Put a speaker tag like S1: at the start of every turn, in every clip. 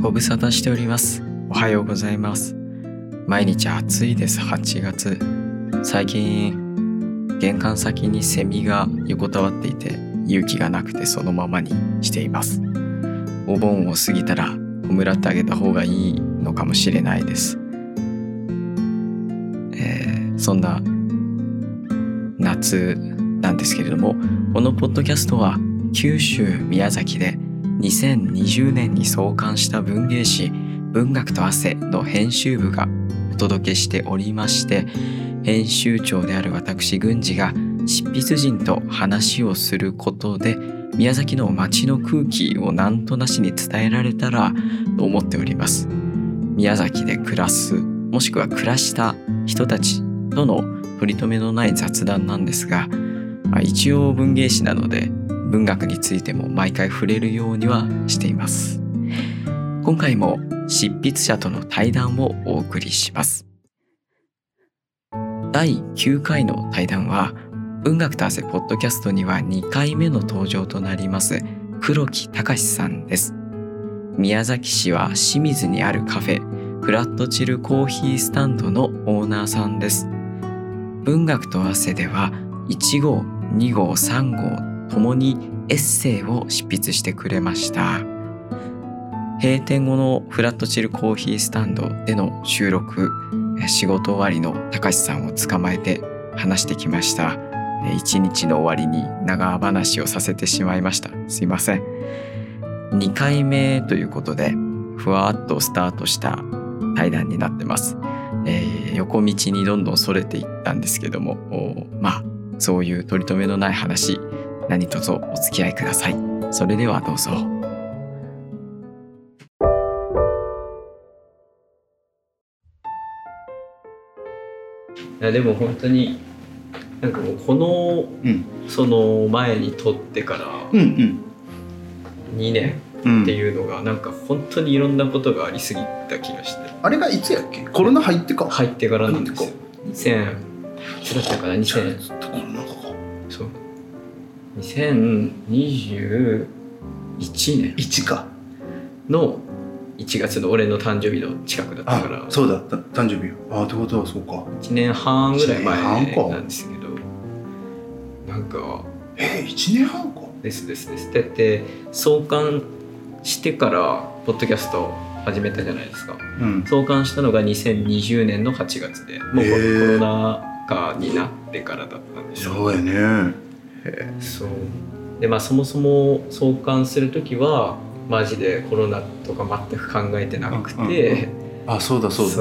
S1: ご無沙汰しておりますおはようございます毎日暑いです8月最近玄関先にセミが横たわっていて勇気がなくてそのままにしていますお盆を過ぎたら弔ってあげた方がいいのかもしれないですえーそんな夏なんですけれどもこのポッドキャストは九州宮崎で2020年に創刊した文芸誌「文学と汗」の編集部がお届けしておりまして編集長である私郡司が執筆人と話をすることで宮崎の街の空気をなんとなしに伝えられたらと思っております。宮崎で暮らすもしくは暮らした人たちとの取り留めのない雑談なんですが、まあ、一応文芸誌なので文学についても毎回触れるようにはしています今回も執筆者との対談をお送りします第9回の対談は文学と汗ポッドキャストには2回目の登場となります黒木隆さんです宮崎市は清水にあるカフェフラットチルコーヒースタンドのオーナーさんです文学と汗では1号2号3号ともにエッセイを執筆してくれました閉店後のフラットチルコーヒースタンドでの収録え仕事終わりのたかしさんを捕まえて話してきましたえ一日の終わりに長話をさせてしまいましたすいません2回目ということでふわっとスタートした対談になってますえー横道にどんどんそれていったんですけどもおーまあそういう取り留めのない話何卒お付き合いくださいそれではどうぞでも本当になんかもうこの
S2: うん
S1: その前に撮ってから
S2: うん
S1: 2年
S2: うん
S1: っていうのがなんか本当にいろんなことがありすぎた気がして
S2: あれがいつやっけコロナ入ってか
S1: 入ってからなんですよ2000いつだったかな
S2: じゃあ
S1: 2000
S2: ずっとコロナ禍か
S1: そう2021年
S2: 1か
S1: の1月の俺の誕生日の近くだったから
S2: あそうだた誕生日ああってことはそうか
S1: 1年半ぐらい
S2: 一
S1: 前
S2: 年半か
S1: なんですけどなんか
S2: えー、1年半か
S1: ですですですだって創刊してからポッドキャスト始めたじゃないですか
S2: うん
S1: 創刊したのが2020年の8月でもう
S2: へー
S1: コロナ禍になってからだったんですよ
S2: そうやね
S1: そうでまあそもそも創刊する時はマジでコロナとか全く考えてなくて、
S2: あそうだそうだ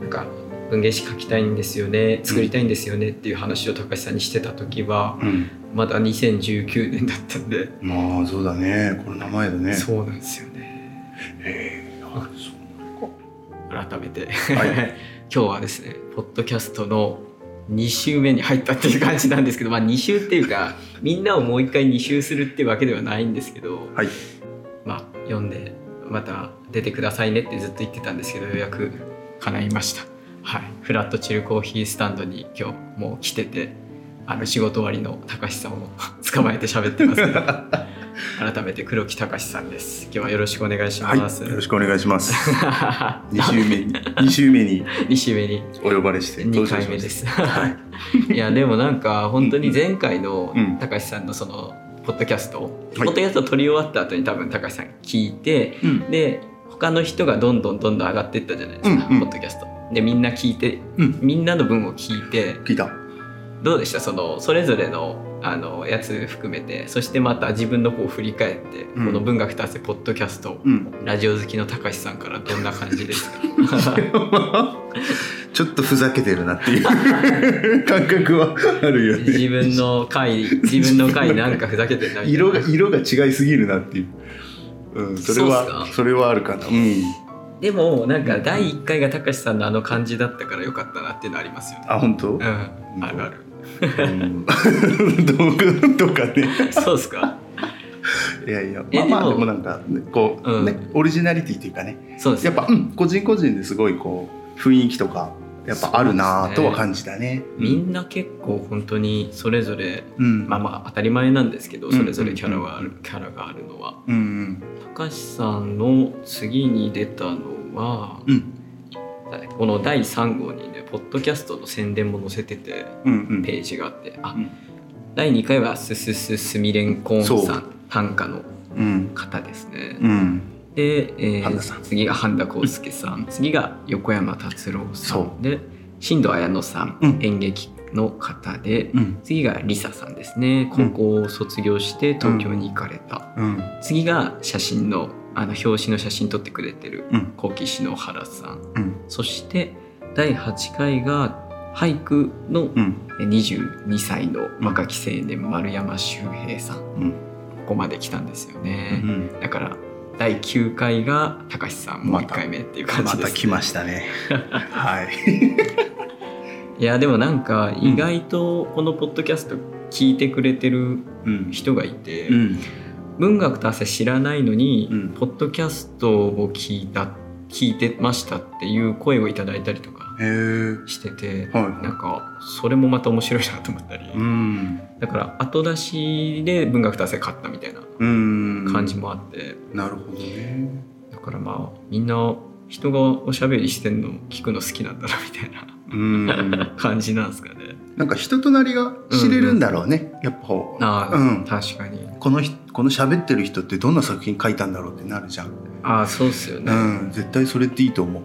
S1: なんか文芸誌書きたいんですよね作りたいんですよねっていう話を高橋さんにしてた時は
S2: うん
S1: まだ2019年だったんで、
S2: まあそうだねコロナ前だね
S1: そうなんですよね
S2: へえあそう
S1: 改めて、
S2: は
S1: 今日はですねポッドキャストの2週目に入ったっていう感じなんですけど、まあ、2週っていう かみんなをもう一回2週するってわけではないんですけど、
S2: はい
S1: まあ、読んでまた出てくださいねってずっと言ってたんですけどようやく叶いました、はい、フラットチルコーヒースタンドに今日もう来ててあの仕事終わりの高橋さんを 捕まえて喋ってますけ ど改めて黒木隆さんです今日はよろしくお願いし
S2: はい
S1: ます、
S2: よろしくお願いします 2
S1: 週
S2: 週目に2週目に
S1: 2週目に
S2: お呼ばれして
S1: 2回目ですす。
S2: は い
S1: いやでもなんか本当に前回の
S2: うん
S1: 高橋さんのそのポッドキャスト、をポ
S2: は
S1: ッ
S2: い
S1: ドキャストを撮り終わった後に多分高橋さん聞いて
S2: うん
S1: で他の人がどんどんどんどん上がっていったじゃないですか、
S2: うんうん
S1: ポッドキャスト。でみんな聞いて
S2: うん
S1: みんなの分を聞いて
S2: 聞いた
S1: どうでしたそのそれぞれのあのやつ含めてそしてまた自分の方を振り返って、
S2: うん
S1: この文学達成ポッドキャスト
S2: うん
S1: ラジオ好きの高橋さんからどんな感じですか
S2: ちょっとふざけてるなっていう 感覚はあるよね
S1: 自分の 回自分の回なんかふざけてない
S2: 色が色が違いすぎるなっていう、うん、それ
S1: そうっ
S2: は
S1: すか
S2: それはあるかな、うん、
S1: でもなんか第1回がたかしさんのあの感じだったから良かったなっていうのありますよね。
S2: あ本当、う
S1: うんん、あるある。
S2: どうかどうかね
S1: そうですか。
S2: いやいや
S1: え
S2: まあまあ
S1: で
S2: で
S1: も
S2: もなんかねこう、
S1: うん
S2: ねオリジナリティっていうかね
S1: そうです
S2: やっぱ、うん、個人個人ですごいこう雰囲気とかやっぱあるなとは感じたね。
S1: みんな結構本当にそれぞれ
S2: うん、
S1: まあまあ当たり前なんですけど
S2: うん
S1: それぞれキャラがあるキャラがあるのは
S2: うん
S1: 高橋さんの次に出たのは
S2: うんうん
S1: この第3号にねポッドキャストの宣伝も載せてて
S2: うんうん
S1: ページがあってあ
S2: うん
S1: 第2回はすすすすみれんこん
S2: そう
S1: さん短歌の
S2: うん
S1: 方ですね
S2: うん
S1: で、え
S2: 半田さ
S1: ー、次が半田康介さん次が横山達郎さ
S2: そ
S1: んで新藤綾乃さん、
S2: うん
S1: 演劇の方で
S2: うん
S1: 次がリサさんですね高校を卒業して東京に行かれた、
S2: うん
S1: 次が写真のあの表紙の写真撮ってくれてる
S2: うん
S1: 高木篠原さん
S2: うん
S1: そして第8回が俳句の
S2: うん
S1: 22歳の若き青年丸山周平さん、
S2: うん
S1: ここまで来たんですよね。
S2: うん
S1: だから第9回が高橋さんもう
S2: ま
S1: 1
S2: た
S1: 回目っていう感
S2: ま
S1: じです、ね
S2: た来まし たね。はい。
S1: いやでもなんか意外とこのポッドキャスト聞いてくれてる
S2: うん
S1: 人がいて、
S2: うん
S1: 文学と汗知らないのに、
S2: うん
S1: ポッドキャストを聞いた聞いてましたっていう声をいただいたりとか
S2: へえ
S1: してて、
S2: はい
S1: なんかそれもまた面白いなと思ったり、
S2: うん
S1: だから後出しで文学と汗買ったみたいな
S2: うん
S1: 感じもあって、
S2: なるほどね。
S1: だからまあみんな人がおしゃべりしてんの聞くの好きなんだなみたいな。
S2: うん
S1: 感じなんですかね。
S2: なんか人となりが知れるんだろうね。やっぱこう
S1: ああ、
S2: うん
S1: 確かに。
S2: この人この喋ってる人ってどんな作品書いたんだろうってなるじゃん。
S1: ああ、そうっすよね、
S2: うん絶対それっていいと思う。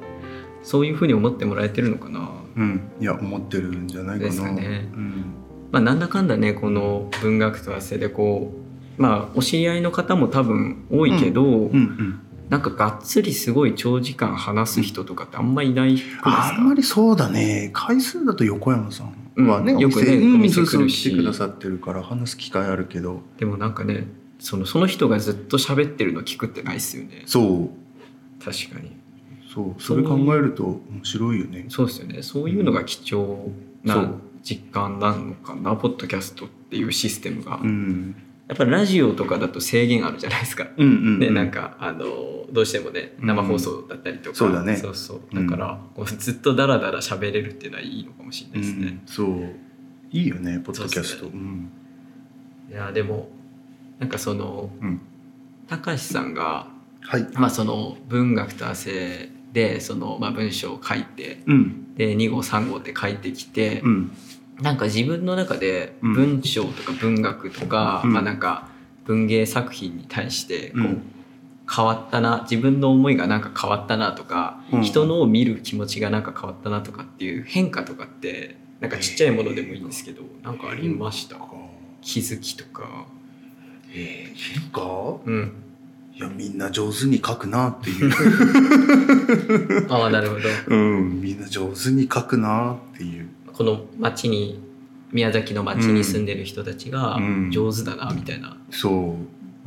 S1: そういうふうに思ってもらえてるのかな。
S2: うんいや思ってるんじゃないか
S1: です
S2: な。
S1: かね
S2: うん
S1: まあ、なんだかんだね、この文学と汗でこう、まあ、お知り合いの方も多分多いけど、
S2: うんうん。
S1: なんかがっつりすごい長時間話す人とかってあんまいないくないですか
S2: あんまりそうだね回数だと横山さんはね、
S1: うんよくね
S2: お店
S1: お
S2: うん、
S1: 店
S2: そうそ
S1: 来
S2: う
S1: る
S2: 来
S1: して
S2: くださってるから話す機会あるけど
S1: でもなんかね、そのその人がずっと喋ってるの聞くってないっすよね。
S2: そう
S1: 確かに。
S2: そうそれ考えると面白いよね
S1: そうですよね。そういうのが貴重
S2: そ
S1: な
S2: う
S1: 実感なのかな、ポッドキャストっていうシステムが。
S2: うん
S1: やっぱりラジオとかだと制限あるじゃないですか。
S2: うんうん
S1: ね、なんかあのどうしてもね
S2: うん
S1: 生放送だったりとか、
S2: そうだね
S1: そうそう
S2: う
S1: だ
S2: ん
S1: から、こうずっとダラダラ喋れるっていうのはいいのかもし
S2: う
S1: れないですね
S2: ん、、そういいよねポッドキャスト,、
S1: そううっす
S2: ん
S1: いやでもなんかその
S2: うん
S1: たかしさんが、
S2: はい
S1: まあ、その文学と汗でその、まあ、文章を書いて
S2: うん
S1: で2号3号って書いてきて、
S2: うん
S1: なんか自分の中で
S2: うん
S1: 文章とか文学とか、
S2: うん
S1: まあ、なんか文芸作品に対してこう、
S2: うん
S1: 変わったな自分の思いがなんか変わったなとか、
S2: うん
S1: 人のを見る気持ちがなんか変わったなとかっていう変化とかってなんかちっちゃいものでもいいんですけどなんかありました
S2: なんか
S1: 気づきとか、
S2: えー、変化
S1: うん、
S2: いやみんな上手に書くなっていう
S1: ああなるほど
S2: うんみんな上手に書くなっていう
S1: この町に宮崎の町に住んでる人たちが
S2: うん
S1: 上手だなみたいな、
S2: そう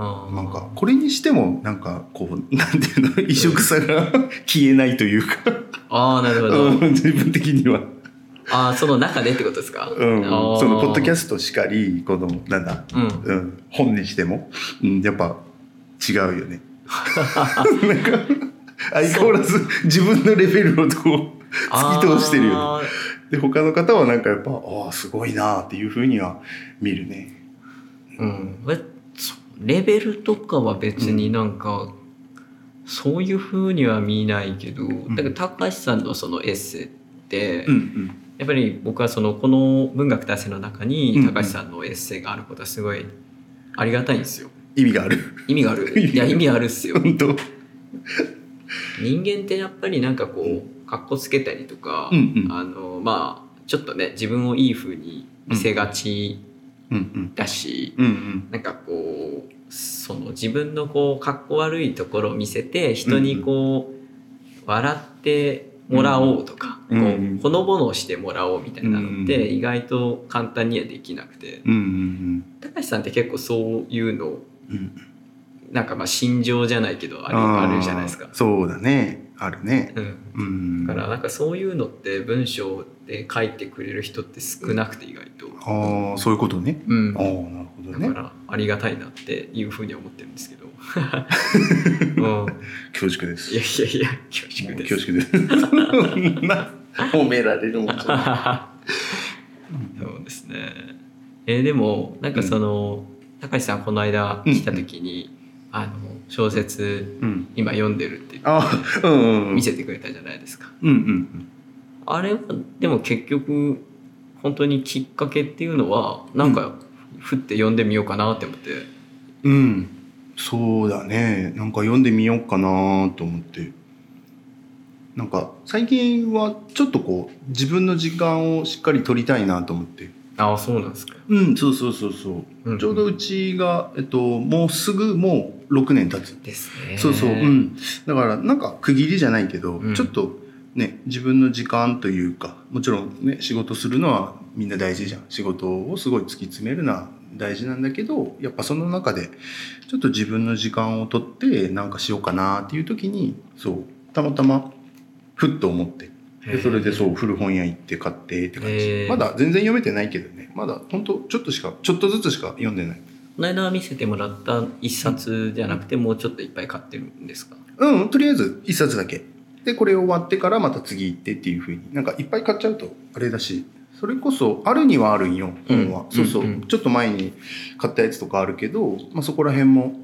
S1: あー
S2: なんかこれにしてもなんかこうなんていう の異色さが消えないというか、
S1: ああなるほど、
S2: うん自分的には、
S1: ああその中でってことですか、
S2: うん、そのポッドキャ
S1: ス
S2: ストしかりこのなんだ、
S1: ト、うん、
S2: うん、本にしても、うん、やっぱ違うよ ねなんか相変わらず自分のレベルをこう突き通してるよね
S1: あー
S2: で他の方はなんかやっぱああすごいなっていうふうには見るね
S1: うん、えそレベルとかは別になんか、そういうふうには見ないけど、
S2: ん
S1: だから高橋さんのそのエッセイって、
S2: うん
S1: やっぱり僕はそのこの文学達成の中
S2: う
S1: に
S2: んうん
S1: 高橋さんのエッセイがあることはすごいありがたいんですよ。
S2: 意味がある
S1: 意味がある。いや意味あるっすよ。
S2: 本当
S1: 人間ってやっぱりなんかこうかっこつけたりとか、
S2: うんうん
S1: あのまあちょっとね自分をいい風に見せがち
S2: うん
S1: だし、
S2: うんうん
S1: なんかこうその自分のこうかっこ悪いところを見せて人にこう、笑ってもらおうとか、
S2: うん
S1: こ
S2: うん
S1: うほのぼのしてもらおうみたいなのっ
S2: うん
S1: て意外と簡単にはできなくて
S2: うんうん
S1: 高橋さんって結構そういうの
S2: うんうん
S1: なんかまあ心情じゃないけどあるあるじゃないですか
S2: あー。そうだねあるね
S1: うん
S2: うん
S1: だからなんかそういうのって文章で書いてくれる人って少なくて意外と、
S2: ああそういうことね
S1: うん
S2: ああなるほど
S1: だ
S2: ね
S1: からありがたいなっていうふうには思ってるんですけ ど、うん
S2: 恐縮です
S1: いやいやいや、恐縮
S2: もう
S1: です。
S2: 恐縮です褒められるもんじゃな い
S1: そうですね。えーでもなんかその、高橋さんこの間来た時に、あの小説
S2: うん
S1: 今読んでるって言って
S2: あうんうんうん
S1: 見せてくれたじゃないですか。
S2: うんうん
S1: あれはでも結局本当にきっかけっていうのはなんかふって読んでみようかなって思って。
S2: うんうんそうだねなんか読んでみようかなと思ってなんか最近はちょっとこう自分の時間をしっかり取りたいなと思って
S1: ああそうなんですか。
S2: うんそうそうそうそうちょうどうちが、えっと、もうすぐもう6年経つ
S1: ですね。
S2: そうそう、うん、だからなんか区切りじゃないけど、
S1: うん
S2: ちょっとね自分の時間というかもちろんね仕事するのはみんな大事じゃん仕事をすごい突き詰めるのは大事なんだけどやっぱその中でちょっと自分の時間を取ってなんかしようかなっていう時にそうたまたまふっと思って
S1: へ
S2: で
S1: ー
S2: それでそう古本屋行って買ってって感
S1: へ
S2: じ
S1: ー
S2: まだ全然読めてないけどねまだほんとちょっとしかちょっとずつしか読んでない
S1: この間見せてもらった一冊じゃなくてもうちょっといっぱい買ってるんですか。
S2: うん、とりあえず一冊だけ。で、これ終わってからまた次行ってっていう風に、なんかいっぱい買っちゃうとあれだし、それこそあるにはあるんよ、本は。
S1: うん
S2: そうそう、
S1: うんうん
S2: ちょっと前に買ったやつとかあるけど、まあそこら辺も、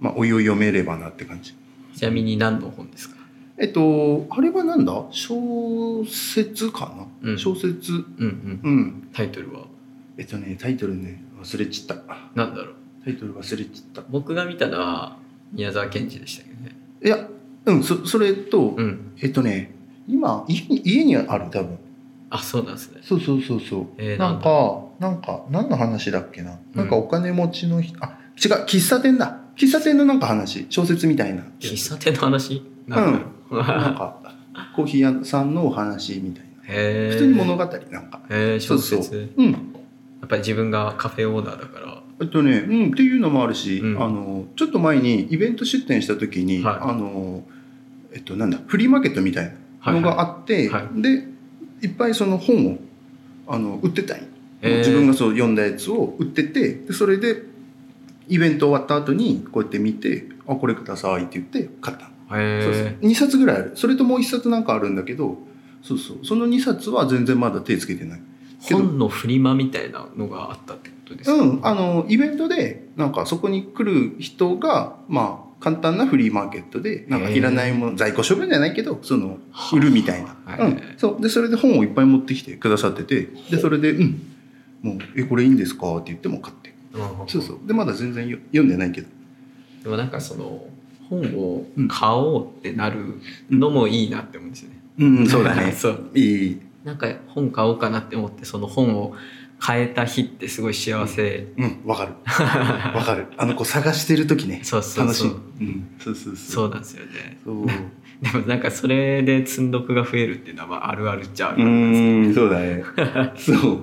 S2: まあおいおい読めればなって感じ。
S1: ちなみに何の本ですか。
S2: えっと、あれはなんだ小説かな、
S1: うん
S2: 小説。
S1: うんうん。
S2: うん。
S1: タイトルは
S2: えっとね、タイトルね、忘れちった。タ
S1: 何だろう。
S2: イトル忘れちった。
S1: 僕が見たのは宮沢賢治でしたけどね。
S2: いや、うん、そそれと、
S1: うん。
S2: えっとね、今、家に家にある多分。
S1: あそうなんですね。
S2: そうそうそうそう。
S1: えー
S2: なん
S1: なん
S2: か、なんか、何の話だっけな。なんか
S1: うん
S2: お金持ちの人、あ、違う、喫茶店だ。喫茶店のなんか話、小説みたいな。
S1: 喫茶店の話。なんだろう。
S2: なんか、コーヒー屋さんのお話みたいな。
S1: へえ。
S2: 普通に物語、なんか。
S1: へえ小説。
S2: そうそううん。
S1: やっぱり自分がカフェオーナーだから。
S2: えっとね、うん、っていうのもあるし、
S1: うん
S2: あの、ちょっと前にイベント出店した時に、
S1: はい
S2: あの、えっと、なんだ、フリーマーケットみたいなのが
S1: あ
S2: あって、
S1: はいは
S2: で、いっぱいその本を、あの、売ってたんよ自分
S1: が
S2: がそう読んだやつを売っててでそれでイベント終わった後にこうやって見て「あこれください」って言って買ったの、
S1: へ
S2: そうそう
S1: え。
S2: 2冊ぐらいあるそれともう1冊なんかあるんだけどそうそうその2冊は全然まだ手つけてないけど
S1: 本のフリマみたいなのがあったってことですか。
S2: うんあのイベントでなんかそこに来る人がまあ簡単なフリーマーケットでなんかいらないもの在庫処分じゃないけどその売るみたいな、
S1: はいはい
S2: うん、そうでそれで本をいっぱい持ってきてくださっててでそれで「うんもうえこれいいんですか?」って言っても買って。
S1: うん
S2: そうそう。で、まだ全然よ読んでないけど。
S1: でもなんかその本を買おうってなるのもいいなって思うんですよね。
S2: うん
S1: そう。
S2: いい。
S1: なんか本買おうかなって思ってその本を買えた日ってすごい幸せ。
S2: うん、わかる。わかる。あの、こう探してる時ね。
S1: そうそう
S2: 楽
S1: そ
S2: しい。
S1: う。
S2: うん。そうそうそ。
S1: そううなんですよね。
S2: そう。
S1: でもなんかそれで積んどくが増えるっていうのはまああるあるっちゃある。
S2: うん、そうだね。 そう。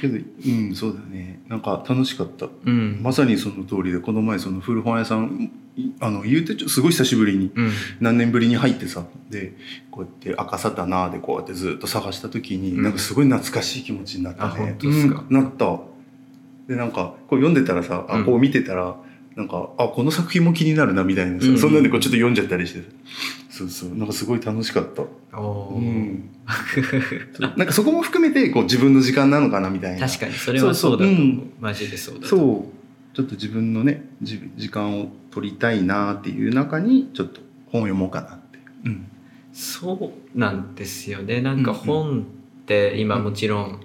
S2: けど、うん、そうだね。なんか楽しかった。
S1: うん。
S2: まさにその通りで、この前その古本屋さん、いあの、言うてちょ、すごい久しぶりに。
S1: うん。
S2: 何年ぶりに入ってさでこうやって赤さだなでこうやってずっと探した時に、
S1: うん
S2: なんかすごい懐かしい気持ちになった
S1: あ
S2: ね
S1: 本当っすか
S2: うんなったでなんかこう読んでたらさ、
S1: う
S2: あ
S1: ん
S2: こう見てたらなんかあこの作品も気になるなみたいなさ、
S1: うん
S2: そんなんでこうちょっと読んじゃったりしてそうそうなんかすごい楽しかった、
S1: おー
S2: う ん、そうなんかそこも含めてこう自分の時間なのかなみたいな
S1: 確かにそれはそうだと
S2: そうそうう。
S1: 思うんマジでそうだと思う。
S2: そうちょっと自分のねじ時間を取りたいなっていう中にちょっと本を読もうかなってうん
S1: そうなんですよねなんか
S2: うんうん
S1: 本って今
S2: うん
S1: もちろん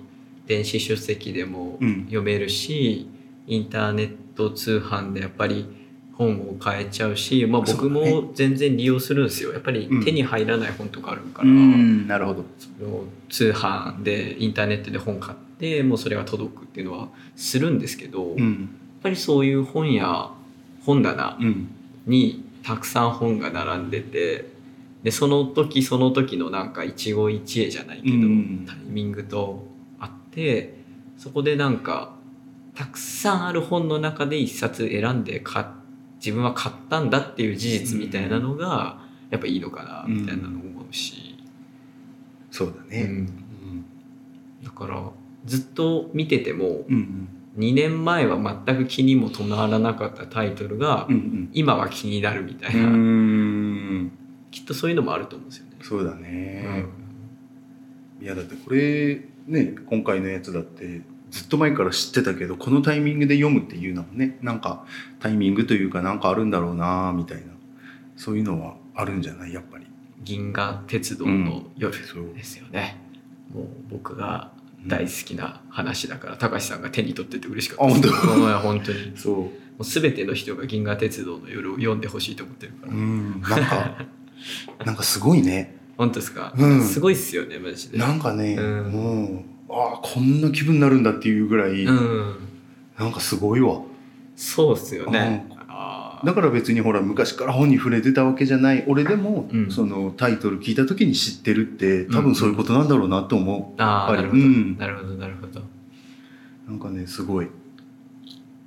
S1: 電子書籍でも
S2: うん
S1: 読めるし、インターネット通販でやっぱり本を買えちゃうし、まあ、
S2: そ
S1: 僕
S2: うだね
S1: も全然利用するんですよやっぱり
S2: うん
S1: 手に入らない本とかあるか
S2: う
S1: ら、
S2: んなるほど
S1: その通販でインターネットで本買ってもうそれが届くっていうのはするんですけど、やっ
S2: ん
S1: ぱりそういう本や本棚
S2: うん
S1: にたくさん本が並んでてでその時その時のなんか一期一会じゃないけど、
S2: うん
S1: タイミングとあってそこでなんかたくさんある本の中で一冊選んで買っ自分は買ったんだっていう事実みたいなのがやっぱいいのかなみたいなのを思うし、
S2: そうだ
S1: う
S2: ね
S1: んだからずっと見てても
S2: うん
S1: 2年前は全く気にも留まらなかったタイトルが、
S2: うん
S1: 今は気になるみたい
S2: うんう
S1: な、
S2: ん
S1: きっとそういうのもあると思うんですよね。
S2: そうだね
S1: う
S2: いやだってこれね今回のやつだってずっと前から知ってたけどこのタイミングで読むっていうのもねなんかタイミングというかなんかあるんだろうなみたいなそういうのはあるんじゃないやっぱり。
S1: 銀河鉄道の夜
S2: そう
S1: ですよね、もう僕が大好きな話だから高橋さんが手に取ってて嬉しかったです
S2: あ本当
S1: この前本当にも
S2: そう
S1: 全ての人が「銀河鉄道の夜」を読んでほしいと思ってるか
S2: う、
S1: ら、
S2: うん、なんかなんかすごいね
S1: 本当ですか、
S2: うん
S1: すごいっすよねマジで
S2: なんかね、
S1: うん
S2: もうああこんな気分になるんだっていうぐらい、
S1: うん
S2: なんかすごいわ
S1: そうっすよね、
S2: うん
S1: あ
S2: だ
S1: ー
S2: から別にほら昔から本に触れてたわけじゃない俺でも、
S1: うん
S2: そのタイトル聞いた時に知ってるって多分そういうことなんだろうなと思
S1: あーな
S2: やっ
S1: るほ
S2: ぱり
S1: ど、
S2: うん
S1: なるほどなるほど
S2: う、なんかねすごい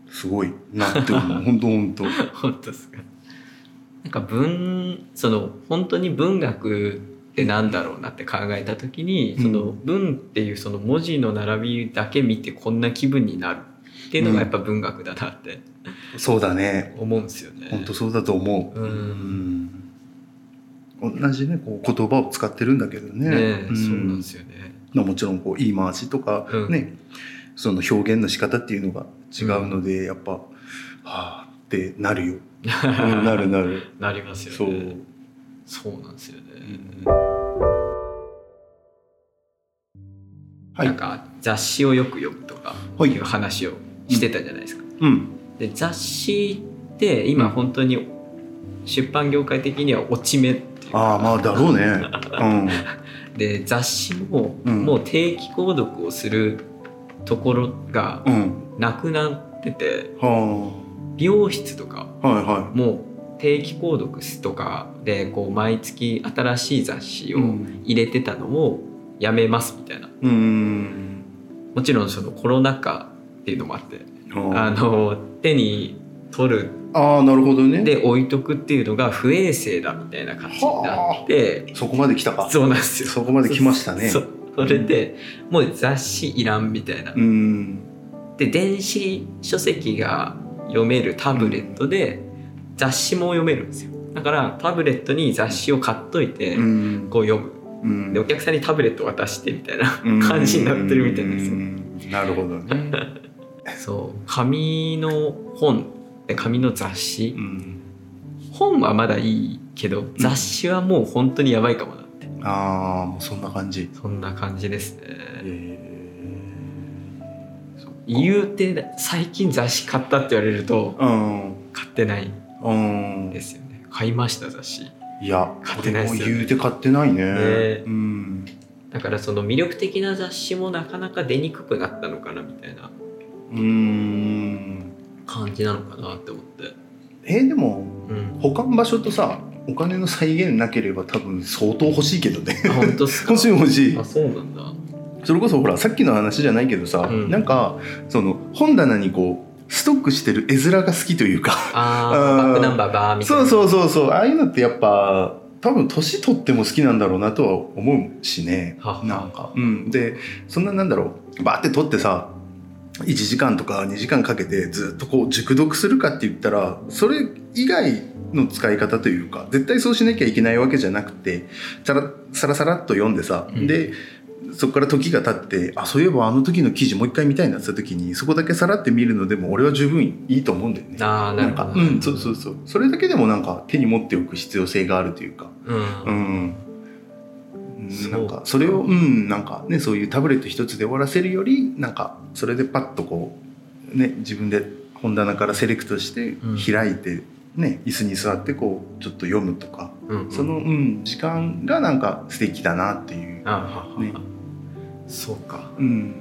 S2: すごいなっ て思う本当本当
S1: 本当ですかなんか文その本当に文学ってなんだろうなって考えた時に、
S2: うん
S1: その文っていうその文字の並びだけ見てこんな気分になるっていうのがやっぱ文学だなって
S2: そうだね
S1: 思うんですよね。
S2: 本当そうだと思う
S1: うん
S2: うん同じねこう言葉を使ってるんだけどね
S1: ね
S2: うん
S1: そうなんですよね。
S2: まあ、もちろんこう言い回しとか、
S1: うん
S2: ねその表現の仕方っていうのが違うので、やっぱはあって なるよ、うんなるなる
S1: なります
S2: そ
S1: よ
S2: う
S1: ね。そうなんですよね。
S2: はい
S1: なんか雑誌をよく読むとか
S2: はい
S1: いう話をしてたじゃないですか。
S2: うん
S1: で雑誌って今本当に出版業界的には落ち目っていうか
S2: ああまあだろうね
S1: で雑誌も
S2: うん
S1: もう定期購読をするところが
S2: うんうん
S1: なくなってて
S2: は
S1: 美容室とか
S2: あはいは
S1: もう定期購読とかでこう毎月新しい雑誌
S2: い
S1: を
S2: うん
S1: 入れてたのをやめますみたいな
S2: うん
S1: もちろんそのコロナ禍っていうのもあってあ
S2: あ
S1: の手に取る
S2: あーなるほどね
S1: で置いとくっていうのが不衛生だみたいな感じになって
S2: そこまで来たか
S1: そうなんですよ
S2: そこまで来ましたね
S1: そそれでもう雑誌いらんみたいな、
S2: うん
S1: で電子書籍が読めるタブレットで雑誌も読めるんですよだからタブレットに雑誌を買っといて、
S2: うん
S1: こう読む
S2: うん
S1: でお客さんにタブレット渡してみたいな感じになってるみたいなんですよ
S2: うんなるほどね、
S1: そう紙の本で紙の雑誌
S2: うん、
S1: 本はまだいいけど雑誌はもう本当にやばいかもなって
S2: ああもうそんな感じ
S1: そんな感じですね
S2: そっか
S1: 言うて最近雑誌買ったって言われると
S2: うん
S1: 買ってない
S2: うん
S1: ですよね買いました雑誌
S2: いや
S1: 買ってないっすよね
S2: 俺も言うて買ってないね
S1: え
S2: うん
S1: だからその魅力的な雑誌もなかなか出にくくなったのかなみたいな
S2: うーん
S1: 感じなのかなって思って
S2: えでも
S1: うん
S2: 保管場所とさお金の再現なければ多分相当欲しいけどね
S1: あ本当っすか
S2: 欲しい欲しい
S1: あそうなんだ
S2: それこそほらさっきの話じゃないけどさ、
S1: うん
S2: なんかその本棚にこうストックしてる絵面が好きというか
S1: あ
S2: う
S1: ー
S2: ん
S1: バックナンバーバーみたい
S2: そ
S1: な
S2: うそうそうそうああいうのってやっぱ多分年取っても好きなんだろうなとは思うしね
S1: はは
S2: なんか、うん、でそんななんだろうバーって取ってさ1時間とか2時間かけてずっとこう熟読するかって言ったらそれ以外の使い方というか絶対そうしなきゃいけないわけじゃなくてさらさらさらっと読んでさ、
S1: うん
S2: でそこから時が経ってあそういえばあの時の記事もう一回見たいなって言った時にそこだけさらって見るのでも俺は十分いいと思うんだよね。
S1: あーな
S2: な
S1: る
S2: ん
S1: ほ
S2: か
S1: ど、
S2: うん、そうそうそうそれだけでもなんか手に持っておく必要性があるというか
S1: うん、
S2: うん、うん、
S1: そう
S2: なんかそれをうんなんかねそういうタブレット一つで終わらせるよりなんかそれでパッとこうね自分で本棚からセレクトして
S1: うん
S2: 開いて、ね椅子に座ってこうちょっと読むとか
S1: うんうん
S2: その、うん、時間がなんか素敵だなっていう、
S1: あはは、
S2: ね
S1: そうか
S2: うん、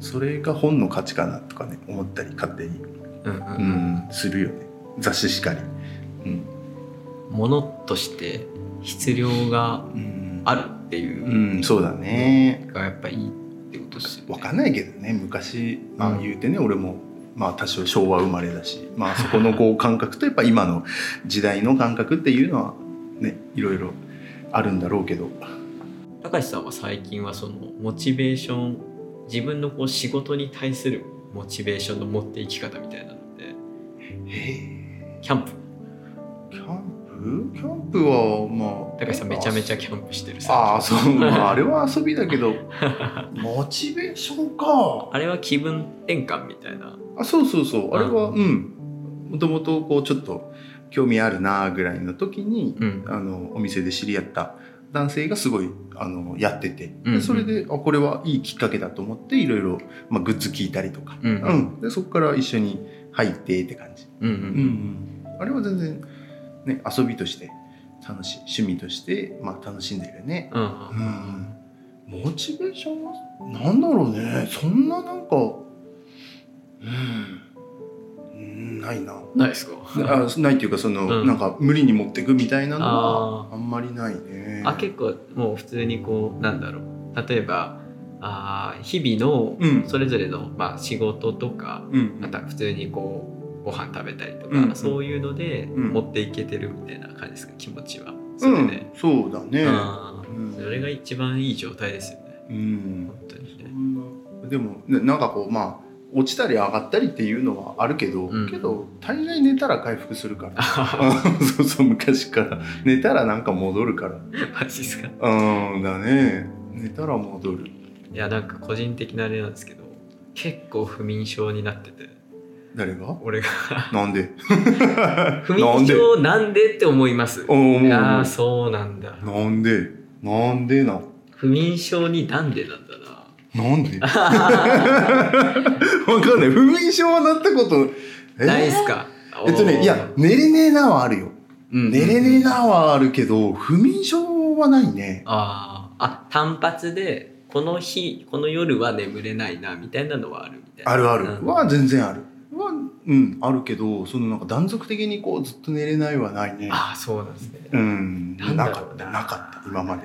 S2: それが本の価値かなとかね思ったり勝手に、
S1: うんうん、
S2: う
S1: うん
S2: ん、するよね雑誌しかり。うん
S1: 物として質量が
S2: うん、
S1: あるっていううん
S2: そうだね。
S1: がやっぱいいってことですよね。
S2: わかんないけどね、昔、ま
S1: う
S2: あ、
S1: ん
S2: 言うてね、俺も。まあ、多少昭和生まれだし、まあ、そこのこう感覚と、やっぱ今の時代の感覚っていうのは。ね、いろいろあるんだろうけど。
S1: 高橋さんは最近はそのモチベーション自分のこう仕事に対するモチベーションの持っていき方みたいなので
S2: へえ
S1: キャンプ
S2: キャンプ。プキャンプはまあ
S1: 高橋さんめちゃめちゃキャンプしてる
S2: あ
S1: さ
S2: あそう、ま あ、あ
S1: れ
S2: れは遊びだけどモチベーションか
S1: あれは気分転換みたいな
S2: あそうそうそうあれはうんもともとこうちょっと興味あるなぐらいの時に
S1: うん
S2: あのお店で知り合った男性がすごいあのやってて、
S1: うんうん
S2: でそれであこれはいいきっかけだと思っていろいろ、まあ、グッズ聞いたりとか、
S1: うん
S2: うんでそこから一緒に入ってって感じ、
S1: うんう
S2: うんんあれは全然、ね、遊びとして楽しい趣味として、まあ、楽しんでるよね、
S1: うん
S2: うん、モチベーションはなんだろうねそんななんかうんうんない な
S1: ないですか
S2: あないっていうかその、
S1: うん
S2: なんか無理に持っていくみたいなの
S1: あ
S2: はあんまりないね。
S1: あ結構もう普通にこうなんだろう例えばあー日々
S2: うん
S1: のそれぞれの、まあ、仕事とか
S2: うん
S1: また普通にこうご飯食べたりとか、
S2: うん
S1: そういうので
S2: うん
S1: 持っていけてるみたいな感じですか気持ちはそれ
S2: う
S1: で、
S2: ん、そうだね。
S1: あー
S2: うん
S1: それが一番いい状態ですよね
S2: うん、
S1: 本当に
S2: そ
S1: ね
S2: んなでもねなんかこうまあ落ちたり上がったりっていうのはあるけど、
S1: うん
S2: けど大概寝たら回復する から。
S1: あ
S2: うんそうそう昔から寝たらなんか戻るから。
S1: ーマジですか
S2: うんだね寝たら戻る。
S1: いやなんか個人的なあれなんですけど結構不眠症になってて
S2: 誰が？
S1: 俺が
S2: なんで？
S1: 不
S2: なん
S1: 眠
S2: で？
S1: 症なんでって思います
S2: おーもう
S1: ああそうなんだ
S2: なんで？なんでな？
S1: 不眠症になんでなんだな
S2: なん で？わかんない。不眠症はなったこと、え
S1: ないですか
S2: えっとね、いや、、寝れねえなはあるよ。
S1: うん
S2: 寝れねえなはあるけど、不眠症はないね。
S1: あーあ単発でこの日この夜は眠れないなみたいなのはあるみたいな
S2: あるあ
S1: うん
S2: る。は全然ある。は、うん、あるけど、そのなんか断続的にこうずっと寝れないはないね。
S1: ああそうなんですね、
S2: うん、
S1: なん
S2: な
S1: だ
S2: か
S1: ろ
S2: っ
S1: う
S2: た、
S1: な
S2: なかった、今まで。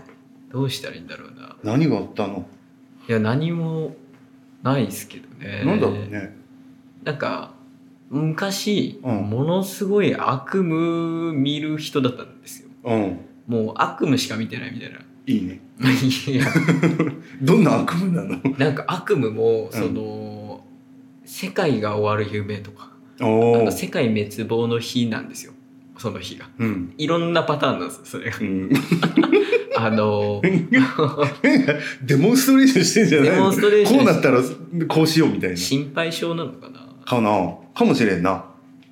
S1: どうしたらいいんだろうな
S2: 何があったの、
S1: いや何もないですけどね
S2: なんだろうね。
S1: なんか昔、
S2: うん
S1: ものすごい悪夢見る人だったんですよ
S2: うん、
S1: もう悪夢しか見てないみたいな
S2: いいね。
S1: いや
S2: どんな悪夢なの
S1: なんか悪夢も
S2: うん
S1: その、世界が終わる夢とか あ
S2: お
S1: の
S2: ー
S1: 世界滅亡の日なんですよその日が
S2: うん。
S1: いろんなパターンなんですよそれ があ
S2: うん、
S1: の
S2: デモンストレーションしてんじゃない
S1: デモ
S2: の
S1: ンストレーション
S2: こうなったらこうしようみたいな。
S1: 心配性なのかな
S2: かなかもしれんな。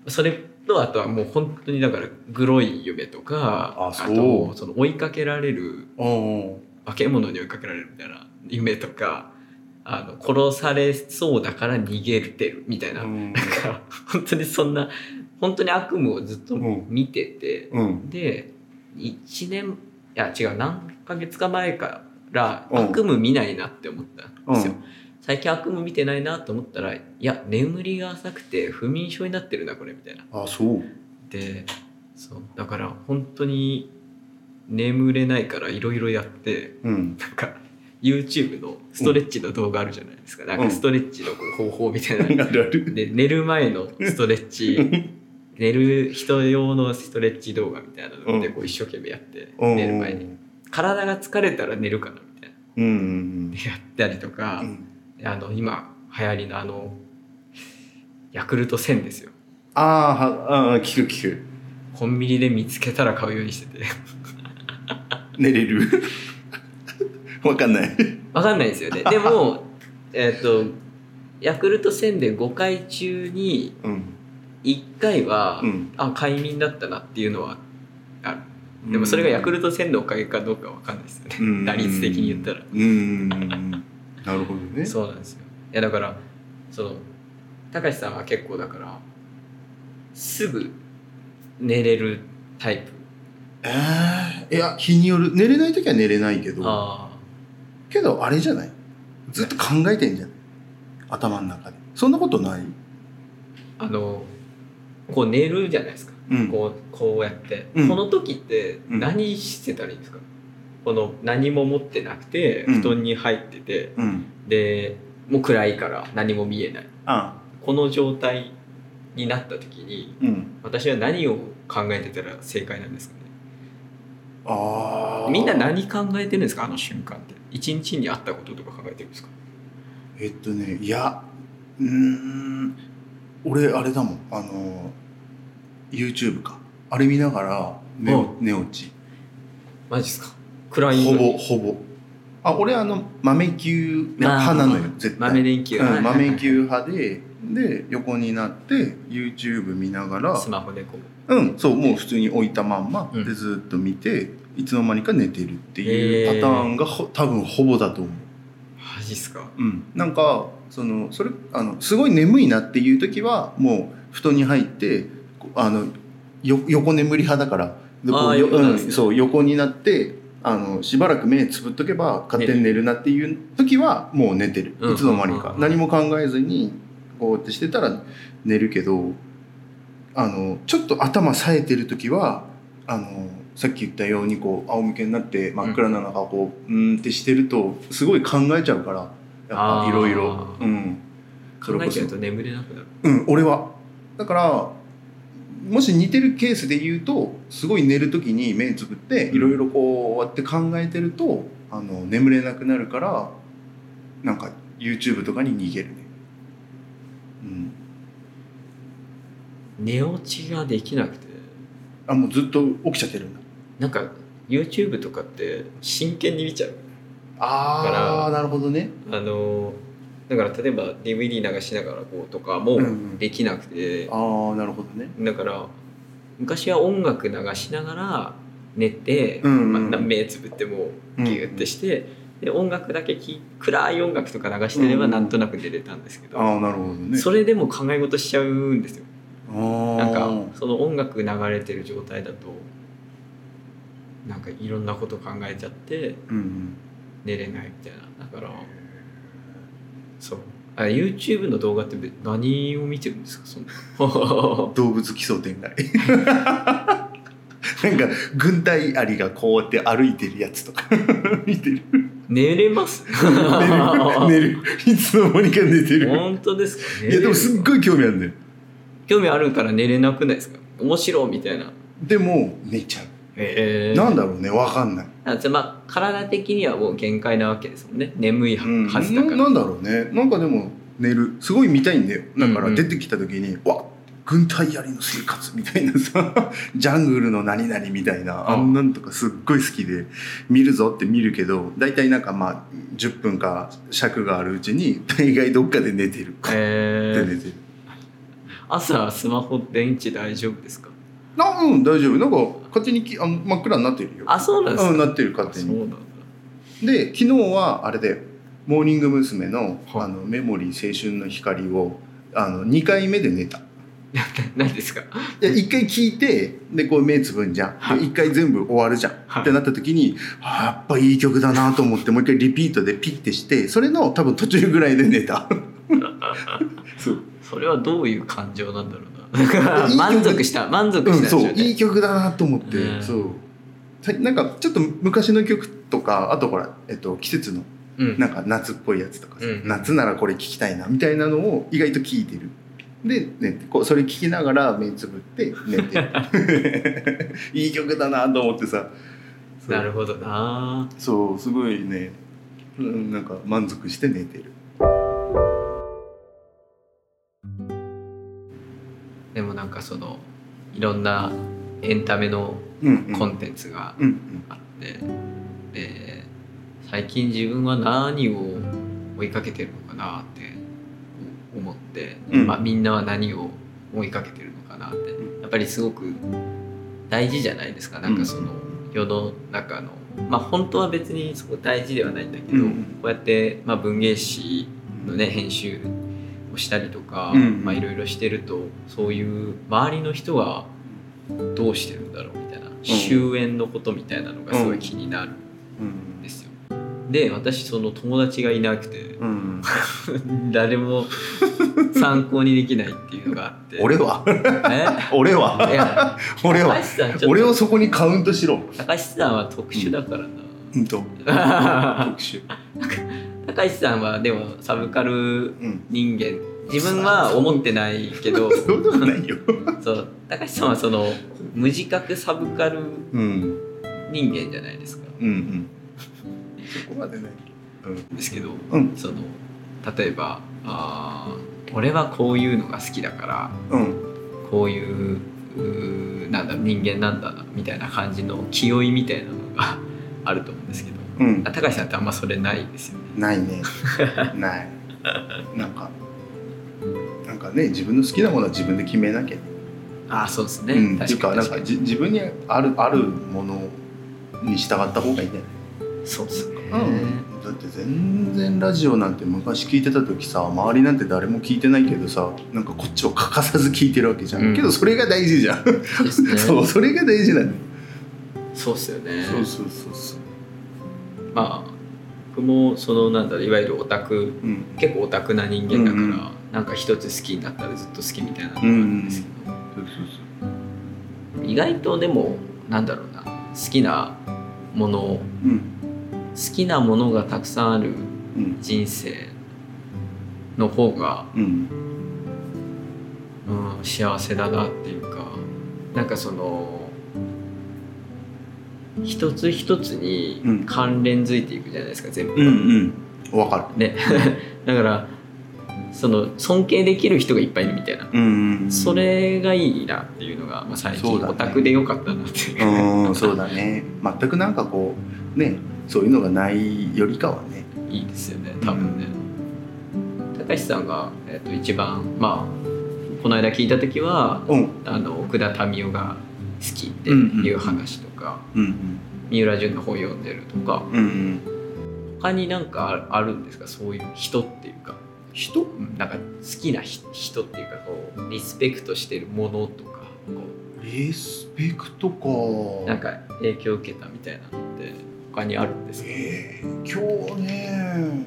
S1: それとあとはもう本当にだからグロい夢とか
S2: あそう
S1: とその追いかけられる
S2: うん
S1: 化け物に追いかけられるみたいな夢とかあの殺されそうだから逃げてるみたいな、
S2: うん
S1: なんか本当にそんな本当に悪夢をずっと見てて、
S2: うん
S1: で1年いや違う何ヶ月か前から
S2: うん
S1: 悪夢見ないなって思ったん
S2: う
S1: ですよ、
S2: ん
S1: 最近悪夢見てないなと思ったらいや眠りが浅くて不眠症になってるなこれみたいな
S2: あそう
S1: でそうだから本当に眠れないからいろいろやって
S2: うん
S1: なんか YouTube のストレッチの動画あるじゃないですか、なんかストレッチのこう方法みたいな
S2: あるある
S1: で寝る前のストレッチ 寝る人用のストレッチ動画みたいなので
S2: うん
S1: こう一生懸命やって、
S2: うん
S1: 寝る前に体が疲れたら寝るかなみたいな
S2: うんうん
S1: でやったりとか、
S2: うん
S1: あの今流行りのあのヤクルト1000ですよ
S2: ああはあー聞く聞く
S1: コンビニで見つけたら買うようにしてて
S2: 寝れるわかんない
S1: わかんないですよねでもえっとヤクルト1000で5回中に
S2: うん
S1: 1回は、
S2: うん
S1: あ快眠だったなっていうのはあるでもそれがヤクルト1000のおかげかどうかわかんないですよね、
S2: うん
S1: 打率的に言ったら、
S2: うんうんうんうんなるほどね
S1: そうなんですよいやだからそのたかしさんは結構だからすぐ寝れるタイプ
S2: えーいや日による寝れない時は寝れないけど
S1: あ
S2: けどあれじゃないずっと考えてんじゃん頭の中でそんなことない
S1: ああのこう寝るじゃないですか
S2: うん
S1: こうこうやって、
S2: うん
S1: この時って
S2: うん
S1: 何してたらいいんですか、この何も持ってなくて
S2: うん
S1: 布団に入ってて、
S2: うん
S1: でもう暗いから何も見えない
S2: あ
S1: この状態になった時に
S2: うん
S1: 私は何を考えてたら正解なんですかね
S2: あー
S1: みんな何考えてるんですかあの瞬間って一日にあったこととか考えてるんですか
S2: えっとねいやうーん俺あれだもんあの YouTube かあれ見ながら寝
S1: うん
S2: 寝落ち
S1: マジですか暗い
S2: ほぼほぼあ俺あの豆球派なのよ
S1: あー
S2: 絶対
S1: 豆電球、はいは
S2: う
S1: い
S2: ん、
S1: はい
S2: 豆球派でで横になって YouTube 見ながら
S1: スマホでこう
S2: うんそうもう普通に置いたまんま
S1: うん
S2: でずっと見て、いつの間にか寝てるっていう
S1: へー
S2: パターンがほ多分ほぼだと思う。
S1: マジっすか
S2: うん、なんかそのそれあのすごい眠いなっていう時はもう布団に入ってこあのよ横眠り派だからでこう
S1: あー横
S2: う
S1: なん
S2: ん
S1: ですね
S2: そう横になってあのしばらく目つぶっとけば勝手に寝るなっていう時はもう寝てる、
S1: うん
S2: いつの間に
S1: うん
S2: か
S1: うん
S2: 何も考えずにこうやってしてたら寝るけどあのちょっと頭冴えてる時はあのさっき言ったようにこう仰向けになって真っ暗な中こううーんってしてるとすごい考えちゃうからやっ
S1: あ
S2: ぱ
S1: ー
S2: いろいろうんそ
S1: 考
S2: れこ
S1: え
S2: そ
S1: ちゃうと眠れなくなる
S2: うん俺はだからもし似てるケースで言うとすごい寝る時に目つぶって
S1: うん
S2: いろいろこうやって考えてるとあの眠れなくなるからなんか YouTube とかに逃げるねうん
S1: 寝落ちができなくて
S2: あもうずっと起きちゃってるんだ
S1: なんか YouTube とかって真剣に見ちゃう
S2: あ
S1: だか
S2: あなるほどね
S1: あのだから例えば DVD 流しながらこうとかも
S2: うんうん
S1: できなくて、
S2: ああなるほどね
S1: だから昔は音楽流しながら寝て、
S2: うんうんうん
S1: まあ目つぶってもうギュッてして、で音楽だけ聞い暗い音楽とか流してれ
S2: うんう
S1: ば
S2: ん
S1: なんとなく寝れたんですけど、
S2: ああなるほどね
S1: それでも考え事しちゃうんですよ。
S2: あー
S1: なんかその音楽流れてる状態だとなんかいろんなこと考えちゃって
S2: うんうん
S1: 寝れないみたいなだからそうあ YouTube の動画って別何を見てるんですかその
S2: 動物奇想天外 なんか軍隊アリがこうやって歩いてるやつとか 見てる
S1: 寝れます
S2: 寝る寝るいつの間にか寝てる
S1: 本当ですか寝
S2: い
S1: れ
S2: や
S1: る
S2: でもすっごい興味あるんだよ
S1: 興味あるから寝れなくないですか面白いみたいな
S2: でも寝ちゃう、
S1: ええ
S2: なんだろうねわかんない
S1: なんてまあ体的にはもう限界なわけですもんね眠いは
S2: うん
S1: はずだから、
S2: ななんだろうねなんかでも寝るすごい見たいんだよだか
S1: うんう
S2: ら
S1: ん
S2: 出てきた時に、わっ軍隊アリの生活みたいなさ ジャングルの何々みたいなあんなんとかすっごい好きで見るぞって見るけど大体なんかまあ10分か尺があるうちに大概どっかで寝てるかって
S1: え
S2: 寝
S1: え
S2: てる、
S1: 朝スマホ電池大丈夫ですか
S2: なうん大丈夫なんか勝手にきあの真っ暗になってるよ
S1: あそうなんですか、
S2: うんなってる勝手
S1: そう
S2: に
S1: なんだ
S2: で昨日はあれでモーニング娘。の「
S1: はい
S2: あのメモリー青春の光を」あの2回目で寝た
S1: 何ですか
S2: で一回聞いてでこう目つぶんじゃんで
S1: はい
S2: 一回全部終わるじゃん、
S1: はい
S2: ってなった時にあやっぱいい曲だなと思ってもう一回リピートでピッてしてそれの多分途中ぐらいで寝たそう
S1: それはどういう感情なんだろ
S2: いうい曲
S1: な 満足した満足
S2: う
S1: し
S2: ん、
S1: たん
S2: そう
S1: でしょうね
S2: いい曲だなと思って、
S1: うん
S2: そうさなんかちょっと昔の曲とかあとほら、えっと、季節の
S1: うん
S2: なんか夏っぽいやつとかさ、
S1: うん
S2: 夏ならこれ聞きたいなみたいなのを意外と聞いてるで、ね、こうそれ聞きながら目つぶって寝 てるいい曲だなと思ってさそう
S1: なるほどな
S2: そうすごいねうんなんか満足して寝てる
S1: でもなんかそのいろんなエンタメの
S2: うんうん
S1: コンテンツが
S2: うんうん
S1: あって、で最近自分は何を追いかけてるのかなって思って、
S2: うん
S1: まあ、みんなは何を追いかけてるのかなって
S2: う
S1: やっぱりすごく大事じゃないですかなんかその世の中のまあ本当は別にそこ大事ではないんだけど、
S2: うん
S1: こうやって、まあ、文芸誌のね編集をしたりとか、
S2: うん
S1: まあ、いろいろしてるとそういう周りの人はどうしてるんだろうみたいな終焉のことみたいなのがすごい気になるん
S2: うん
S1: ですよ。で私その友達がいなくて
S2: うんうん
S1: 誰も参考にできないっていうのがあって
S2: 俺は
S1: え
S2: 俺はい
S1: や
S2: 俺
S1: 高
S2: は
S1: 橋さんちょっ
S2: 俺を
S1: と
S2: そこにカウントしろ
S1: 高橋さんは特殊だからな。
S2: うんと特殊
S1: 高橋さんはでもサブカル
S2: うん
S1: 人間自分は思ってないけど
S2: そうでもないよ
S1: そう高橋さんはその無自覚サブカル
S2: うん
S1: 人間じゃないですか
S2: うんうんそこまでね
S1: ですけど
S2: うん
S1: その例えばあー「俺はこういうのが好きだから
S2: うん
S1: こういううーいうなんだ人間なんだなみたいな感じの気負いみたいなのが あると思うんですけど
S2: うん
S1: あ高橋さんってあんまそれないですよね。
S2: ないね ないなんかなんかね自分の好きなものは自分で決めなきゃ、
S1: あそうですね、
S2: うん、って
S1: 確
S2: いうか
S1: か
S2: な
S1: に確
S2: ん
S1: か
S2: か
S1: に
S2: じ自分にあるあるものに従った方がいいんじゃ
S1: そうですね、
S2: ない、だって全然ラジオなんて昔聞いてた時さ周りなんて誰も聞いてないけどさなんかこっちを欠かさず聞いてるわけじゃん、
S1: うん
S2: けどそれが大事じゃん、
S1: そうですね
S2: そうそれが大事なんだよ、
S1: そうっすよね
S2: そうそうそうそう
S1: まあ僕もそのなんだろういわゆるオタク
S2: うん
S1: 結構オタクな人間だから、
S2: うんうん
S1: なんか一つ好きになったらずっと好きみたいなのがあるんですけど、
S2: そうそうそ
S1: 意外とでもなんだろうな好きなものを
S2: ううん
S1: 好きなものがたくさんある
S2: うん
S1: 人生の方が、
S2: う
S1: う
S2: ん
S1: ん、幸せだなっていうかなんかその一つ一つに関連づいていくじゃないですか全部が、
S2: うんうんわかる
S1: ね だからその尊敬できる人がいっぱいいるみたいな、
S2: うん
S1: それがいいなっていうのが、まあ、最近、
S2: そうだね
S1: オタクでよかったなっていうう、
S2: んそうだね全くなんかこうねそういうのがないよりかはね
S1: いいですよね多分ね。高橋さんが、えっと一番まあこの間聞いた時は
S2: うん
S1: あの奥田民生が好きっていう話とか、
S2: うん
S1: 三浦淳の本読んでるとか
S2: うんうん
S1: 他になんかああるんですかそういう人っていうか
S2: 人
S1: うんなんか好きなひ人っていうかこうリスペクトしてるものとかこう
S2: リスペクトか
S1: なんか影響を受けたみたいなのって他にあるんですか、
S2: えー、今日ね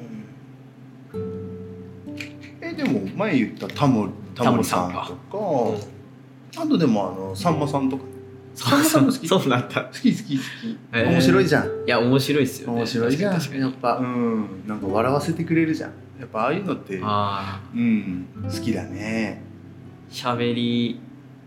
S2: えでも前言ったタモタモリさんとか
S1: うん
S2: あとでもあのさんまさんとか
S1: そう
S2: そ
S1: そ
S2: んなの
S1: う
S2: 好き
S1: そうなんだ
S2: 好き好き好き、
S1: えー
S2: 面白いじゃん
S1: いや面白いですよね
S2: 面白いじゃん
S1: 確かに
S2: やっ
S1: 確かに
S2: ぱうんなんか笑わせてくれるじゃんやっぱああいうのって
S1: ああ
S2: うん好きだね
S1: 喋り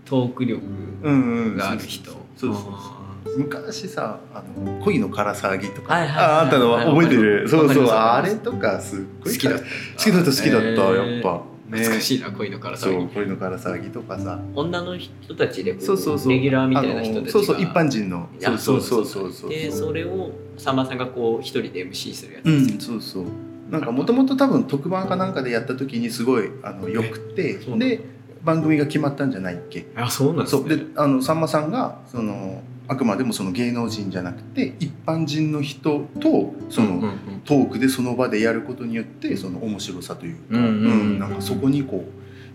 S1: トーク力
S2: うんうん
S1: がある人
S2: そうそうそうそう昔さあの恋のから騒ぎとか、
S1: はいはいはい
S2: ああんたの
S1: はい
S2: 覚えてる
S1: わ
S2: そう
S1: かり
S2: そう
S1: ますわ
S2: あ
S1: かり
S2: れ
S1: ま
S2: とかすっご
S1: 好
S2: い
S1: きだった
S2: 好きだった好きだった、やっぱ、
S1: 懐か
S2: い
S1: しいな恋のからさ
S2: そう恋のから騒ぎとかさ
S1: 女の人たちでこ
S2: そうそうそう
S1: レギュラーみたいな人
S2: あ
S1: たちが
S2: のそうそう一般人の
S1: いや
S2: そうそうそうそうそう
S1: でそれをさんまさんがこう一人で MC するやつ
S2: う
S1: ですよ
S2: んそうそうなんかもともと多分特番かなんかでやった時にすごいあのよくて
S1: そうなんだ
S2: で番組が決まったんじゃないっけ
S1: あそうなんです
S2: そう
S1: ね
S2: であのさんまさんがそのあくまでもその芸能人じゃなくて一般人の人とその、
S1: うんうん
S2: トークでその場でやることによってその面白さというか、
S1: うんうんうん
S2: なんかそこにこ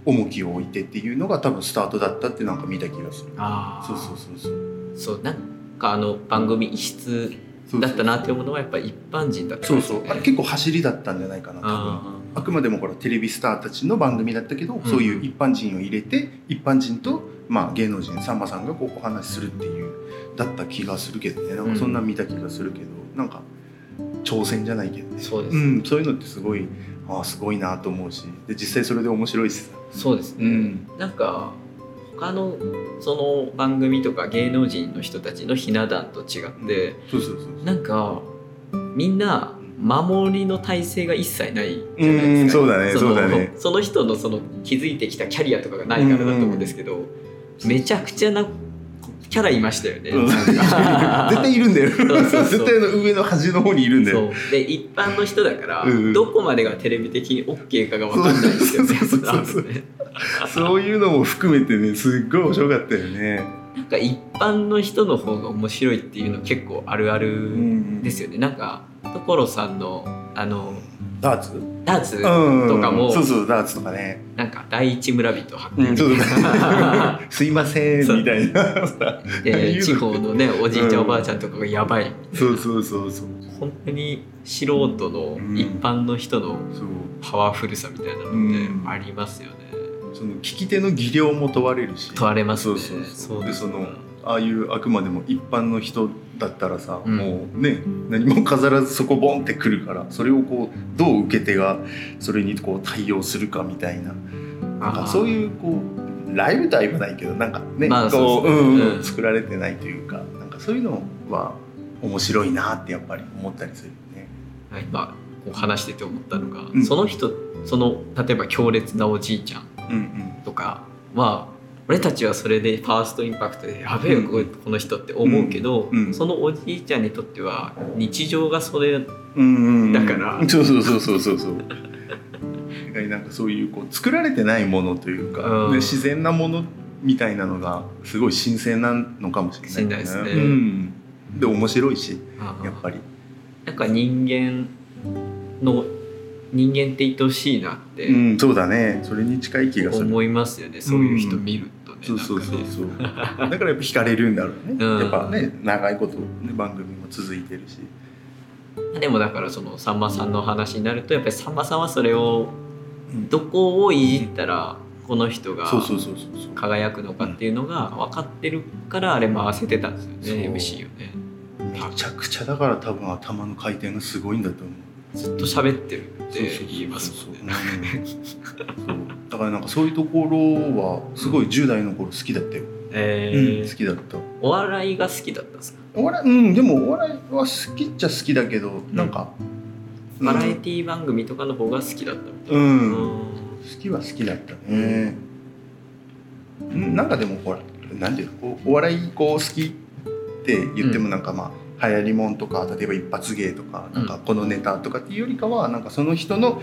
S2: う重きを置いてっていうのが多分スタートだったってなんか見た気がする
S1: ああ
S2: そうそうそうそう
S1: そうなんかあの番組異質
S2: そう
S1: だったなって思うのはやっぱり一般人だったか
S2: そ
S1: ら
S2: う
S1: です
S2: そ
S1: よ
S2: う
S1: ね
S2: あれ結構走りだったんじゃないかな多分
S1: あ
S2: あくまでもほらテレビスターたちの番組だったけど、
S1: ん
S2: そういう一般人を入れて一般人と、まあ、芸能人さんまさんがこうお話しするっていうだった気がするけどねなんかそんな見た気がするけど、なんか挑戦じゃないけど
S1: ー
S2: ね、
S1: そうです、
S2: うん、そういうのってすごいああすごいなと思うしで実際それで面白いしさ
S1: そうですね、
S2: うん
S1: なんか他のその番組とか芸能人の人たちのひな壇と違って、
S2: そうそうそう
S1: なんかみんな守りの体制が一切ないじゃないで
S2: うん
S1: すか
S2: そうだね
S1: の
S2: そうだね
S1: その人のその築いてきたキャリアとかがないからだと思うんですけど、めちゃくちゃなキャラいましたよね、
S2: うん
S1: なんか
S2: 絶対いるんだよ
S1: うそうそう
S2: 絶対あの上の端の方にいるんだ
S1: そ
S2: よ
S1: うで一般の人だから、
S2: うんうん
S1: どこまでがテレビ的に OK かが分かんないんですよね
S2: そうそうそうそ
S1: 多
S2: う
S1: 分ね
S2: そういうのも含めてねすっごい面白かったよね、
S1: なんか一般の人の方が面白いっていうの結構あるあるですよね、なんか所さんのあの
S2: ダーツ
S1: ダーツ
S2: と
S1: とかも
S2: そうそうダーツとかね、
S1: なんか第一村人発
S2: うん、
S1: 見
S2: そうそうすいません
S1: そう
S2: みたいなさ
S1: で
S2: 言う
S1: 地方のねおじいちゃん、
S2: うん
S1: おばあちゃんとかがやばい
S2: そうそうそうそう
S1: 本当に素人の
S2: うん
S1: 一般の人の
S2: そう
S1: パワフルさみたいなのっ
S2: う
S1: て
S2: ん
S1: ありますよね、
S2: その聞き手の技量も問われるし
S1: 問われますね
S2: そうそうそう
S1: そう
S2: で
S1: です
S2: そ
S1: ね
S2: のああいうあくまでも一般の人だったらさ、
S1: うん
S2: もうね何も飾らずそこボンってくるからそれをこうどう受け手がそれにこう対応するかみたいななん
S1: あー
S2: かそういうこうライブとは言わないけどなんかね、
S1: まあ
S2: こ
S1: そう
S2: う
S1: そう
S2: うん
S1: う
S2: うんん、作られてないというかなんかそういうのは面白いなってやっぱり思ったりするよね。
S1: 今こう話してて思ったのが、
S2: ん
S1: その人その例えば強烈なおじいちゃん
S2: うん
S1: とかは俺たちはそれでファーストインパクトでやべえ
S2: うん
S1: こいこの人って思うけど、
S2: うんうん
S1: そのおじいちゃんにとっては日常がそれ
S2: うんうんうん、
S1: だから
S2: そうそうそうそうそうそうやはりなんかそういうこう作られてないものというか、
S1: うん
S2: ね自然なものみたいなのがすごい新鮮なのかもしれない
S1: 新鮮ですね
S2: うん、で面白いしや
S1: や
S2: っぱり
S1: なんか人間の人間って愛おしいなって
S2: うんそうだねそれに近い気がする
S1: 思いますよね、そういう人見るとね。
S2: そうそうそう
S1: なんかね
S2: そう だからやっぱ惹かれるんだろうね、
S1: うん
S2: やっぱね長いこと、ね、番組も続いてるし
S1: でもだからそのさんまさんの話になるとやっぱりさんまさんはそれをどこをいじったらこの人が
S2: そうそうそうそうそう
S1: 輝くのかっていうのが分かってるからあれ回せてたんですよね
S2: そう
S1: MC をね
S2: めちゃくちゃだから多分頭の回転がすごいんだと思う
S1: ずっと喋ってるっ
S2: そうそうそ
S1: て
S2: う
S1: 言いますもんね。
S2: うんそうだからなんかそういうところはすごい10代の頃好きだったよ、
S1: え
S2: うん
S1: ー
S2: 好きだった
S1: お笑いが好きだったんですか
S2: お笑いうんでもお笑いは好きっちゃ好きだけどなんか、うん、
S1: バラエティ番組とかの方が好きだったみたいな。
S2: うん
S1: うん
S2: 好きは好きだったね、うん、なんかでもほらなんていうのおお笑いこう好きって言って
S1: う
S2: も
S1: ん
S2: なんかまあ、流行りもんとか例えば一発芸とかなんかこのネタとかっていうよりかはなんかその人の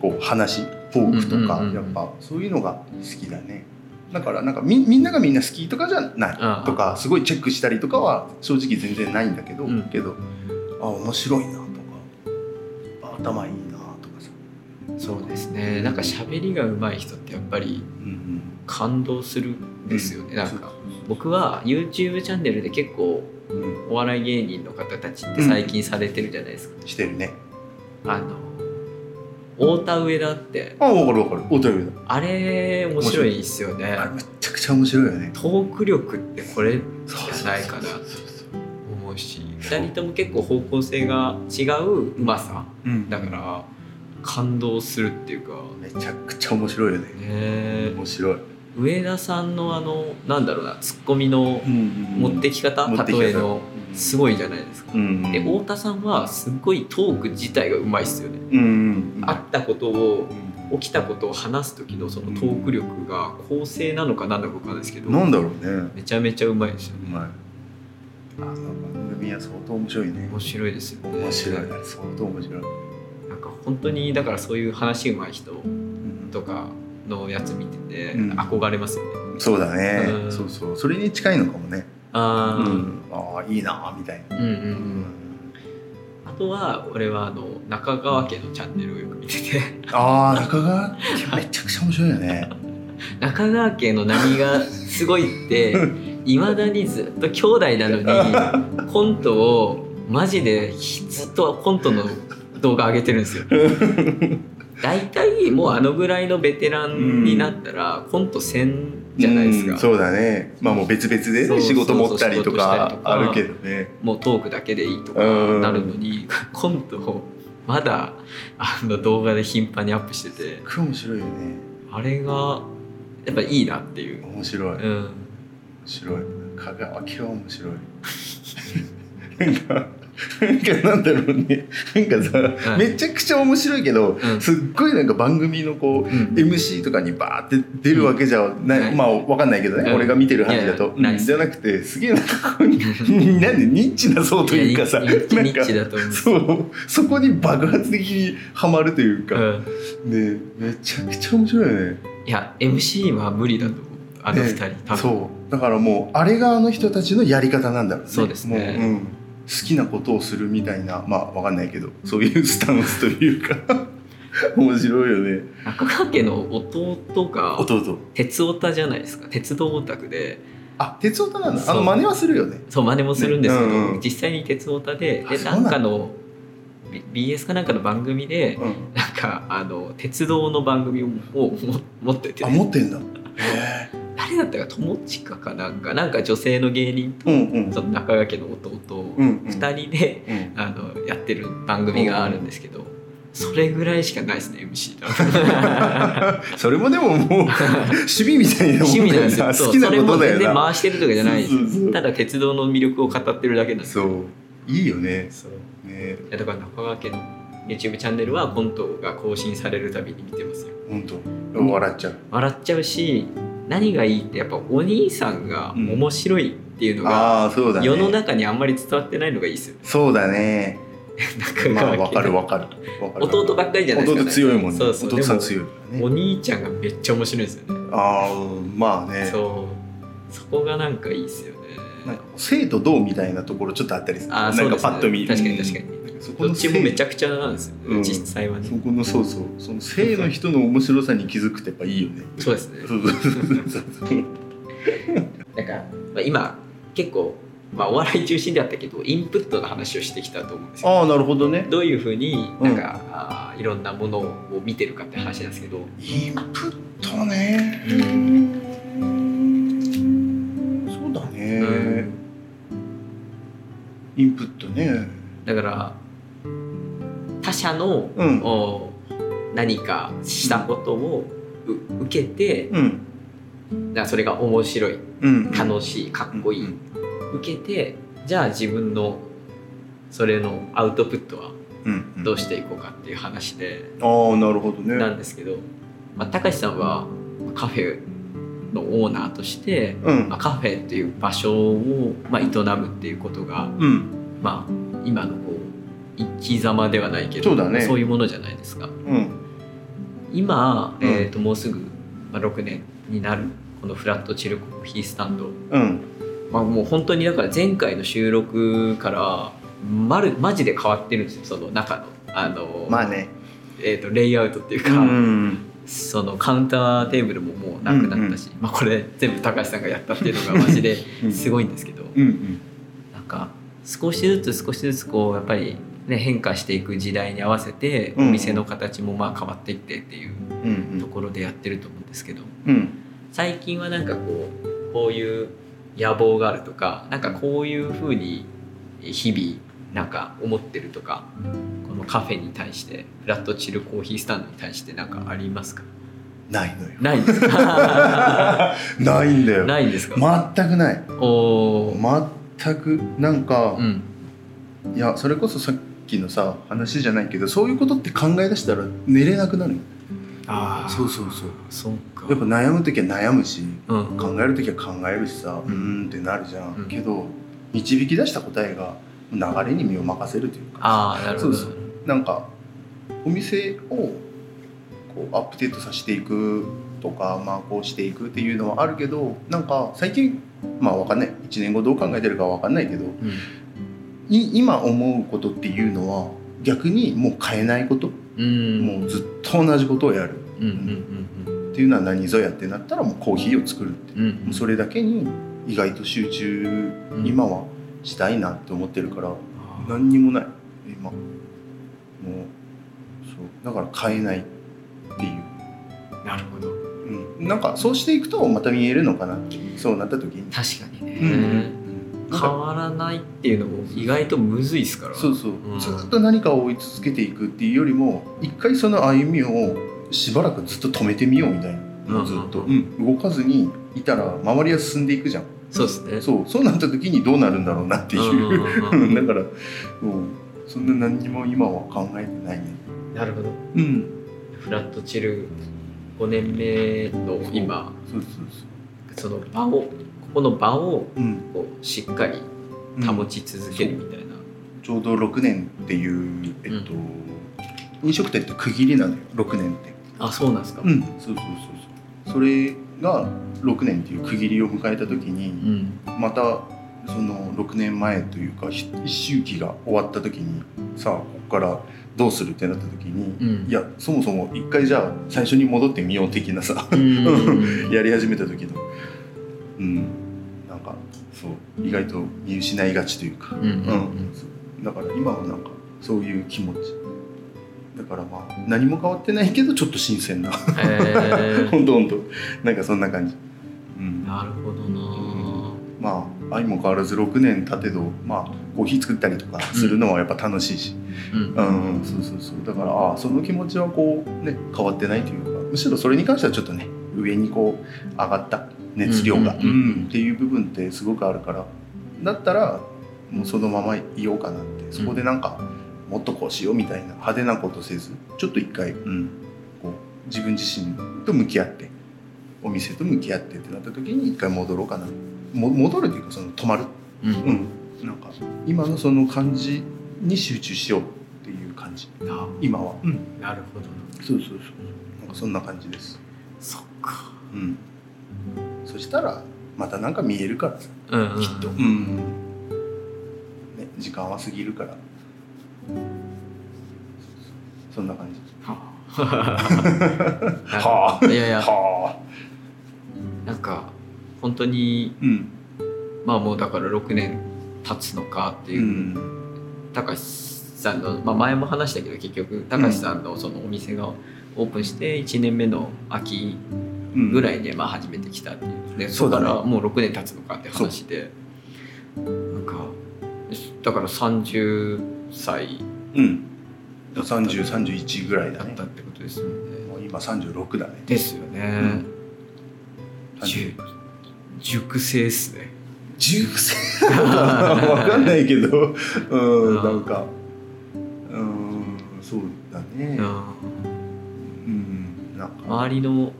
S2: こう話フォークとか、
S1: うんうんうんうん
S2: やっぱそういうのが好きだねだからなんかみみんながみんな好きとかじゃな
S1: ああ
S2: いとかすごいチェックしたりとかは正直全然ないんだけど、
S1: うん
S2: けどあ面白いなとかあ頭いいなとかさ、
S1: そうですねなんか喋りが上手い人ってやっぱり
S2: うん
S1: 感動するんですよね、
S2: うん
S1: なん
S2: そう
S1: か僕は YouTube チャンネルで結構
S2: うん、うん
S1: お笑い芸人の方たちって最近されてるじゃないですか、
S2: してるね
S1: あの太田上田って
S2: あ分かる分かるお便りだ
S1: あれ面白いっすよね
S2: あれめちゃくちゃ面白いよね
S1: トーク力ってこれ
S2: そう
S1: じゃないかな
S2: そうそうそう
S1: 思うし2人とも結構方向性が違ううまさ
S2: うん
S1: だから感動するっていうか
S2: めちゃくちゃ面白いよね
S1: ねえ
S2: 面白い、
S1: 上田さんのあのなんだろうなツッコミの持って
S2: き
S1: き方、
S2: 持ってき方
S1: 例えのすごいじゃないですか、
S2: うん
S1: で太田さんはすごいトーク自体がうまいっすよね、
S2: うんうん
S1: あったことを
S2: うん
S1: 起きたことを話す時のそのトーク力が構成なのか何なのか分かんないですけど
S2: なんだろうね
S1: めちゃめちゃうまいですよね
S2: うまいあの番組は相当面白いね
S1: 面白いですよね
S2: 面白いあれ相当面白
S1: な
S2: い
S1: んか本当にだからそういう話うまい人とかのやつ見てて
S2: うん
S1: 憧れますよね、
S2: そうだ
S1: う
S2: ね
S1: ん
S2: そうそうそれに近いのかもね
S1: あ
S2: う
S1: ー、
S2: んああいいなみたいな
S1: うんうんう
S2: うん
S1: あとは俺はあの中川家のチャンネルをよく見て て
S2: ああ中川めちゃくちゃ面白いよね
S1: 中川家の何がすごいっていまだにずっと兄弟な のにコントをマジでずっとコントの動画上げてるん ですよ。大体もうあのぐらいのベテランになったらコントせんじゃないですか、
S2: うんそうだねまあもう別々で、
S1: そう
S2: ね、仕事持った
S1: そ
S2: り
S1: うそ
S2: と
S1: う仕事した
S2: か
S1: りとか
S2: あるけどね
S1: もうトークだけでいいとか
S2: うん
S1: なるのに、コントをまだあの動画で頻繁にアップしてて
S2: これ面白いよね
S1: あれがやっぱいいなっていう。
S2: 面白い面
S1: うん
S2: 白い香川家は面白いなんかなんかなんだろうねなんかさ、
S1: はい
S2: めちゃくちゃ面白いけど、
S1: うん
S2: すっごいなんか番組のこう、
S1: うん
S2: MC とかにバーって出るわけじゃない、
S1: はい
S2: まあわかんないけどね、
S1: うん
S2: 俺が見てる範囲だ
S1: い
S2: と、
S1: やいやない
S2: うん
S1: です
S2: じゃなくてすげえなんかこうなんでニッチな層というかさ
S1: いやニッチ
S2: なん
S1: ニッ
S2: か
S1: チだと思う
S2: そうそこに爆発的にはまるというか、
S1: うん
S2: ねめちゃくちゃ面白いよね
S1: いや MC は無理だと思うあの二人、
S2: ね
S1: 多分
S2: そうだからもうあれがあの人たちのやり方なんだろうね
S1: そうですね
S2: もう、うん、好きなことをするみたいなまあわかんないけどそういうスタンスというか 面白いよね
S1: 中川家の弟が
S2: 弟
S1: 鉄オタじゃないですか鉄道オタクで
S2: あ鉄オタなんだ
S1: そ
S2: あ
S1: う
S2: の真似はするよね
S1: そう真似もするんですけど、
S2: ねうんうん
S1: 実際に鉄オタで
S2: あ
S1: で
S2: そ
S1: な
S2: うなん
S1: ん
S2: だ
S1: かの B- BS かなんかの番組で
S2: うん
S1: なんかあの鉄道の番組をも持ってて
S2: あ持ってんだへえ
S1: 誰だったか友近かなんかなんか女性の芸人
S2: うんうん
S1: と中川家の弟
S2: うんうん
S1: 2人で、
S2: うん
S1: あのやってる番組があるんですけど、それぐらいしかないですね MC だ
S2: それもで ももう趣味みたいなもん
S1: 趣味
S2: だ
S1: なん
S2: よ
S1: ですよ
S2: な
S1: そ
S2: 好
S1: う
S2: きな
S1: それ
S2: こ
S1: も
S2: とだ
S1: 全然
S2: よな
S1: 回してるとかじゃない
S2: そうそうそう
S1: ただ鉄道の魅力を語ってるだけなんです
S2: そういいよね
S1: そう
S2: ね
S1: いやだから中川家の YouTube チャンネルはコントが更新されるたびに見てますよ
S2: 本当笑っちゃう
S1: 笑っちゃうし何がいいってやっぱお兄さんが面白いっていうのが、
S2: ああそうだね
S1: 世の中にあんまり伝わってないのがいい ですよね
S2: そうだね
S1: 中
S2: ま
S1: 川
S2: あ
S1: 家
S2: わかるわかるわかる
S1: 弟ばっかりじゃないですか、
S2: 弟強いもんね
S1: そうそう
S2: 弟さん
S1: で
S2: 強い
S1: も
S2: も
S1: お
S2: んね
S1: 兄ちゃんがめっちゃ面白いですよね
S2: ああうんまあね
S1: そうそこがなんかいいですよね
S2: なんか生と同みたいなところちょっとあったりする
S1: あー
S2: なん
S1: そう
S2: か
S1: です
S2: パ
S1: ね
S2: ッと見
S1: 確かに確かに
S2: うんなんかそこ
S1: ど
S2: の
S1: っちもめち
S2: ゃ
S1: ゃくちゃなんですよね、
S2: うん
S1: 実際はね
S2: そこのそうそうその生の人の面白さに気づくってやっぱいいよね
S1: そうですね
S2: そうそうそうそう
S1: なんか、まあ、今結構、まあ、お笑い中心であったけどインプットの話をしてきたと思うんですよ
S2: ああなるほどね
S1: どういうふうに
S2: うん
S1: なんか、あーいろんなものを見てるかって話なんですけど
S2: インプットね
S1: う
S2: そうだね、
S1: うん
S2: インプットね
S1: だから他者の、
S2: うん
S1: お何かしたことをう受けて
S2: うん
S1: だからそれが面白い
S2: うん
S1: 楽しいかっこいい、
S2: うん
S1: 受けてじゃあ自分のそれのアウトプットは
S2: うんうん
S1: どうしていこうかっていう話で。
S2: ああなるほどね
S1: なんですけど、まあ、高橋さんはまあカフェのオーナーとして、
S2: うん
S1: まあ、カフェという場所を、まあ、営むっていうことが、
S2: うん
S1: まあ、今のこう生き様ではないけど
S2: そうだね
S1: いうものじゃないですか。
S2: うん
S1: 今、
S2: うん
S1: えー、ともうすぐ、まあ、6年になるこのフラットチルコーヒースタンド、
S2: うん
S1: まあ、もう本当にだから前回の収録からまるマジで変わってるんですよその中のあの、
S2: まあね
S1: えー、とレイアウトっていうか。
S2: うん
S1: そのカウンターテーブルももうなくなったし、まあ、これ全部高橋さんがやったっていうのがマ ジで
S2: うん
S1: すごいんですけど、
S2: うんうん
S1: なんか少しずつ少しずつこうやっぱり、ね、変化していく時代に合わせてお
S2: うん
S1: 店の形もまあ変わっていってっていう
S2: う
S1: と
S2: ん
S1: ころでやってると思うんですけど
S2: うん
S1: 最近はなんかこうこういう野望があるとかなんかこういうふうに日々なんか思ってるとかこのカフェに対してフラットチルコーヒースタンドに対してなんかありますか
S2: ないの よ
S1: ないんです か
S2: ないんだよ
S1: ないんですか、
S2: 全くない
S1: おおー、
S2: 全くなんか、
S1: うん
S2: いやそれこそさっきのさ話じゃないけどそういうことって考え出したら寝れなくなるよ
S1: ああ
S2: そうそうそう
S1: そうか
S2: やっぱ悩む時は悩むし
S1: うん
S2: 考える時は考えるしさう
S1: うん
S2: ーんってなるじゃん、
S1: うん
S2: けど導き出した答えが流れに身を任せるというか
S1: ああなるほど
S2: そうなんかお店をこうアップデートさせていくとか、まあ、こうしていくっていうのはあるけどなんか最近まあわかんない1年後どう考えてるかわかんないけど
S1: うん
S2: い今思うことっていうのは逆にもう変えないこと、
S1: うん
S2: もうずっと同じことをやる
S1: うんうんうん
S2: っていうのは何ぞやってなったらもうコーヒーを作るって
S1: うんうん
S2: もうそれだけに意外と集中
S1: うん
S2: 今はしたいなって思ってるから
S1: あー
S2: 何にもない今もうそうだから変えないっていう、
S1: なるほど
S2: うん、なんかそうしていくとまた見えるのかなってそうなった時に、
S1: 確かにね、
S2: うんなん
S1: 変
S2: か
S1: わらないっていうのも意外とむずいですから
S2: そうそう、
S1: ん
S2: ずっと何かを追い続けていくっていうよりも一回その歩みをしばらくずっと止めてみようみたいな。
S1: うん
S2: ずっと、
S1: うん
S2: うん動かずにいたら周りは進んでいくじゃん
S1: そうですね
S2: そうそうなった時にどうなるんだろうなってい
S1: ん
S2: う、
S1: うんうん
S2: だから、うん、そんな何にも今は考えてないね。
S1: なるほど
S2: うん、
S1: フラットチル5年目の今
S2: そうそ
S1: そ
S2: うそ
S1: の場をここの場を
S2: う。うん、
S1: こうしっかり保ち続けるみたいな、
S2: ちょうど6年っていう、えっと、飲食店って区切りなのよ、6年って。
S1: あそうなんですか
S2: うん、そうそうそうそう。それが6年っていう区切りを迎えた時
S1: う
S2: に、
S1: ん
S2: またその6年前というか、ひ一周期が終わった時に、さあ、ここからどうするってなった時に、
S1: うん
S2: いや、そもそも一回じゃあ最初に戻ってみよう的なさ。
S1: うん
S2: やり始めた時のうんなんかそう意外と見失いがちというか、
S1: うんうん
S2: うんそうだから今はなんかそういう気持ちだからまあ何も変わってないけどちょっと新鮮 な
S1: へー
S2: ほんとほんとなんかそんな感じ、うん、
S1: なるほどな
S2: まあ相も変わらず6年経てどまあコーヒー作ったりとかするのはやっぱ楽しいし、
S1: うん
S2: うんうん、そうそうそうだからああその気持ちはこうね変わってないというかむしろそれに関してはちょっとね上にこう上がった熱量が、
S1: うんうんうん
S2: うんっていう部分ってすごくあるからだったらもうそのままいようかなってそこでなんか、もっとこうしようみたいな派手なことせずちょっと一回、うんこう自分自身と向き合ってお店と向き合ってってなった時に一回戻ろうかなも戻るというかその止まる、
S1: うん
S2: うん、なんか今のその感じに集中しようっていう感じ
S1: あ
S2: 今は、うん、
S1: なるほどな
S2: そうそうそうなんかそんな感じです、
S1: そっか
S2: うん、そしたらまたなんか見えるからき
S1: うんうん
S2: っと、うんね、時間は過ぎるからそんな感じはあ
S1: いやいや
S2: はあ
S1: なんか本当に
S2: うん
S1: まあもうだから6年経つのかっていうう、
S2: ん
S1: たかしさんの、まあ、前も話したけど結局たかしさんのそのお店がオープンして1年目の秋
S2: うん
S1: ぐらいでまあ始めてきたっていうで
S2: そ
S1: そうこ
S2: だ
S1: か
S2: ね
S1: らもう6年経つのかって話でなんかだから30歳
S2: うん3031ぐらい
S1: だ
S2: だ
S1: っ
S2: ね
S1: たってことですよね。
S2: もう今36だね
S1: ですよね。じゅ熟成っすね。
S2: 熟成わかんないけどうん
S1: うん
S2: なんかうんそうだね
S1: うん
S2: うんなんか
S1: 周りの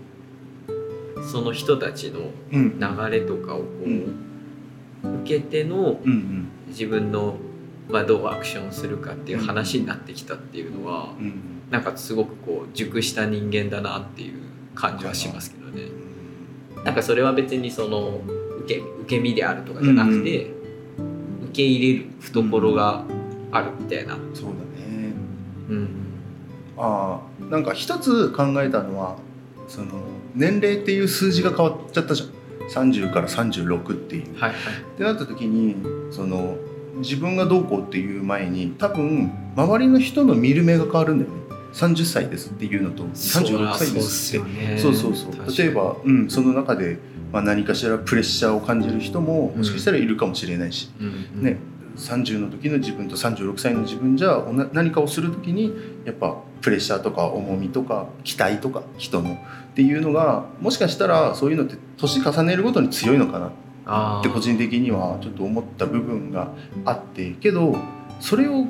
S1: その人たちの
S2: うん
S1: 流れとかをこう、
S2: う
S1: 受けての
S2: うん
S1: 自分の、まあ、どうアクションをするかっていう話になってきたっていうのは、
S2: うんうん
S1: なんかすごくこう熟した人間だなっていう感じはしますけどね。なんかそれは別にその受け受け身であるとかじゃなくて、受け入れる懐があるみたいな。
S2: うんそうだね
S1: うん
S2: ああなんか一つ考えたのはその年齢っていう数字が変わっちゃったじゃん30から36っていう
S1: はいはい。
S2: ってなった時にその自分がどうこうっていう前に多分周りの人の見る目が変わるんだよね30歳ですっていうのと36歳ですって
S1: て
S2: そうそうそう例えば、うん、その中で、まあ、何かしらプレッシャーを感じる人ももしかしたらいるかもしれないし、
S1: うん
S2: ね、30の時の自分と36歳の自分じゃおな何かをする時にやっぱプレッシャーとか重みとか期待とか人のっていうのがもしかしたらそういうのって年重ねるごとに強いのかな
S1: あー
S2: って個人的にはちょっと思った部分があってけどそれを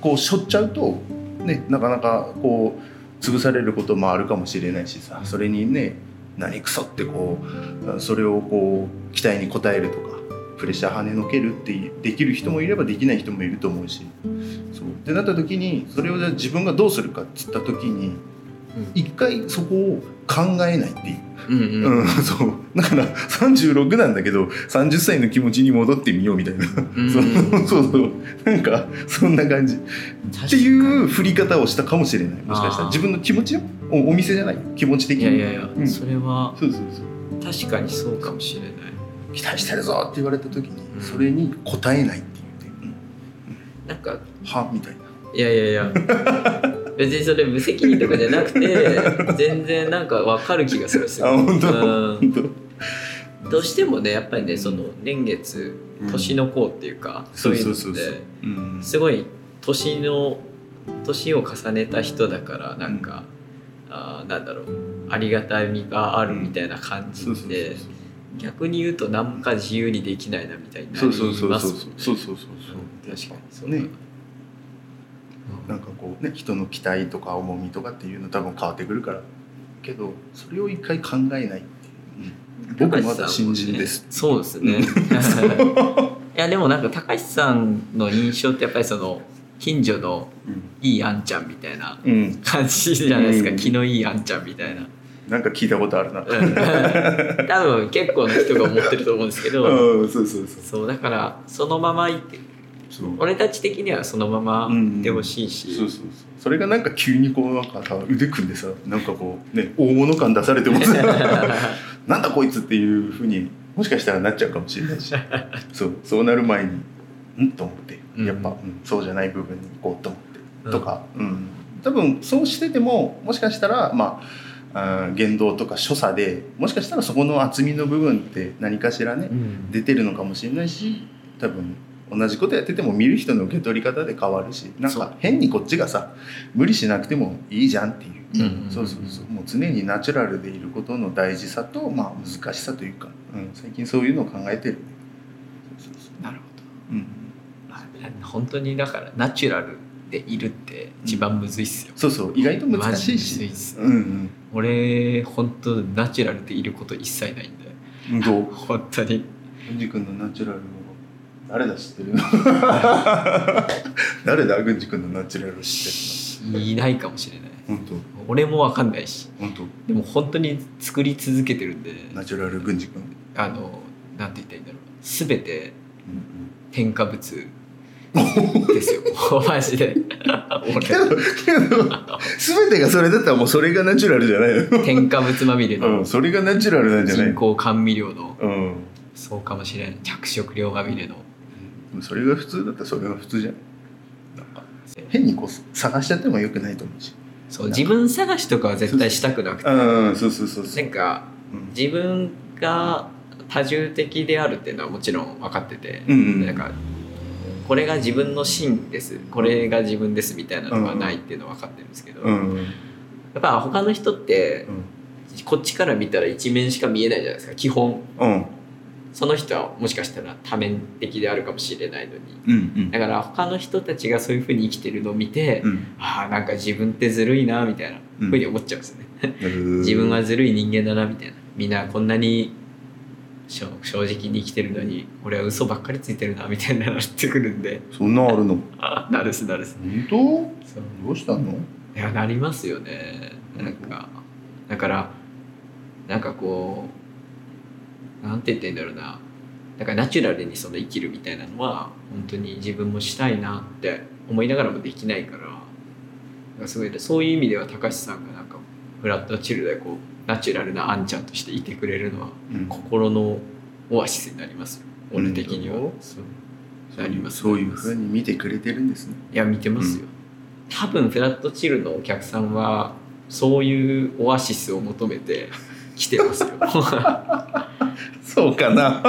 S2: こうしょっちゃうと、ね、なかなかこう潰されることもあるかもしれないしさそれにね何クソってこうそれをこう期待に応えるとかプレッシャー跳ねのけるってできる人もいればできない人もいると思うしそうってなった時にそれをじゃあ自分がどうするかっつった時に一回そこを考えないっていう。
S1: うんうんうん
S2: うん、 そうだから36なんだけど30歳の気持ちに戻ってみようみたいな、
S1: うん
S2: そうそうそうなんかそんな感じっていう振り方をしたかもしれないもしかし
S1: あー
S2: たら自分の気持ちよおお店じゃない気持ち的
S1: いやい
S2: に
S1: やいや、
S2: うんそ
S1: そうれは
S2: そうそう
S1: 確かにそうかもしれない
S2: 期待してるぞって言われた時に、
S1: うん
S2: それに応えないっていうね、
S1: なんか
S2: うんはみたいない
S1: やいやいや 別にそれ無責任とかじゃなくて 全然なんかわかる気がするんですよ
S2: あ本
S1: う
S2: 当
S1: ん
S2: 本当
S1: どうしてもねやっぱりねその年月年の功っていうか、そういうの
S2: そう
S1: っ
S2: そうそう
S1: て
S2: うん
S1: すごい年の年を重ねた人だからなんか、あーなんだろうありがたみがあるみたいな感じで、
S2: そうそうそう
S1: 逆に言うと何か自由にできないなみたいになり
S2: そう
S1: ます
S2: そうそうそう
S1: もんね
S2: そうそうそうそう
S1: うん確かにそう
S2: ね
S1: だ
S2: なんかこうね人の期待とか重みとかっていうの多分変わってくるからけどそれを一回考えないっていう、うん
S1: 高
S2: 僕
S1: 橋さんも
S2: ま
S1: ね
S2: だ新人です、
S1: そうですね いやでもなんか高橋さんの印象ってやっぱりその近所のいいあんちゃんみたいな
S2: うん
S1: 感じじゃないですか、
S2: うん
S1: 気のいいあんちゃんみたいな、
S2: なんか聞いたことあるな
S1: うん多分結構な人が思ってると思うんですけど、
S2: うんそうそうそう
S1: そうだからそのままいって
S2: そう
S1: 俺たち的にはそのままいってほしいし、
S2: そうそうそうそれがなんか急にこうなんかさ腕組んでさなんかこうね大物感出されてもさ なんだこいつっていうふうにもしかしたらなっちゃうかもしれないしそうそうなる前にうんと思って
S1: うん
S2: やっぱ、うんそうじゃない部分に行こうと思って、
S1: うん
S2: とか、うん、多分そうしててももしかしたらまああー言動とか所作でもしかしたらそこの厚みの部分って何かしらね、
S1: うん
S2: 出てるのかもしれないし多分同じことやってても見る人の受け取り方で変わるしなん
S1: そう
S2: か変にこっちがさ無理しなくてもいいじゃんっていう、
S1: うんうん
S2: そうそうそうもう常にナチュラルでいることの大事さと、まあ、難しさというか、うん、最近そういうのを考えてるねそうそうそう
S1: なるほ
S2: うん
S1: ど本当にだからナチュラルでいるって一番むずいっすよ、
S2: そうそう意外と難しい
S1: マジむずい
S2: し
S1: っす
S2: うんうん
S1: 俺本当ナチュラルでいること一切ないんで
S2: どう
S1: 本当に
S2: 郡司君のナチュラルを誰だ知ってる誰だ郡司君のナチュラルを知っ
S1: いないかもしれない
S2: てるの本
S1: 俺もわかんないし
S2: 当本
S1: でも本当に作り続けてるんで
S2: 当ナチュラル郡司君
S1: あのなんて言ったらいいんだろう全て添加物ですよ マジ で
S2: けどけど全てがそれだったらもうそれがナチュラルじゃない
S1: 俺添加物まみれ
S2: の、
S1: の
S2: うん、それがナチュラルなんじゃない
S1: 人工甘味料の
S2: うん
S1: そうかもしれない着色料まみれの
S2: でもそれが普通だったらそれが普通じゃないなんか変にこう探しちゃってもよくないと思うし
S1: そう自分探しとかは絶対したくなくて
S2: うんそうそうそうそ
S1: な
S2: うん
S1: か
S2: うん
S1: 自分が多重的であるっていうのはもちろん分かってて、
S2: うんうん
S1: なんかこれが自分の芯ですこれが自分ですみたいなのがないっていうのは分かってるんですけど、
S2: う
S1: や
S2: んう
S1: っ
S2: ん
S1: ぱ他の人ってこっちから見たら一面しか見えないじゃないですか基本
S2: うん
S1: その人はもしかしたら多面的であるかもしれないのに
S2: うん
S1: だから他の人たちがそういうふうに生きてるのを見て、
S2: うん
S1: ああなんか自分ってずるいなみたいな
S2: うん
S1: ふうに思っちゃうんですよね、
S2: うん
S1: 自分はずるい人間だなみたいなみんなこんなに正正直に生きてるのに俺は嘘ばっかりついてるなみたいになってくるんで
S2: そんなんあるの
S1: あなるっすなるっす
S2: 本
S1: そう
S2: 当どうしたの
S1: いやなりますよねなんかだからなんかこうなんて言ってんだろうなだからナチュラルにその生きるみたいなのは本当に自分もしたいなって思いながらもできないからなんかすごいそういう意味では高橋さんがなんかフラットチルでこうナチュラルなあんちゃんとしていてくれるのは
S2: うん
S1: 心のオアシスになりますよ俺的には、
S2: うん
S1: そう
S2: そう
S1: なり
S2: い
S1: ま
S2: う
S1: す
S2: そういうふうに見てくれてるんですね
S1: いや見てますよ、多分フラットチルのお客さんはそういうオアシスを求めて来てます よ
S2: そうかな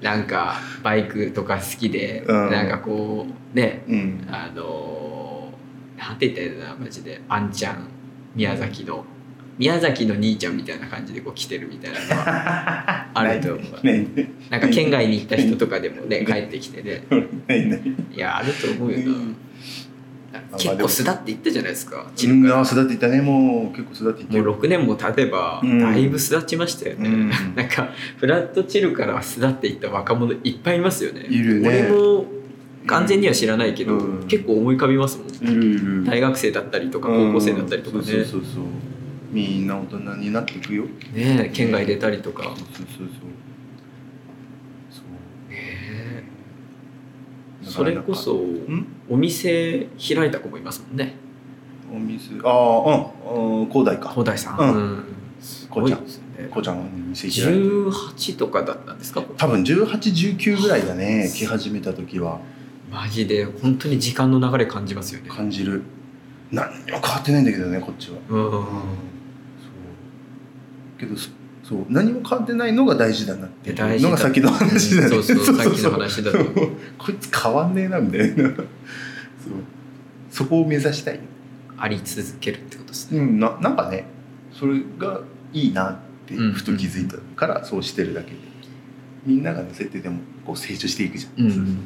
S1: なんかバイクとか好きで、
S2: うん
S1: なんかこうね
S2: うん
S1: あのーなんて言ったらいいんだろうなマジであんちゃん宮崎の宮崎の兄ちゃんみたいな感じでこう来てるみたいなのはある と思う、
S2: ね
S1: なんか県外に行った人とかでもね帰ってきてね
S2: えねえ
S1: いやあると思うよな、
S2: まあ
S1: 結
S2: で
S1: 構
S2: も
S1: 巣立っていったじゃないですか
S2: う
S1: チル
S2: ん
S1: から
S2: あー育っていったねもう結構育っていった
S1: も
S2: よ
S1: う6年も経てば
S2: うん
S1: だいぶ巣立ちましたよね、
S2: うん
S1: なんかフラットチルから巣立っていった若者いっぱいいますよね
S2: いるね
S1: 俺も完全には知らないけど、
S2: うん
S1: 結構思い浮かびますもん
S2: いるいる
S1: 大学生だったりとか高校生だったりとか
S2: うん
S1: ね,、
S2: そうそうそうそうみんな大人になっていくよ
S1: ねえ県外出たりと
S2: そう
S1: か、
S2: そうそうそう
S1: ねえ
S2: そう
S1: それこそ
S2: ん
S1: お店開いた子もいますもんね
S2: お店ああうんうん広大か
S1: 広大さん、
S2: うん
S1: す
S2: こ
S1: ご
S2: うち
S1: い
S2: ゃん
S1: ですね
S2: こうちゃんお店開いて
S1: 18とかだったんですか
S2: 多分1819ぐらいだね来始めた時は
S1: マジで本当に時間の流れ感じますよね
S2: 感じる何にも変わってないんだけどねこっちは
S1: うん
S2: そうけどそそう何も変わってないのが大事だなって
S1: いや大
S2: い
S1: 事だ
S2: うのが先の話だね、
S1: うん そうそうさっきの話だと
S2: そうこいつ変わんねえなみたいなそうそこを目指したい、
S1: あり続けるってことですね
S2: うん、ななんかねそれがいいなって
S1: うん
S2: ふと気づいたからそうしてるだけで、みんなが乗せてでもこう成長していくじゃん、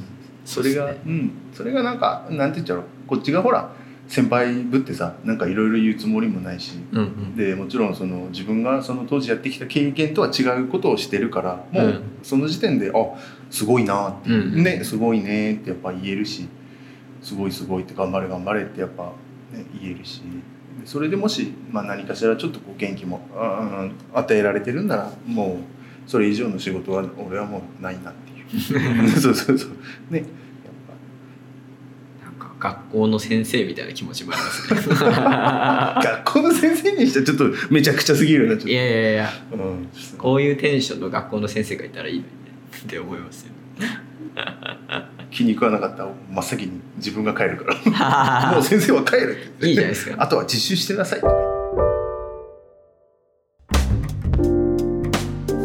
S2: それが、うん、それがなんかなんて言っちゃうのこっちがほら先輩ぶってさなんかいろいろ言うつもりもないし
S1: うんうん
S2: でもちろんその自分がその当時やってきた経験とは違うことをしてるからも
S1: う
S2: うんその時点で、あすごいなって、
S1: うん
S2: ねすごいねってやっぱ言えるしすごいすごいって頑張れ頑張れってやっぱ、ね、言えるしでそれでもし、まあ、何かしらちょっとこう元気もああ与えられてるんならもうそれ以上の仕事は俺はもうないなっていう そうそうそうねや
S1: な
S2: っぱ
S1: んか学校の先生みたいな気持ちもあり ますね
S2: 学校の先生にしてはちょっとめちゃくちゃすぎるよね
S1: い
S2: ちょっ
S1: やいやいや
S2: と、うん、
S1: こういうテンションの学校の先生がいたらいいのにねって思いますよ
S2: 気に食わなかったら真っ先に自分が帰るからもう先生は帰るって
S1: いいじゃないですか
S2: あとは実習してなさい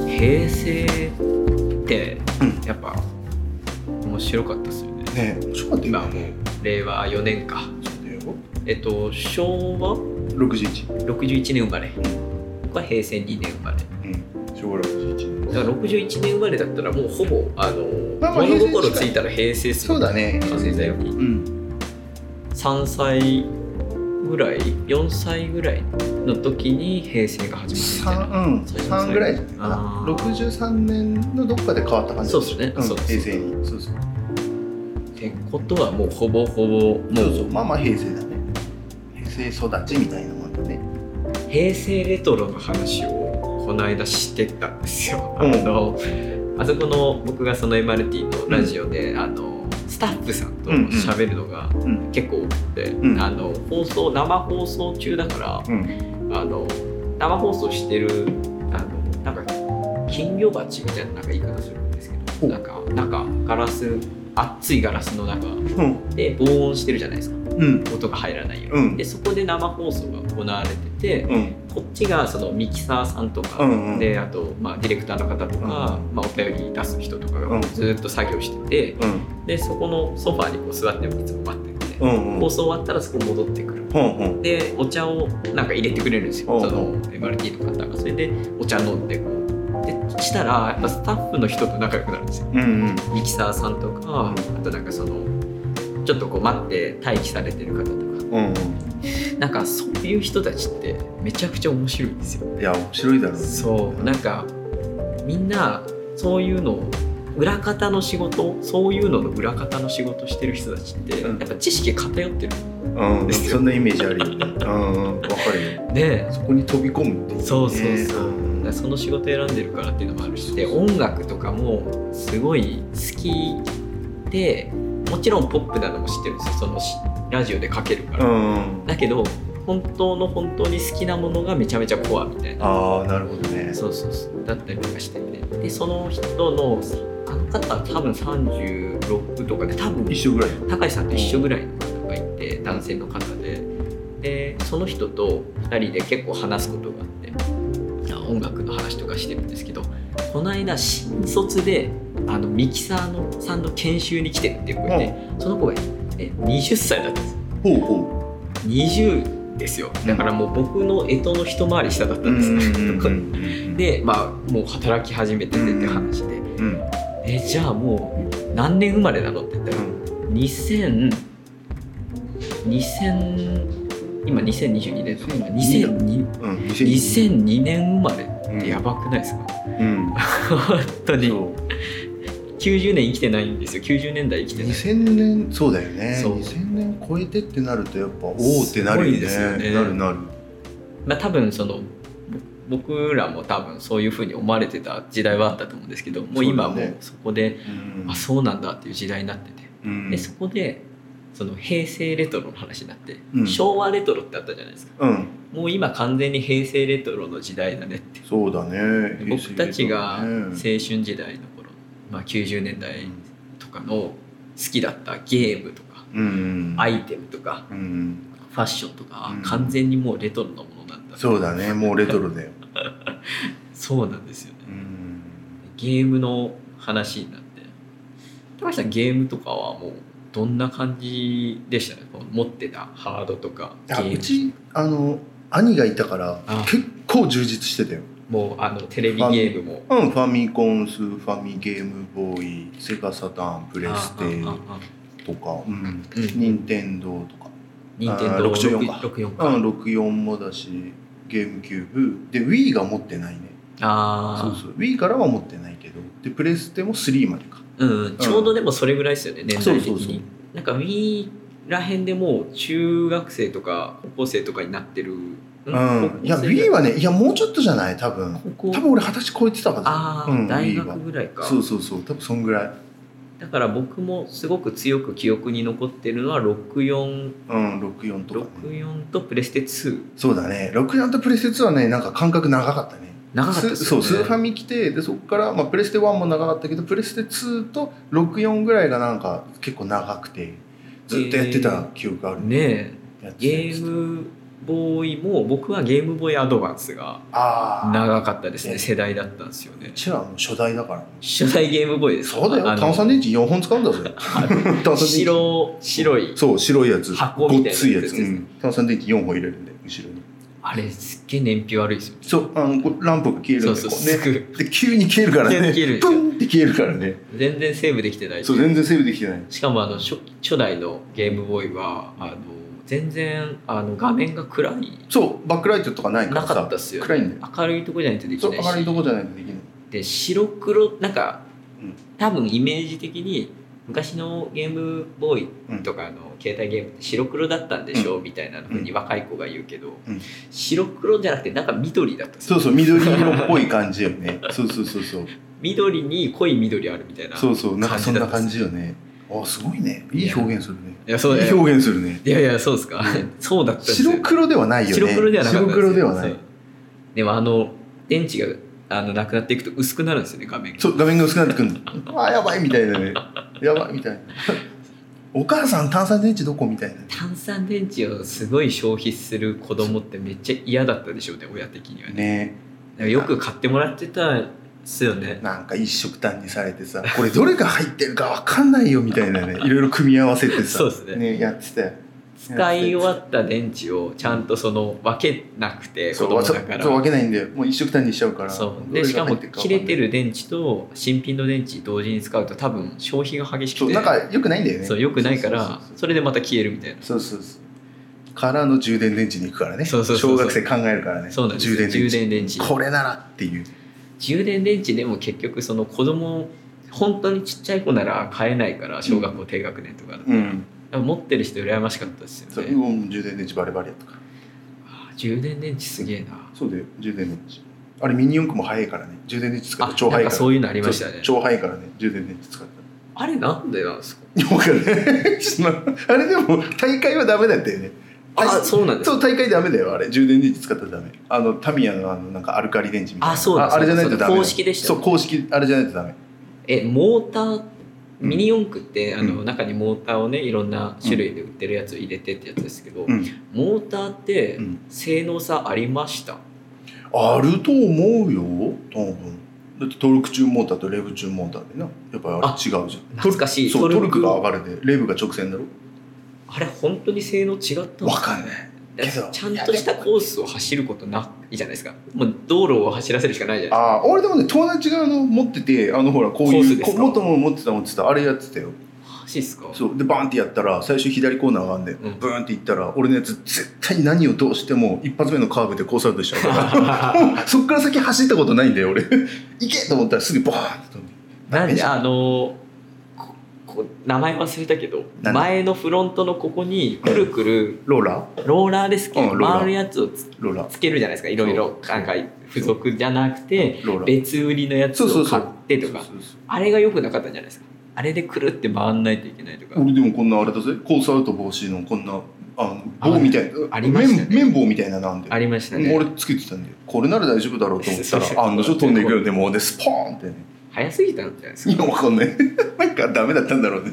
S1: 平成って
S2: うん
S1: やっぱ面白かったですよね
S2: ねえ面白かった
S1: 今
S2: 今
S1: はもう令和4年かえっと昭和
S2: 61
S1: 61年生まれ僕は平成2年生まれ
S2: うん昭和61
S1: だから61年生まれだったらもうほぼあの、
S2: まあまあ
S1: 物心ついたら平成っす
S2: そうだね
S1: 平成だよ
S2: うん
S1: 3歳ぐぐらい4歳ぐらいの時に平成が始まるみたいな
S2: 3、うん、
S1: そういう
S2: 3ぐらいじゃないか
S1: あ
S2: な
S1: ー
S2: 63年のどっかで変わった感じ
S1: そうですね
S2: うん
S1: そうそう
S2: 平成にそうそう
S1: ってことはもうほぼほぼも
S2: そうそう
S1: う
S2: まあまあ平成だね平成育ちみたいなもんだね
S1: 平成レトロの話をこの間してたんですよ。あ
S2: うん
S1: のあそこの僕がその MRT のラジオで、あのスタッフさんと喋るのが
S2: ん
S1: 結構多くて、
S2: うん
S1: あの放送生放送中だから
S2: うん
S1: あの生放送してるあのなんか金魚鉢みたいななんか言い方するんですけど
S2: ほう
S1: なんか中ガラス熱いガラスの中
S2: うん
S1: で防音してるじゃないですか
S2: うん
S1: 音が入らないよう
S2: う
S1: に。
S2: ん
S1: でそこで生放送が行われてて、
S2: うん
S1: こっちがそのミキサーさんとか、
S2: うんうん
S1: であと、まあ、ディレクターの方とか、まあ、お便り出す人とか
S2: う
S1: が
S2: ん
S1: ずーっと作業してて、
S2: うん
S1: でそこのソファーにこう座っていつも待ってて、
S2: うんうん
S1: 放送終わったらそこに戻ってくる
S2: うんうん
S1: でお茶をなんか入れてくれるんですよ、
S2: うん
S1: その MRT の方がそれでお茶飲んでこうでしたらやっぱスタッフの人と仲良くなるんですよ
S2: うんうん
S1: ミキサーさんとか、あとなんかそのちょっとこう待って待機されてる方とか
S2: うん
S1: なんかそういう人たちってめちゃくちゃ面白いんですよ
S2: うんいや面白いだろうね
S1: そうなんかみんなそういうのを裏方の仕事そういうのの裏方の仕事してる人たちって、
S2: うん
S1: やっぱ知識偏ってる
S2: うん
S1: ですよ
S2: そんなイメージあるようんうんわかるよ
S1: で
S2: そこに飛び込むっていうね
S1: そうそうそう、
S2: ん
S1: だからその仕事選んでるからっていうのもあるしで音楽とかもすごい好きでもちろんポップなのも知ってるんですよそのしラジオでかけるから、
S2: うん
S1: だけど本当の本当に好きなものがめちゃめちゃコアみたいな
S2: ああなるほどね
S1: そうそうそうだったりとかしてねでその人のあの方は多分36とかで多分
S2: 一緒ぐらい
S1: 高橋さんと一緒ぐらいの方がいて男性の方ででその人と2人で結構話すことがあってあ音楽の話とかしてるんですけどこの間新卒であのミキサーのさんの研修に来てるっていう子がいて、その子が、ね、20歳だったんですよ
S2: ほうほ
S1: 20ですよだからもう僕の干支の一回り下だった
S2: ううん
S1: んですよ、
S2: うんう ん
S1: でまあもう働き始めててって話で、
S2: うんうん
S1: えじゃあもう何年生まれなのって言ったら2000 2000今2022年だから2002
S2: うんうん
S1: 2002年生まれってやばくないですか、
S2: うん
S1: 本当に
S2: そう
S1: 90年生きてないんですよ90年代生きてない
S2: 2000年そうだよね
S1: そう
S2: 2000年超えてってなるとやっぱおおってな
S1: すご
S2: るよ
S1: いですよ
S2: ね
S1: ね
S2: なるなる
S1: まあ多分そのぼ僕らも多分そういうふうに思われてた時代はあったと思うんですけどもう今
S2: そう
S1: も
S2: だね
S1: うそこで
S2: うん
S1: あそうなんだっていう時代になってて
S2: うん
S1: でそこでその平成レトロの話になって、
S2: うん
S1: 昭和レトロってあったじゃないですか
S2: うん
S1: もう今完全に平成レトロの時代だねって
S2: そうだね
S1: 僕たちが青
S2: 平成だね
S1: 春時代の頃、まあ、90年代とかの好きだったゲームとか
S2: うん
S1: アイテムとか
S2: うん
S1: ファッションとか、
S2: うん
S1: 完全にもうレトロなものなんだ
S2: そうだねもうレトロだよ
S1: そうなんですよね
S2: うん
S1: ゲームの話になって高橋さんゲームとかはもうどんな感じでしたねこう持ってたハードとかゲ
S2: あ
S1: ーム
S2: うちあの兄がいたから
S1: あ
S2: 結構充実してたよ
S1: もうあのテレビゲームも
S2: うんファミコンスーファミゲームボーイセガサターンプレステ
S1: ああああ
S2: とかう
S1: う
S2: ん
S1: ん
S2: 任天堂とか
S1: 任天堂
S2: あー64か
S1: 64か
S2: うん、64もだしゲームキューブで Wii が持ってないね
S1: ああ
S2: そうそう Wii からは持ってないけどでプレステも3までか
S1: うん、ちょうどでもそれぐらいですよね、年代的に。
S2: そうそうそう
S1: なんか Wii らへんでもう中学生とか高校生とかになってる。うん
S2: うんいや
S1: 高校生ぐら
S2: Wii はねいやもうちょっとじゃない多分
S1: 高校
S2: 多分俺二十歳超えてたはず
S1: ああ、
S2: うん
S1: 大
S2: Wii は
S1: 学ぐらいか。
S2: そうそうそう多分そんぐらい
S1: だから僕もすごく強く記憶に残ってるのは64、
S2: うん64とか、ね、
S1: 64とプレステ2。
S2: そうだね64とプレステ2はねなんか間隔長かったね
S1: 長かったですす
S2: そ
S1: よ
S2: う
S1: ね。
S2: スーファミ来てでそこから、まあ、プレステ1も長かったけどプレステ2と64ぐらいがなんか結構長くてずっとやってた記憶がある、
S1: ね
S2: や
S1: え、
S2: っ
S1: ゲ
S2: てた
S1: ームボーイも僕はゲームボーイアドバンスが
S2: ああ
S1: 長かったです
S2: ええ
S1: ね、世代だったんですよね
S2: う。ちらはもう初代だから
S1: 初代ゲームボーイですか
S2: そうだよ
S1: あの
S2: 炭酸電池4本使うんだぜ 炭酸電池
S1: 白、白い。
S2: そう白いやつ
S1: 箱みたいな
S2: ご
S1: や
S2: っ
S1: つ
S2: ついやつ
S1: ですね
S2: うん炭酸電池4本入れるんで後ろに
S1: あれすっげえ燃費悪いですよね。
S2: そうあのこうランプが消える
S1: そ
S2: ん
S1: う
S2: で
S1: そう
S2: こ
S1: す
S2: うね
S1: ぐ
S2: で急に消えるからね
S1: 急に消える
S2: プンって消えるからね
S1: 全然セーブできてないし
S2: そう全然セーブできてない
S1: しかもあの初初代のゲームボーイはあの全然あの画面が暗い
S2: そうバックライトとかないから
S1: な
S2: さ
S1: かったっすよ
S2: 暗いんだよ
S1: 明るいとこじゃないとでき
S2: そう
S1: ない
S2: 明るい
S1: し
S2: とこじゃないとできない
S1: で白黒なんか
S2: うん
S1: 多分イメージ的に昔のゲームボーイとかの携帯ゲームって白黒だったんでしょうみたいなふうに若い子が言うけど
S2: うん
S1: 白黒じゃなくてなんか緑だったっすよ
S2: そうそう緑色っぽい感じよ ねそうそうそうそう
S1: 緑に濃い緑あるみたいな
S2: そうそうなんかそんな
S1: 感
S2: 感
S1: じ
S2: じよねあすごいねいい表現するね
S1: いやそうだ
S2: いい
S1: よ
S2: 表現するね
S1: いやいやそうですかそうだったんですよ
S2: 白黒ではないよね
S1: 白黒ではなかったん
S2: 白黒ではな
S1: そ
S2: いう
S1: でもあの電池があのなくなっていくと薄くなるんですよね画面が
S2: そう画面が薄くなってくるのあやばいみたいなねやばいみたいなお母さん炭酸電池どこみたいな
S1: 炭酸電池をすごい消費する子供ってめっちゃ嫌だったでしょうね親的にはね
S2: ね
S1: だからよく買ってもらってたっすよね
S2: なんか一色単にされてさこれどれが入ってるかわかんないよみたいなねいろいろ組み合わせてさ
S1: そうですね
S2: ねやってたよ
S1: 使い終わった電池をちゃんとその分けなくて子
S2: そう
S1: 供
S2: わそ
S1: だ
S2: う
S1: か
S2: そう
S1: ら
S2: 分けないんだよもう一色単にしちゃうから
S1: そう
S2: ど
S1: で
S2: が
S1: しかも
S2: 入ってる
S1: 切れて
S2: わ
S1: る電池と新品の電池同時に使うと多分消費が激し
S2: か
S1: くて
S2: んないそうなんかよくないんだよね
S1: そう良くないからそれでまた消えるみたいな
S2: そうそうそうからの充電電池に行くからね
S1: そうそうそうそう
S2: 小学生考えるからね
S1: そうなんですよ
S2: 充電電
S1: 充
S2: 池
S1: 電電池
S2: これならっていう
S1: 充電電池でも結局その子供本当にちっちゃい子なら買えないから小学校低学年とかだと、
S2: うん
S1: でも持ってる人羨ましかったです
S2: そ
S1: よ
S2: う
S1: ね
S2: うん充電電池バリバリやとか
S1: あー充電電池すげえな
S2: そうだよ充電電池あれミニ四駆も早いからね充電電池使って
S1: あ
S2: 超
S1: な
S2: 早
S1: ん
S2: いか
S1: からそういうのありましたね
S2: そう超早いからね充電電池使った
S1: あれなんでなんですか
S2: よくね そのあれでも大会はダメだったよね
S1: あ
S2: はい
S1: そうなんです
S2: そう大会ダメだよあれ充電電池使ったらダメあのタミヤのあのなんかアルカリ電池みたいな
S1: あそうだ
S2: ああれじゃないとダ
S1: そうだ
S2: メ
S1: 公式でした
S2: そう公式あれじゃないとダメ
S1: えモーターミニ四駆って、あ
S2: う
S1: の中にモーターをねいろんな種類で売ってるやつを入れてってやつですけど、
S2: うん
S1: モーターって
S2: うん
S1: 性能差ありました、
S2: あると思うよ多分だってトルクチューンモーターとレブチューンモーターでなやっぱりあれ違うじゃん
S1: 懐かしい
S2: そうト
S1: ト
S2: ル
S1: ル
S2: ク
S1: ク
S2: が上がるでレブが直線だろ
S1: あれ本当に性能違ったんです
S2: わかんないけど
S1: ちゃんとしたコースを走ることないじゃないですかもう道路を走らせるしかないじゃない
S2: ああ俺でもね友達があの持っててあのほらこう
S1: コー
S2: い
S1: ス
S2: う
S1: です
S2: こ
S1: か
S2: もっとも持ってた持ってたあれやってたよ
S1: ですかマジっすか
S2: そうでバーンってやったら最初左コーナーがあんで、
S1: うん
S2: ブーンっていったら俺のやつ絶対何をどうしても一発目のカーブでコースアウトしちゃうからそっから 先走ったことないんだよ俺 行けと思ったらすぐバーンって飛んで
S1: なん
S2: ダメ
S1: で
S2: じゃん
S1: あのここ名前忘れたけど
S2: 何
S1: 前のフロントのここにくるくる
S2: ローラー
S1: ローラーですけど、
S2: うんローラー
S1: 回るやつをつ
S2: ローラー
S1: つけるじゃないですかいろいろなんか付属じゃなくて
S2: ローラー
S1: 別売りのやつ
S2: そうそ
S1: を
S2: うそ
S1: 買
S2: う
S1: ってとか
S2: そうそうそう
S1: あれが良くなかったんじゃないですかあれでくるって回んないといけないとか
S2: 俺でもこんなあれだぜコースアウト防止のこんなあの棒みたいな
S1: ありましたね
S2: 綿綿棒みたいななんで
S1: ありましたね
S2: 俺つけてたんだよこれなら大丈夫だろうと思った
S1: そう そう
S2: ら案の定飛んでいくよねもうねスポーンってね
S1: 早すぎたんじゃないです
S2: 今
S1: か
S2: わかんない なんかダメだったんだろうね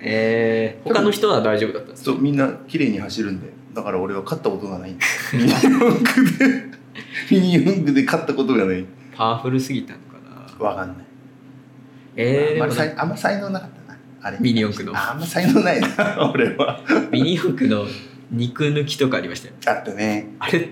S1: えー、他の人は大丈夫だったんですか
S2: そうみんな綺麗に走るんでだから俺は勝ったことがないんだ ミニ四駆で ミニ四駆で勝ったことがない
S1: パワフルすぎたのかな
S2: わかんない
S1: え
S2: あんま
S1: ー、
S2: り
S1: で
S2: 才あんま才能なかったなあれ
S1: ミニ四駆の
S2: ああんま才能ないな 俺は
S1: もミニ四駆の肉抜きとかありましたよ
S2: あったね
S1: あれ
S2: い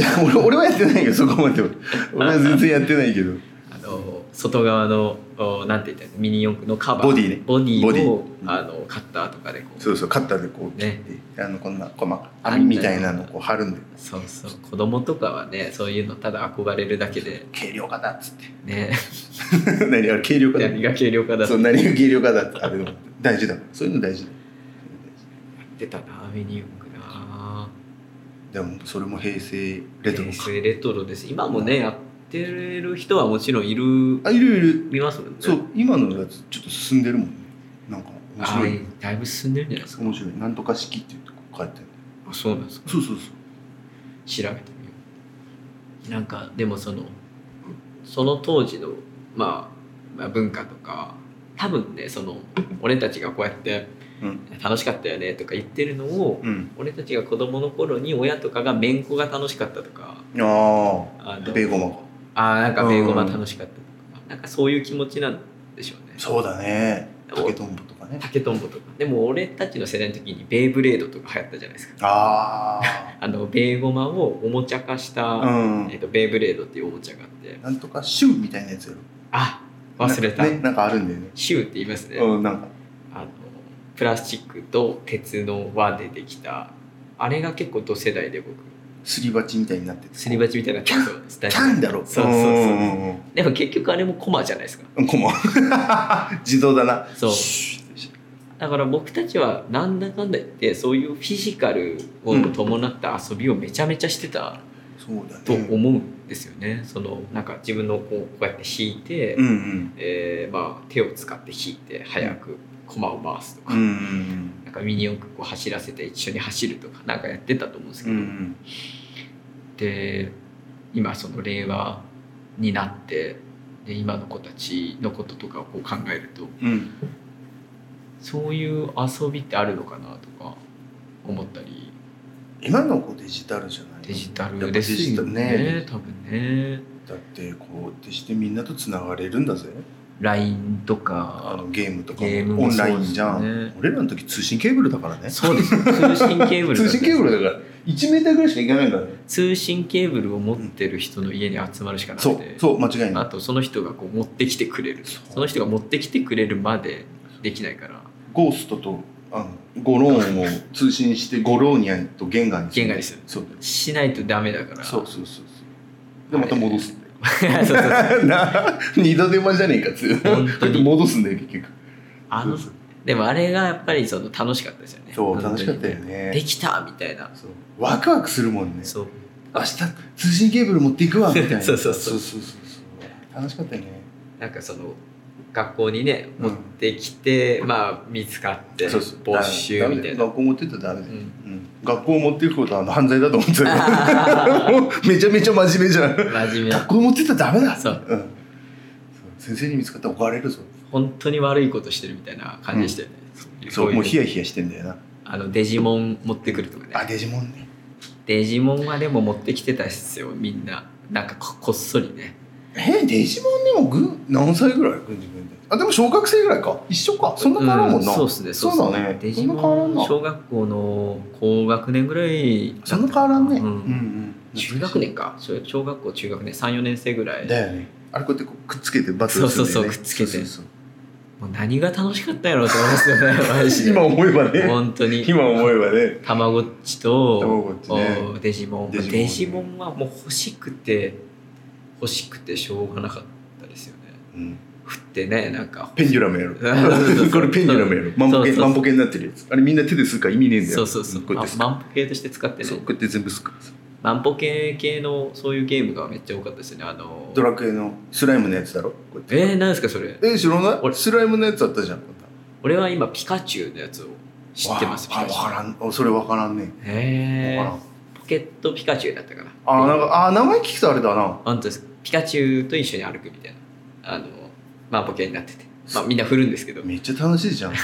S2: や俺俺はやってないよそこまでは俺は全然やってないけど
S1: あの外側のおなんて言ったらいいのミニ四駆のカバー
S2: ボディね
S1: ボディを
S2: ボディうん
S1: あのカッターとかでこう
S2: そうそうカッターでこう切
S1: ね
S2: って、あのこんなこう、まあ、網みたいなのをこう貼るんで
S1: そうそう子供とかはねそういうのただ憧れるだけで
S2: 軽量化だっつって
S1: ね
S2: 何あれ軽量化だ
S1: 何が軽量化だって
S2: そう何が軽量化だってあれでも大事だそういうの大事だ
S1: 言ってたなミニ四駆な
S2: でもそれも平成レトロか
S1: 平成レトロです今もねやってる人はもちろんいる
S2: あいるいる
S1: 見ますもんね
S2: そう今のやつちょっと進んでるもんねなんか面
S1: あ
S2: 白い
S1: ーだいぶ進んでるんじゃないですか
S2: 面白いなんとか式っていうとこ書いてある
S1: あそうなんですか
S2: そうそうそう
S1: 調べてみようなんかでもそのその当時の、まあ、まあ文化とか多分ねその俺たちがこうやって
S2: うん
S1: 楽しかったよねとか言ってるのを、
S2: うん
S1: 俺たちが子供の頃に親とかがめんこが楽しかったとか
S2: あ
S1: あ
S2: あ
S1: の
S2: ベーゴマか
S1: あーなんかベーゴマ楽しかったとか、なんかそういう気持ちなんでしょうね
S2: そうだね
S1: お
S2: 竹とんぼとかね
S1: 竹とんぼとかでも俺たちの世代の時にベーブレードとか流行ったじゃないですか
S2: あ
S1: あのベーゴマをおもちゃ化した、
S2: あうん
S1: えっとベーブレードっていうおもちゃがあって
S2: なんとかシューみたいなやつやろ
S1: あ忘れた、
S2: なねなんかあるんだよね
S1: シューって言いますね、
S2: うんなんか
S1: あのプラスチックと鉄の輪でできたあれが結構同世代で僕
S2: すり鉢みたいになってて
S1: すり鉢みたいなキャンプ
S2: キャンだろ
S1: そうそうそう
S2: うん
S1: でも結局あれもコマじゃないですか
S2: うんこも 自動だな
S1: そう
S2: シュッ
S1: だから僕たちはなんだかんだ言ってそういうフィジカルを伴った遊びをめちゃめちゃしてた
S2: そうだね
S1: と思うんですよね、そのなんか自分のこうこうやって引いて、
S2: うんうん
S1: えーまあ、手を使って引いて早く駒を回すとか、
S2: うんうん
S1: なんかミニ四駆こう走らせて一緒に走るとかなんかやってたと思うんですけ
S2: うんう
S1: ど、
S2: ん
S1: で今その令和になってで今の子たちのこととかをこう考えると
S2: うん
S1: そういう遊びってあるのかなとか思ったり
S2: 今の子デジタルじゃない
S1: デジタルですよね
S2: やっぱデジタルね
S1: 多分ね
S2: だってこうやってしてみんなとつながれるんだぜ
S1: LINE と
S2: あ
S1: か
S2: のゲームとか
S1: ゲーム
S2: オ
S1: も
S2: ン
S1: そう
S2: ラ
S1: ですね
S2: インじゃん俺らの時通信ケーブルだからね
S1: そうですよ通信ケーブルだ
S2: 通信ケーブルだから1メーターぐらいしかいかないからね
S1: 通信ケーブルを持ってる人の家に集まるしかなくて、
S2: そうそう間違
S1: あ
S2: いない
S1: とその人がこう持ってきてくれる
S2: そ
S1: そうの人が持ってきてくれるまでできないから
S2: ゴーストとあのゴローンを通信してゴローニャとゲンガーに
S1: ゲンガーにする
S2: そうだよ
S1: しないとダメだから
S2: そうそうそうそうでまた戻すんだよ
S1: そうそうそう
S2: な二度手間じゃねえかっつう
S1: 本当に
S2: 戻すんだよ結局
S1: あのでもあれがやっぱりその楽しかったですよね
S2: そう楽しかったよ
S1: 本当にで
S2: ね
S1: きたみたいな
S2: そうワクワクするもんね
S1: そう
S2: 明日通信ケーブル持っていくわみたいな
S1: そうそうそう
S2: そうそうそう楽しかったよね
S1: なんかその学校にね
S2: うん
S1: 持ってきて、まあ見つかって没収
S2: ダ
S1: み
S2: メだ
S1: た
S2: よ
S1: いな、
S2: 学校持ってったらダメだ
S1: うん、
S2: よ、うん、学校持っていくことはあの犯罪だと思ってたよ
S1: 真
S2: めちゃめちゃ真面目じゃん
S1: 面目
S2: 学
S1: な
S2: 校持ってったらダメだ
S1: そう、
S2: ん、そう先生に見つかったら怒られるぞ
S1: 本当に悪いことしてるみたいな感じでしたよね、
S2: そうもうヒ
S1: 日
S2: ヤヒヤしてんだよな
S1: あのデジモン持ってくるとかね
S2: あデジモンね
S1: デジモンはでも持ってきてたっすよみんななんかここっそりね
S2: えデジモンでもぐ何歳ぐらい軍事軍であでも小学生ぐらいか一緒かそんな変わらんもんな、
S1: うそうっすねっす
S2: そうだね
S1: デ
S2: そ
S1: ジ
S2: んな変わら
S1: モ
S2: ん
S1: ン
S2: な
S1: 小学校の高学年ぐらい
S2: そんな変わらんね、
S1: うん
S2: ん
S1: 中学年か小小学校中学年34年生ぐらい
S2: だよねあれこうやってこうくっつけてバトルするんだよ
S1: そうそう
S2: ね
S1: そうくっつけて
S2: そうそう
S1: もう何が楽しかったんやろうと思いますよ ねマ
S2: そう
S1: ジで
S2: 今思えばね
S1: 本当に
S2: 今思えばね
S1: たまごっちと
S2: 卵ってね
S1: おデジモン
S2: デ
S1: デ
S2: ジ
S1: ジ
S2: モンね
S1: モンはもう欲しくて欲しくてしょうがなかったですよね
S2: うん
S1: 振ってねなんか
S2: ペンデュラムやろ
S1: そうそうそう
S2: これペンデュラムやろマンボ
S1: そうそ
S2: ケ
S1: うそう
S2: マンボケになってるやつあれみんな手でするから意味ねえんだよ
S1: そうそうそう、
S2: こうや
S1: ま
S2: ってすく
S1: 万歩計として使ってね
S2: そうこうやって全部すく
S1: 万歩計系のそういうゲームがめっちゃ多かったですよねあの
S2: ドラクエのスライムのやつだろこうやって
S1: えー、何ですかそれ
S2: え知らない
S1: 俺
S2: スライムのやつあったじゃんこんな
S1: 俺は今ピカチュウのやつを知ってますピ
S2: わあ
S1: カチ
S2: わから
S1: ュウ
S2: んおそれわからんね
S1: へ
S2: わか
S1: え
S2: らん
S1: ポケットピカチュウだったかな
S2: あなんかあ名前聞くとあれだな
S1: 本当ですピカチュウと一緒に歩くみたいなあの万歩計になっててまあみんな振るんですけど
S2: めっちゃ楽し いじゃんめっ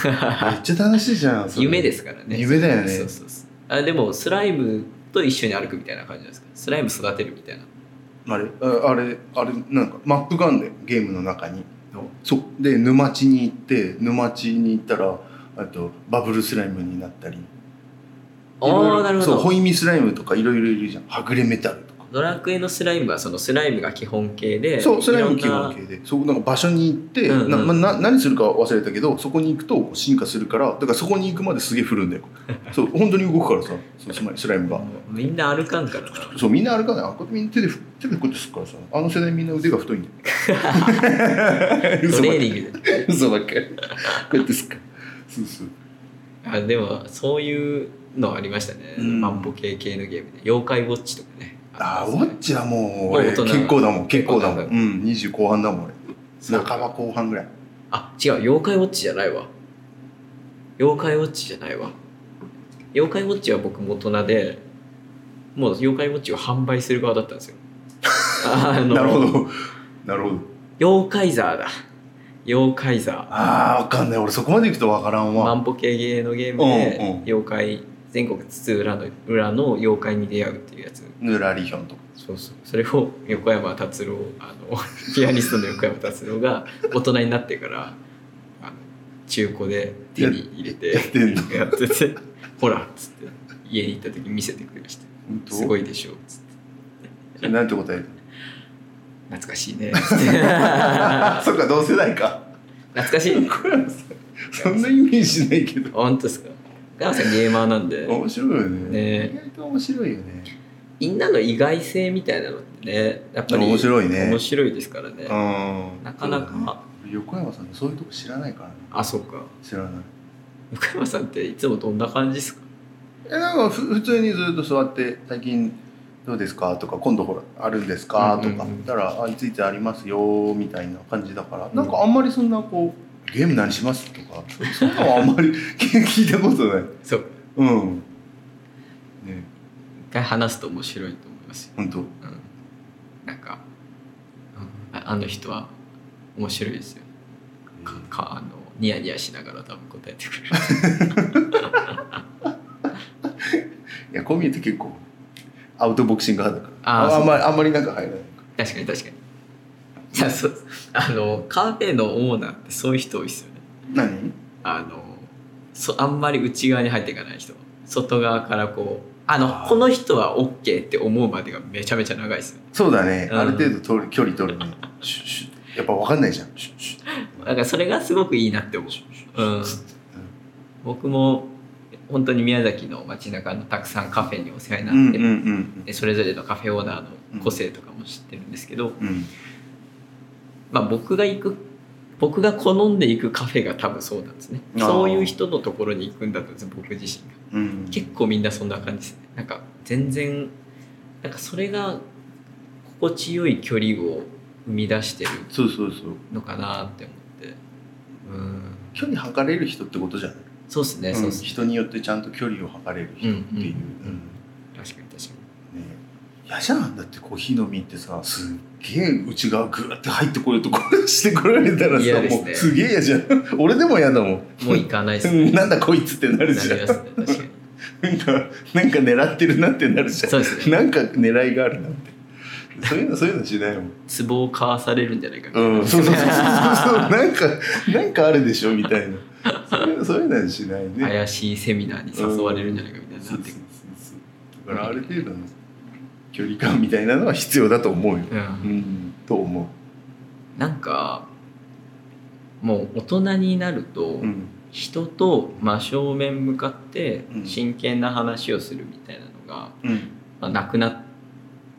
S2: ちゃ楽しいじゃんそれ
S1: 夢ですからね
S2: 夢だよね
S1: そうそうそうあでもスライムと一緒に歩くみたいな感じなんですかスライム育てるみたいな
S2: あれああれあれなんかマップがあんだよゲームの中にそうで沼地に行って沼地に行ったらあとバブルスライムになったりいろい
S1: あ
S2: ろ
S1: あなるほ
S2: そうホ
S1: ど
S2: イミスライムとかいろいろいるじゃんはぐれメタルとか
S1: ドラクエのスライムはそのスライムが基本形で
S2: そうスライム
S1: い
S2: 基
S1: ろんな
S2: 本形でそうなんか場所に行って、
S1: うんうん
S2: なまな何するかは忘れたけどそこに行くとこう進化するからだからそこに行くまですげえ振るんだよ そう本当に動くからさそうスライムスライムが。
S1: みんな歩かんからな
S2: そうみんなあれかねあこうやってみんな手でふ手でこうやってするからさあの世代みんな腕が太いんだよ
S1: ト
S2: 嘘ばっ
S1: レー
S2: か
S1: ニングで
S2: り嘘ばっかりこうやってすっからそうそう
S1: あでもそういうのありましたね、
S2: うん
S1: 万歩計系のゲームで妖怪ウォッチとかね
S2: あー
S1: り
S2: ウ
S1: ます
S2: ォ
S1: ね
S2: ッチはもう
S1: もう
S2: 俺
S1: 大人
S2: 結構だもん結構だもん
S1: 結構
S2: うん20後半だもん
S1: そう
S2: 俺半ば後半ぐらい
S1: あ違う妖怪ウォッチじゃないわ妖怪ウォッチじゃないわ妖怪ウォッチは僕も大人でもう妖怪ウォッチを販売する側だったん ですよあの
S2: なるほどなるほど
S1: 妖怪ザーだ妖怪ザ
S2: あーわかんない俺そこまで行くとわからん
S1: ー
S2: わ
S1: 万歩計ゲーのゲーム
S2: うんうん
S1: で妖怪全国津々浦の裏の妖怪に出会うっていうやつ
S2: ヌラリヒョンとか
S1: そうそうそれを横山達郎あの ピアニストの横山達郎が大人になってからあの中古で手に入れて
S2: やって んの
S1: やってて「ほら」っつって家に行った時見せてくれました
S2: 本
S1: 「すご
S2: い
S1: いでしょ」っつって
S2: なんて答える
S1: 「 懐かしいね」っつって懐
S2: そっか同世代か
S1: かしいね
S2: これはさそんなイメージないけど
S1: 本当ですかガーさんゲーマーなんで
S2: 面白いよね
S1: ね
S2: 意外と面白いよね
S1: みんなの意外性みたいなのってねやっぱり
S2: 面白いね
S1: 面白いですからね
S2: うん
S1: なかな
S2: そうだね
S1: か
S2: 横山さんそういうとこ知らないからね
S1: あそうか
S2: 知らない
S1: 横山さんっていつもどんな感じですか
S2: えなんかふ普通にずっと座って最近どうですかとか今度ほらあるんですかとか、
S1: うんうんうん
S2: だからあいついつありますよみたいな感じだから、
S1: ん
S2: なんかあんまりそんなこうゲーム何しますとかそんなのはあんまり 聞いたことない
S1: そう
S2: うんね
S1: 一回話すと面白いと思いますよ、
S2: 本当
S1: うん、なんか、うんああの人は面白いですよかかあのニヤニヤしながら多分答えてくれる
S2: いやこう見えて結構アウトボクシング派だから
S1: あー
S2: あ
S1: そ
S2: ん
S1: う
S2: まりあんまりなんか入らない
S1: 確かに確かにいやそうあのカフェのオーナーってそういう人多いですよね
S2: 何
S1: あのそあんまり内側に入っていかない人外側からこうあの
S2: あー
S1: この人は OK って思うまでがめちゃめちゃ長いですよ
S2: そうだね、
S1: うん
S2: ある程度取る距離取るねシュッシュッやっぱ分かんないじゃんシュッシュッ
S1: だからそれがすごくいいなって思ううん僕も本当に宮崎の街中のたくさんカフェにお世話にな
S2: う
S1: っ
S2: んうん
S1: て、
S2: うんうん
S1: でそれぞれのカフェオーナーの個性とかも知ってるんですけど、
S2: うん
S1: まあ、僕が行く僕が好んで行くカフェが多分そうなんですね
S2: あー
S1: そういう人のところに行くんだと思うんです僕自身が
S2: うん
S1: 結構みんなそんな感じですねなんか全然なんかそれが心地よい距離を生み出してる
S2: そうそうそう
S1: のかなって思ってうん
S2: 距離測れる人ってことじゃない、
S1: そうっすね、
S2: うん
S1: そうっすね
S2: 人によってちゃんと距離を測れる人っていう、
S1: うん確かに確かに
S2: うんね嫌じゃんだってコーヒー飲みってさすっげえ内側グーって入ってこようとこうしてこられたらさ
S1: 嫌ですね
S2: もうすげえ嫌じゃん 俺でも嫌だもん
S1: もう行かないっす
S2: う
S1: ね
S2: ん なんだこいつってな
S1: な
S2: る
S1: り
S2: じゃん
S1: ますね確かに
S2: なんかなんか狙ってるなってなるじゃん
S1: そうですね
S2: なんか狙いがあるなってそういうのそういうのしないもん
S1: ツボをかわされるんじゃないかみたい な
S2: うん、そうそうそうそうそうなんかなんかあるでしょみたいなそういうそういうのはしないね
S1: 怪しいセミナーに誘われるんじゃないかみたいにな
S2: そう
S1: っ
S2: そう
S1: て
S2: そう
S1: くる
S2: そうだからある程度の距離感みたいなのは必要だと思うよ、
S1: うん
S2: うん、と思
S1: なんかもう大人になると、
S2: う、うん、
S1: 人と真正面向かって
S2: うん
S1: 真剣な話をするみたいなのが、
S2: うん
S1: まあ、なくなっ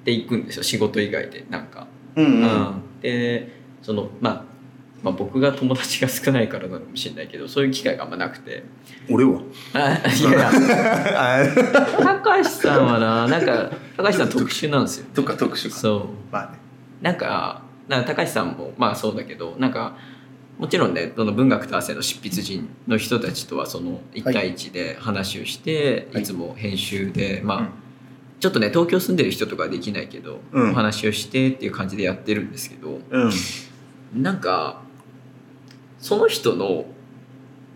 S1: ていくんですよ仕事以外でなんか。
S2: うんうん
S1: うんでその、まあまあ、僕が友達が少ないからなのかもしれないけどそういう機会があんまなくて
S2: 俺は
S1: あいやいや
S2: あ
S1: 高橋さんはななんか高橋さん特殊なんですよ
S2: とか特殊か
S1: そう
S2: まあね
S1: なんかなんか高橋さんもまあそうだけどなんかもちろんねその文学と汗の執筆人の人たちとはその1対1で話をして、
S2: はい
S1: い、つも編集で、まあ、
S2: うん
S1: ちょっとね東京住んでる人とかはできないけど、
S2: うん
S1: お話をしてっていう感じでやってるんですけど
S2: うん
S1: なんかその人の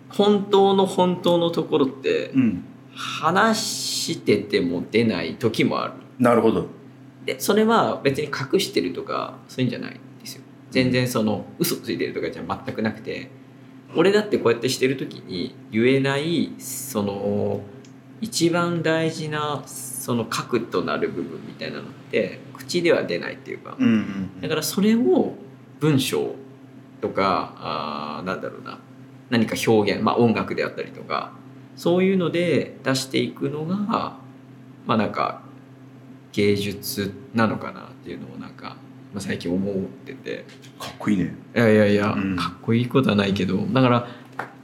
S1: 本当の本当のところって
S2: うん
S1: 話してても出ない時もある。
S2: なるほど
S1: でそれは別に隠してるとかそういうんじゃないんですよ全然その嘘ついてるとかじゃ全くなくて俺だってこうやってしてる時に言えないその一番大事なその核となる部分みたいなのって口では出ないっていうか
S2: うんうん
S1: だからそれを文章とかあーなんだろうな何か表現、まあ、音楽であったりとかそういうので出していくのがまあなんか芸術なのかなっていうのをなんか、まあ、最近思ってて
S2: かっこいいね
S1: いやいやいや、
S2: うん
S1: かっこいいことはないけどだから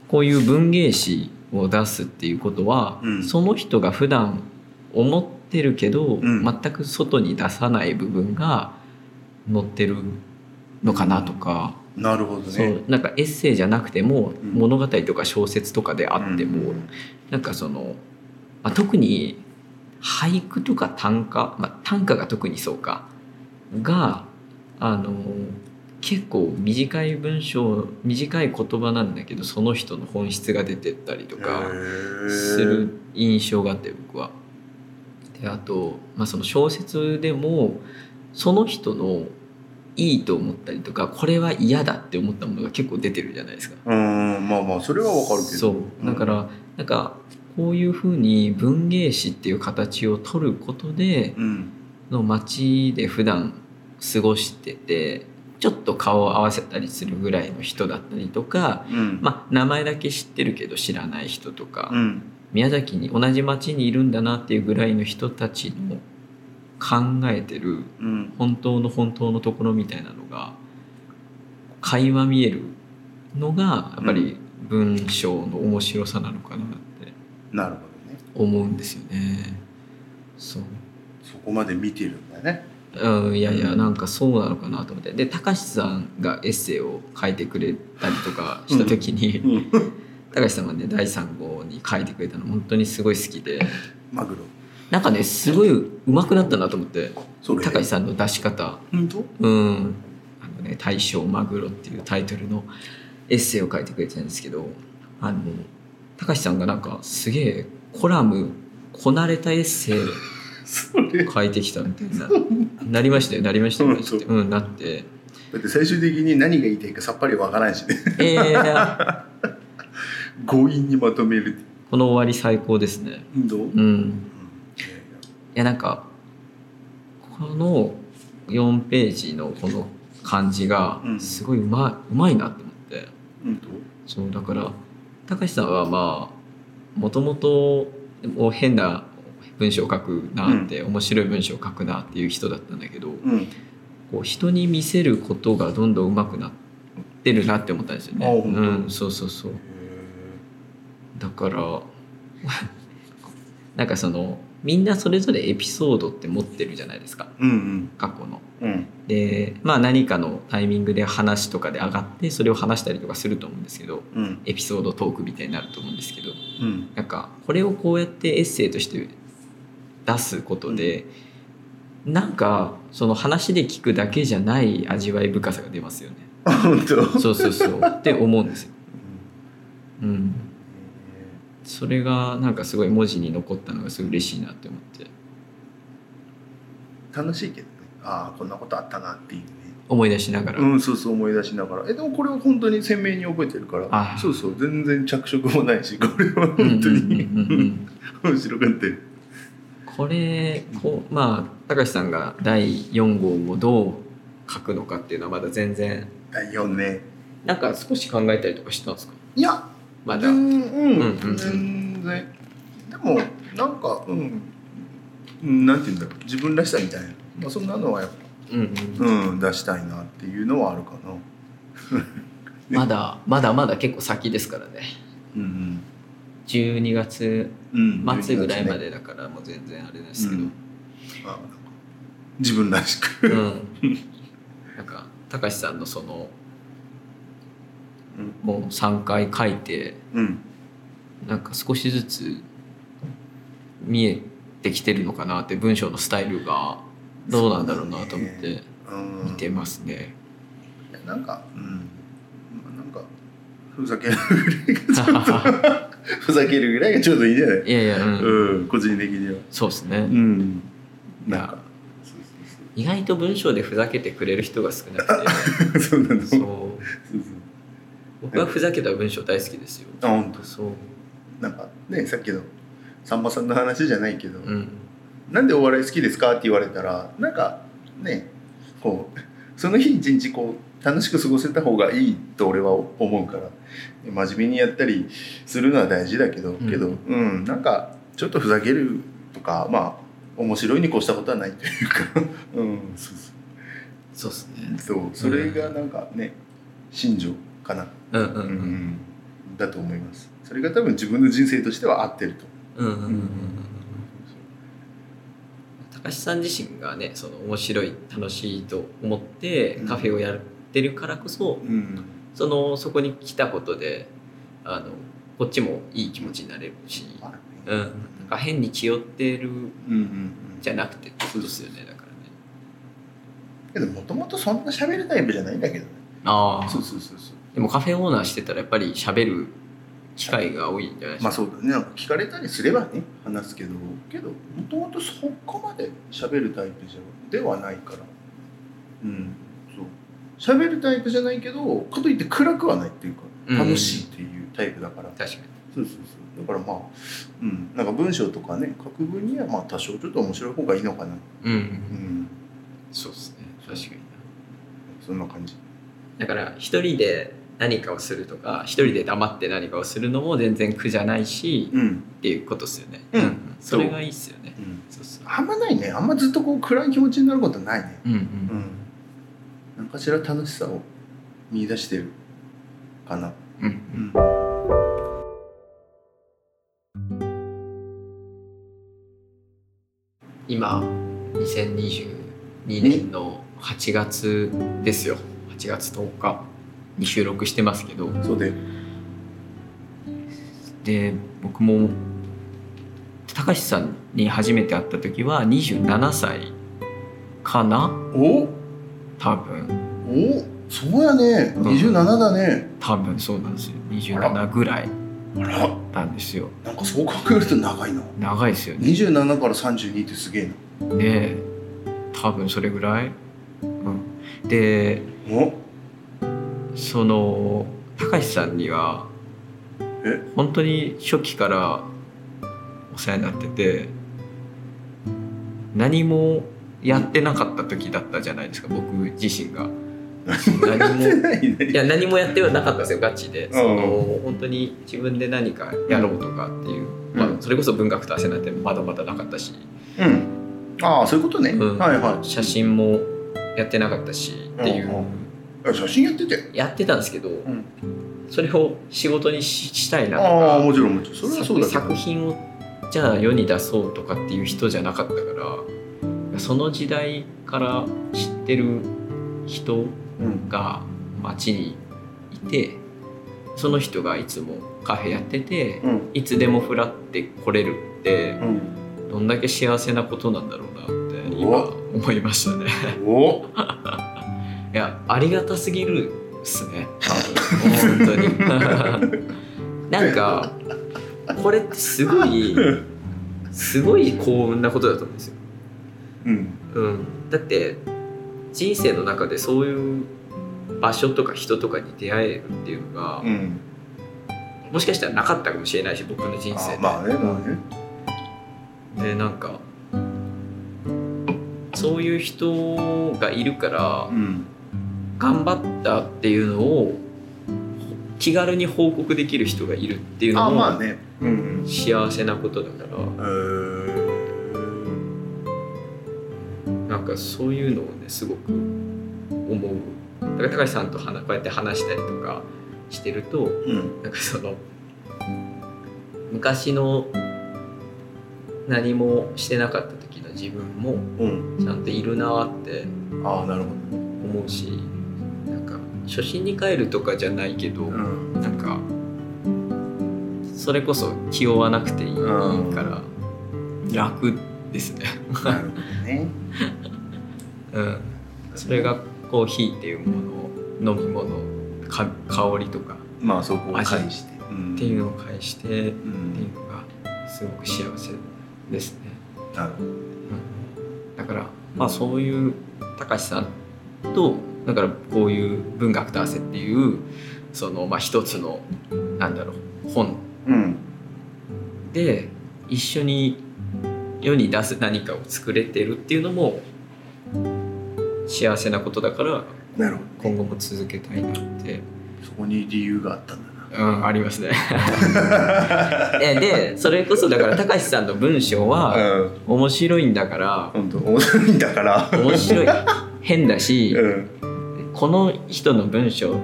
S1: こういう文芸誌を出すっていうことは、
S2: うん
S1: その人が普段思ってるけど、
S2: ん
S1: 全く外に出さない部分が載ってるのかなとか、
S2: なるほど
S1: そ
S2: ね
S1: うなんかエッセイじゃなくても、
S2: うん
S1: 物語とか小説とかであっても、
S2: うん
S1: なんかその、まあ、特に俳句とか短歌、まあ、短歌が特にそうかがあの結構短い文章短い言葉なんだけどその人の本質が出てったりとかする印象があって僕は。であと、まあ、その小説でもその人のいいと思ったりとかこれは嫌だって思ったものが結構出てるじゃないですか。
S2: へーうんまあまあそれはわかるけど
S1: そうだか
S2: うん
S1: ら、なんかこういうふうに文芸誌っていう形を取ることで
S2: うん
S1: の街で普段過ごしててちょっと顔を合わせたりするぐらいの人だったりとか、
S2: うん
S1: まあ、名前だけ知ってるけど知らない人とか、
S2: うん
S1: 宮崎に同じ町にいるんだなっていうぐらいの人たちの考えてる
S2: うん
S1: 本当の本当のところみたいなのが垣間見えるのがやっぱり文章の面白さなのかなって
S2: なるほどね
S1: 思うんですよね。そう
S2: そこまで見てるんだね
S1: うん、いやいやなんかそうなのかなと思ってで高橋さんがエッセイを書いてくれたりとかした時に、
S2: ん
S1: 高橋さんがね第3号に書いてくれたの本当にすごい好きで
S2: マグロ
S1: なんかねすごい上手くなったなと思って
S2: それ
S1: 高橋さんの出し方
S2: 本当
S1: うんあのね「大正マグロ」っていうタイトルのエッセイを書いてくれてたんですけどあの高橋さんがなんかすげえコラムこなれたエッセイ
S2: それ
S1: 書いてきたみたいななりましたよなりましたよ
S2: 本当
S1: うんなって
S2: だって最終的に何が言いたいかさっぱりわからんしね
S1: えー、
S2: 強引にまとめる
S1: この終わり最高ですね
S2: 運動、うん
S1: うんいやなんかこの4ページのこの感じが
S2: うん
S1: すごいうまい,、うまいなって思って
S2: うんと
S1: そうだからたかしさんはまあもともと変な文章を書くなって、面白い文章を書くなっていう人だったんだけど
S2: うん
S1: こう人に見せることがどんどん上手くなってるなって思ったんですよね。
S2: あ本当
S1: うん、そうそうそうだから なんかそのみんなそれぞれエピソードって持ってるじゃないですか
S2: うん
S1: 過去の。
S2: うんうん
S1: でまあ何かのタイミングで話とかで上がってそれを話したりとかすると思うんですけど
S2: うん
S1: エピソードトークみたいになると思うんですけど
S2: うん
S1: なんかこれをこうやってエッセイとして出すことで、なんかその話で聞くだけじゃない味わい深さが出ますよね。
S2: あ本当
S1: そうそう そうって思うんですよ。うんそれがなんかすごい文字に残ったのがすごい嬉しいなって思って
S2: 楽しいけどねああこんなことあったなっていうね
S1: 思い出しながら、
S2: うんそうそう思い出しながらえでもこれを本当に鮮明に覚えてるから
S1: あー
S2: そうそう全然着色もないしこれは
S1: うんうん
S2: 本当
S1: う
S2: に
S1: んうんうん
S2: 面白かったよ
S1: これこうまあ高橋さんが第4号をどう書くのかっていうのはまだ全然
S2: 第4ね
S1: なんか少し考えたりとかしたんですか
S2: いや
S1: まだ、
S2: 全うん
S1: うんうん
S2: 全然でもなんかうんうんなんて言うんだろう自分らしさみたいな、まあ、そんなのはやっ
S1: うんうん
S2: ぱ、うん、出したいなっていうのはあるかな
S1: まだまだまだ結構先ですからね
S2: うん
S1: 12月
S2: うんうん
S1: 末ぐらいま
S2: で
S1: でだからもう全然あれですけど、
S2: うん自分らし
S1: う
S2: く、
S1: ん、なんか高橋さんのその
S2: うん
S1: もう3回書いて
S2: うん、
S1: なんか少しずつ見えてきてるのかなって文章のスタイルがどうなんだろうなと思っ
S2: そうで
S1: て
S2: うん、
S1: 見てますね。
S2: なんかうんまあなんかふざけるぐらいがちょっとふざけるぐらいがちょうどいいんじゃない、
S1: いやいや、うん
S2: うん、個人的には
S1: そうです
S2: う
S1: ね。
S2: んなんかそう
S1: 意外と文章でふざけてくれる人が少なく
S2: そうそうそうなの
S1: て、そ
S2: そう
S1: う
S2: そう
S1: 僕はふざけた文章大好きですよ。
S2: あ本当
S1: そう、
S2: なんかねさっきのさんまさんの話じゃないけど、
S1: うん、
S2: なんでお笑い好きですかって言われたらなんかねこうその日一日こう楽しく過ごせた方がいいと俺は思うから真面目にやったりするのは大事だけど、
S1: ん
S2: けどうんなんかちょっとふざけるとかまあ面白いに越したことはないというか、 うん、そう
S1: そうですね。
S2: そうそうそれがなんかね信条かな、
S1: うんうんう
S2: うん
S1: ん
S2: だと思いますそれが多分自分の人生としては合ってると
S1: うんうんうんうんうん。高橋さん自身がね、その面白い楽しいと思ってカフェをやってるからこそ、
S2: うん
S1: そのそこに来たことであのこっちもいい気持ちになれるし、
S2: まあ
S1: うん、
S2: ね
S1: なんか変に気負ってる
S2: うんうんうん
S1: じゃなくてってことですよねだからね
S2: けどもともとそんな喋るタイプじゃないんだけどね
S1: あ
S2: そうそうそうそう
S1: でもカフェオーナーしてたらやっぱり喋る機会が多いんじゃないです
S2: ま
S1: か、
S2: あそうだねなんか聞かれたりすればね話すけどけどもともとそこまで喋るタイプじゃではないからうんそう喋るタイプじゃないけどかといって暗くはないっていうか
S1: うん
S2: 楽しいっていうタイプだから、
S1: 確か
S2: そうそうそうだからまあうんなんか文章とかね書く分にはまあ多少ちょっと面白い方がいいのかな
S1: にう
S2: うんん
S1: そうですね確かに
S2: そそんな感じ
S1: だから一人で何かをするとか一人で黙って何かをするのも全然苦じゃないし
S2: うん、
S1: っていうことですよね、
S2: うん
S1: それがいいっすよね
S2: うん、
S1: そうそう
S2: あんまないねあんまずっとこう暗い気持ちになることはないね
S1: うんう
S2: うんん何かしら楽しさを見出してるかな
S1: うん
S2: うん
S1: 今2022年の8月ですよ8月10日に収録してますけど
S2: そうで
S1: で僕も高橋さんに初めて会った時は27歳かな
S2: お
S1: 多分
S2: おそうやね
S1: うん
S2: 27だね、
S1: 多分そうなんですよ
S2: あら
S1: 27ぐらい
S2: あら
S1: なんですよ
S2: なんかそう考えると長いな
S1: 長いですよね
S2: 27から32ってすげえな
S1: で多分それぐらい、うん、で
S2: お
S1: その高橋さんには
S2: え
S1: 本当に初期からお世話になってて何もやってなかった時だったじゃないですか僕自身が。何も い
S2: 何何
S1: や何もやってはなかったんですよガチで
S2: ん
S1: その本当に自分で何かやろうとかっていう、まあ
S2: うん
S1: それこそ文学と汗なんてまだまだなかったし、
S2: うんああそういうことね、
S1: うん
S2: はいはい
S1: 写真もやってなかったしっていう、
S2: うんうんあ写真やってて
S1: やってたんですけど、
S2: ん
S1: それを仕事にししたいなと
S2: ああも
S1: か
S2: ちろんもちろんそれはそうだけど
S1: 作作品をじゃあ世に出そうとかっていう人じゃなかったからその時代から知ってる人
S2: うん
S1: が街にいてその人がいつもカフェやってて
S2: うん
S1: いつでもフラって来れるって
S2: うん
S1: どんだけ幸せなことなんだろうなって
S2: う
S1: 今
S2: わ
S1: 思いましたね。
S2: お
S1: いやありがたすぎるっすね多分本当に なんかこれってすごいすごい幸運なことだと思うんですよ、
S2: うん
S1: うん、だって人生の中でそういう場所とか人とかに出会えるっていうのが、
S2: うん
S1: もしかしたらなかったかもしれないし僕の人生
S2: あ
S1: で、
S2: まあねまあね
S1: でなんかそういう人がいるから、
S2: うん
S1: 頑張ったっていうのを気軽に報告できる人がいるっていう
S2: あ
S1: の
S2: あまあ
S1: も
S2: ねうん
S1: 幸せなことだから、
S2: うんうん
S1: なんかそういうのをねすごく思うだから高橋さんとはなこうやって話したりとかしてると
S2: うん
S1: なんかその昔の何もしてなかった時の自分も
S2: うん
S1: ちゃんといるなって
S2: ああなるほ
S1: 思うしなんか初心に帰るとかじゃないけど、
S2: どうん
S1: なんかそれこそ気負わなくていい
S2: うん
S1: から楽ですね、
S2: なるほど ね
S1: うん、それがコーヒーっていうもの飲み物か香りとか
S2: まあそこを
S1: 味
S2: 返してっ
S1: っていうのを介してっていう
S2: うん
S1: のがすごく幸せですね、
S2: なるほど
S1: うん、だからまあそういう高橋さんとだからこういう文学と汗っていうそのまあ一つのなんだろう本
S2: うん
S1: で一緒に世に出す何かを作れてるっていうのも幸せなことだから
S2: なるほど
S1: 今後も続けたいなって、
S2: そこに理由があったんだ
S1: うん、ありますね
S2: な
S1: えでそれこそだから高橋さんの文章は
S2: うん
S1: 面白いんだから
S2: 本当面白いんだから
S1: 面白い変だし
S2: うん
S1: この人の文章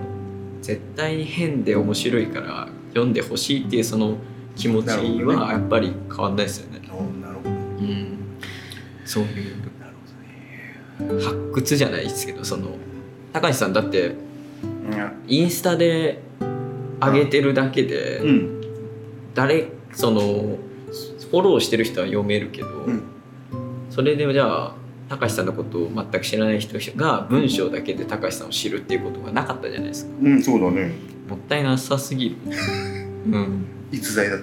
S1: 絶対に変で面白いから読んでほしいっていうその気持ち
S2: なるほどね
S1: はやっぱり変わんないですよね。
S2: おなるほど
S1: うん、そういう
S2: なるほどね
S1: 発掘じゃないですけどその高橋さんだって
S2: うん
S1: インスタで上げてるだけで、
S2: うん
S1: 誰そのフォローしてる人は読めるけど、
S2: うん
S1: それでじゃあ高橋さんのことを全く知らない人が文章だけで高橋さんを知るっていうことがなかったじゃないですか
S2: うんそうだね
S1: もったいなさす ぎるうん
S2: 逸材だっ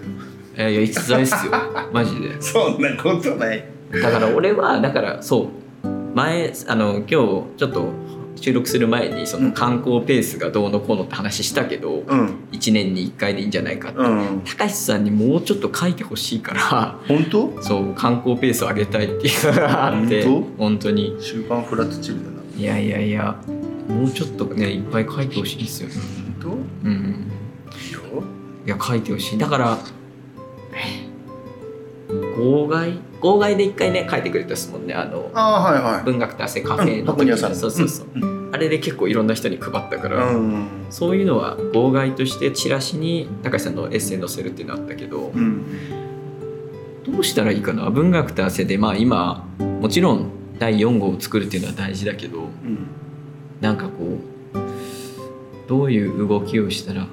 S2: た
S1: いやいや逸材っすよマジで
S2: そんなことない
S1: だから俺はだからそう前あの今日ちょっと収録する前にそうの
S2: ん
S1: 観光ペースがどうのこうのって話したけど
S2: うん
S1: 1年に1回でいいんじゃないかって、
S2: うん
S1: 高橋さんにもうちょっと書いてほしいか
S2: 本当
S1: らそう観光ペースを上げたいっていうのがあって
S2: 本
S1: 本当に
S2: 週刊フラットチルだない
S1: やいやいやもうちょっとねいっぱい書いてほしいんですよね
S2: 本
S1: うん
S2: 当いいよ
S1: いや書いてほしいだから号外号外で一回ね書いてくれたですもんねあの
S2: ああはいはい
S1: 文学と汗カフェの
S2: 箱
S1: 時
S2: 庭
S1: に
S2: さんの
S1: そうそうそう、
S2: う
S1: あれで結構いろんな人に配ったか
S2: う
S1: ら、
S2: ん
S1: そういうのは号外としてチラシに高橋さんのエッセイ載せるっていうのあったけど、
S2: うん
S1: どうしたらいいかな文学と汗でまあ今もちろん第4号を作るっていうのは大事だけど
S2: うん
S1: なんかこうどういう動きをしたら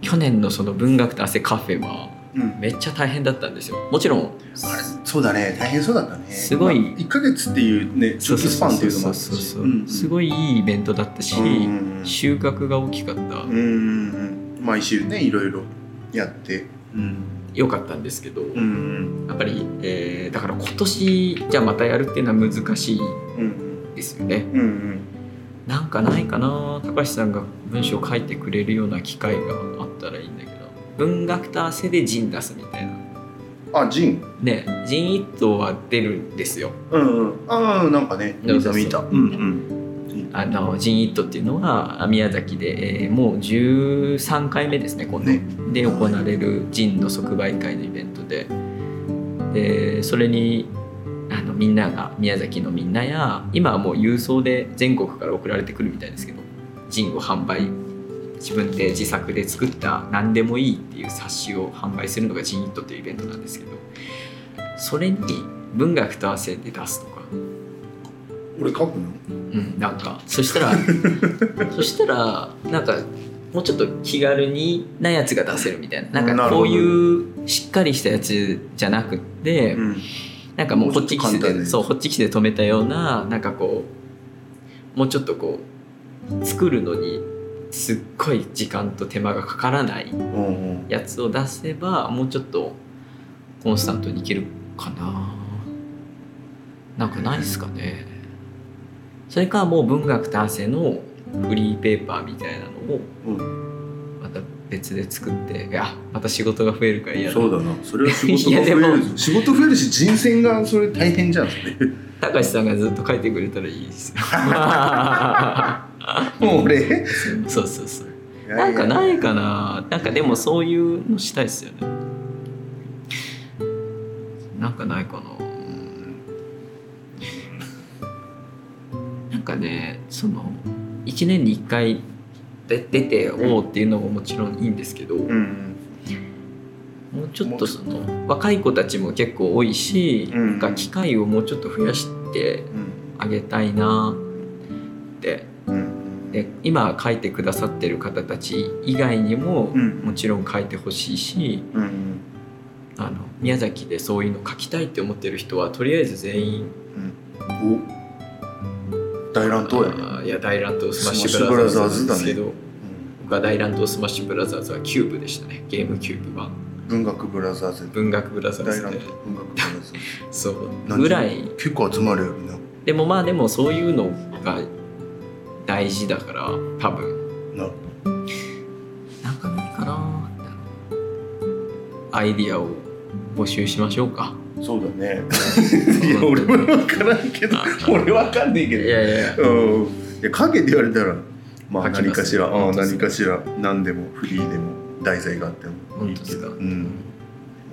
S1: 去年のその文学と汗カフェは
S2: うん
S1: めっちゃ大変だったんですよもちろん
S2: あれそうだね大変そうだったね
S1: すごい
S2: まあ、1か月っていうね長期スパンっていうのもあった
S1: そう
S2: し
S1: そうそうそうすごいいいイベントだったし、
S2: うん
S1: 収穫が大きかった、
S2: うんうんうん毎週ねいろいろやってうん
S1: 良かったんですけど、
S2: うん
S1: やっぱり、えーだから今年じゃあまたやるっていうのは難しい
S2: うん
S1: ですよね
S2: うんうん
S1: なんかないかな高橋さんが文章を書いてくれるような機会があったらいいんだけど文学と汗で陣出すみたいな
S2: あジン
S1: ね陣一頭は出るんですよ
S2: うんうんああなんかね見
S1: そうそ
S2: た
S1: うそう
S2: 見たうん
S1: あの陣一頭っていうのは宮崎で、えーもう13回目ですね今
S2: うん
S1: 度、
S2: ね
S1: で行われる陣の即売会のイベントででそれにあのみんなが宮崎のみんなや今はもう郵送で全国から送られてくるみたいですけど陣を販売自分で自作で作った何でもいいっていう冊子を販売するのが陣イットというイベントなんですけどそれに文学と合わせて出すとか、
S2: 俺書くの
S1: うん、なんかそしたら そしたらなんかもうちょっと気軽になやつが出せるみたいななんか
S2: なる
S1: こう
S2: ほど
S1: いうしっかりしたやつじゃなくって、
S2: うん
S1: なんかもうホッチキス
S2: もうちょ
S1: で
S2: っと簡単なやつ
S1: そうホッチキスで止めたようななんかこうもうちょっとこう作るのにすっごい時間と手間がかからない
S2: うんうん
S1: やつを出せばもうちょっとコンスタントにいけるかななんかないですかねそれかもう文学と汗のフリーペーパーみたいなのをまた別で作っていやまた仕事が増えるから嫌だ
S2: そうだなそれは仕事が
S1: いやで
S2: 増え
S1: も
S2: る仕事増えるし人選がそれ大変じゃんって
S1: たかしさんがずっと書いてくれたらいいですよ
S2: もう俺
S1: そうそうそう
S2: や
S1: なんかないいかななんかでもそういうのしたいですよねなんかないかななんかねその1年に1回で出ておうっていうのももちろんいいんですけど、
S2: やうん
S1: もうちょっとその若い子たちも結構多いし、
S2: うん
S1: なんか機会をもうちょっと増やして
S2: うん
S1: あげたいなって
S2: うん
S1: で今書いてくださってる方たち以外にも、
S2: うん
S1: もちろん書いてほしいし
S2: うんうん
S1: あの宮崎でそういうの書きたいって思ってる人はとりあえず全員
S2: お大乱闘やね
S1: あーいや大乱闘スマッシ
S2: ス
S1: ュ
S2: マッシュ
S1: ブ
S2: ブラ
S1: ラ
S2: ザ
S1: ザ
S2: ー
S1: ー
S2: ズ
S1: ズ
S2: だ
S1: で
S2: ね
S1: すけど、僕は大乱闘スマッシュブラザーズはキューブでしたねゲームキューブ版
S2: 文学ブラザーズ
S1: 文学ブラザー
S2: 大
S1: ズ
S2: 乱
S1: で
S2: 闘文学ブラザーズ
S1: そう
S2: 何
S1: ぐらい
S2: 結構集まるよみんな
S1: でもまあでもそういうのが大事だから多分
S2: なる
S1: なんかないかなアイディアを募集しましょうか。
S2: そうだね いや俺も分からんけど俺分かんねえけど
S1: いやいやいや
S2: うんいや影って言われたらまあ
S1: 書き
S2: 何
S1: ます
S2: かしら、うん、
S1: 本当です
S2: 何かしら何でもフリーでも題材があってもい
S1: 本
S2: い
S1: 当で
S2: け
S1: す
S2: ど、
S1: か
S2: うんま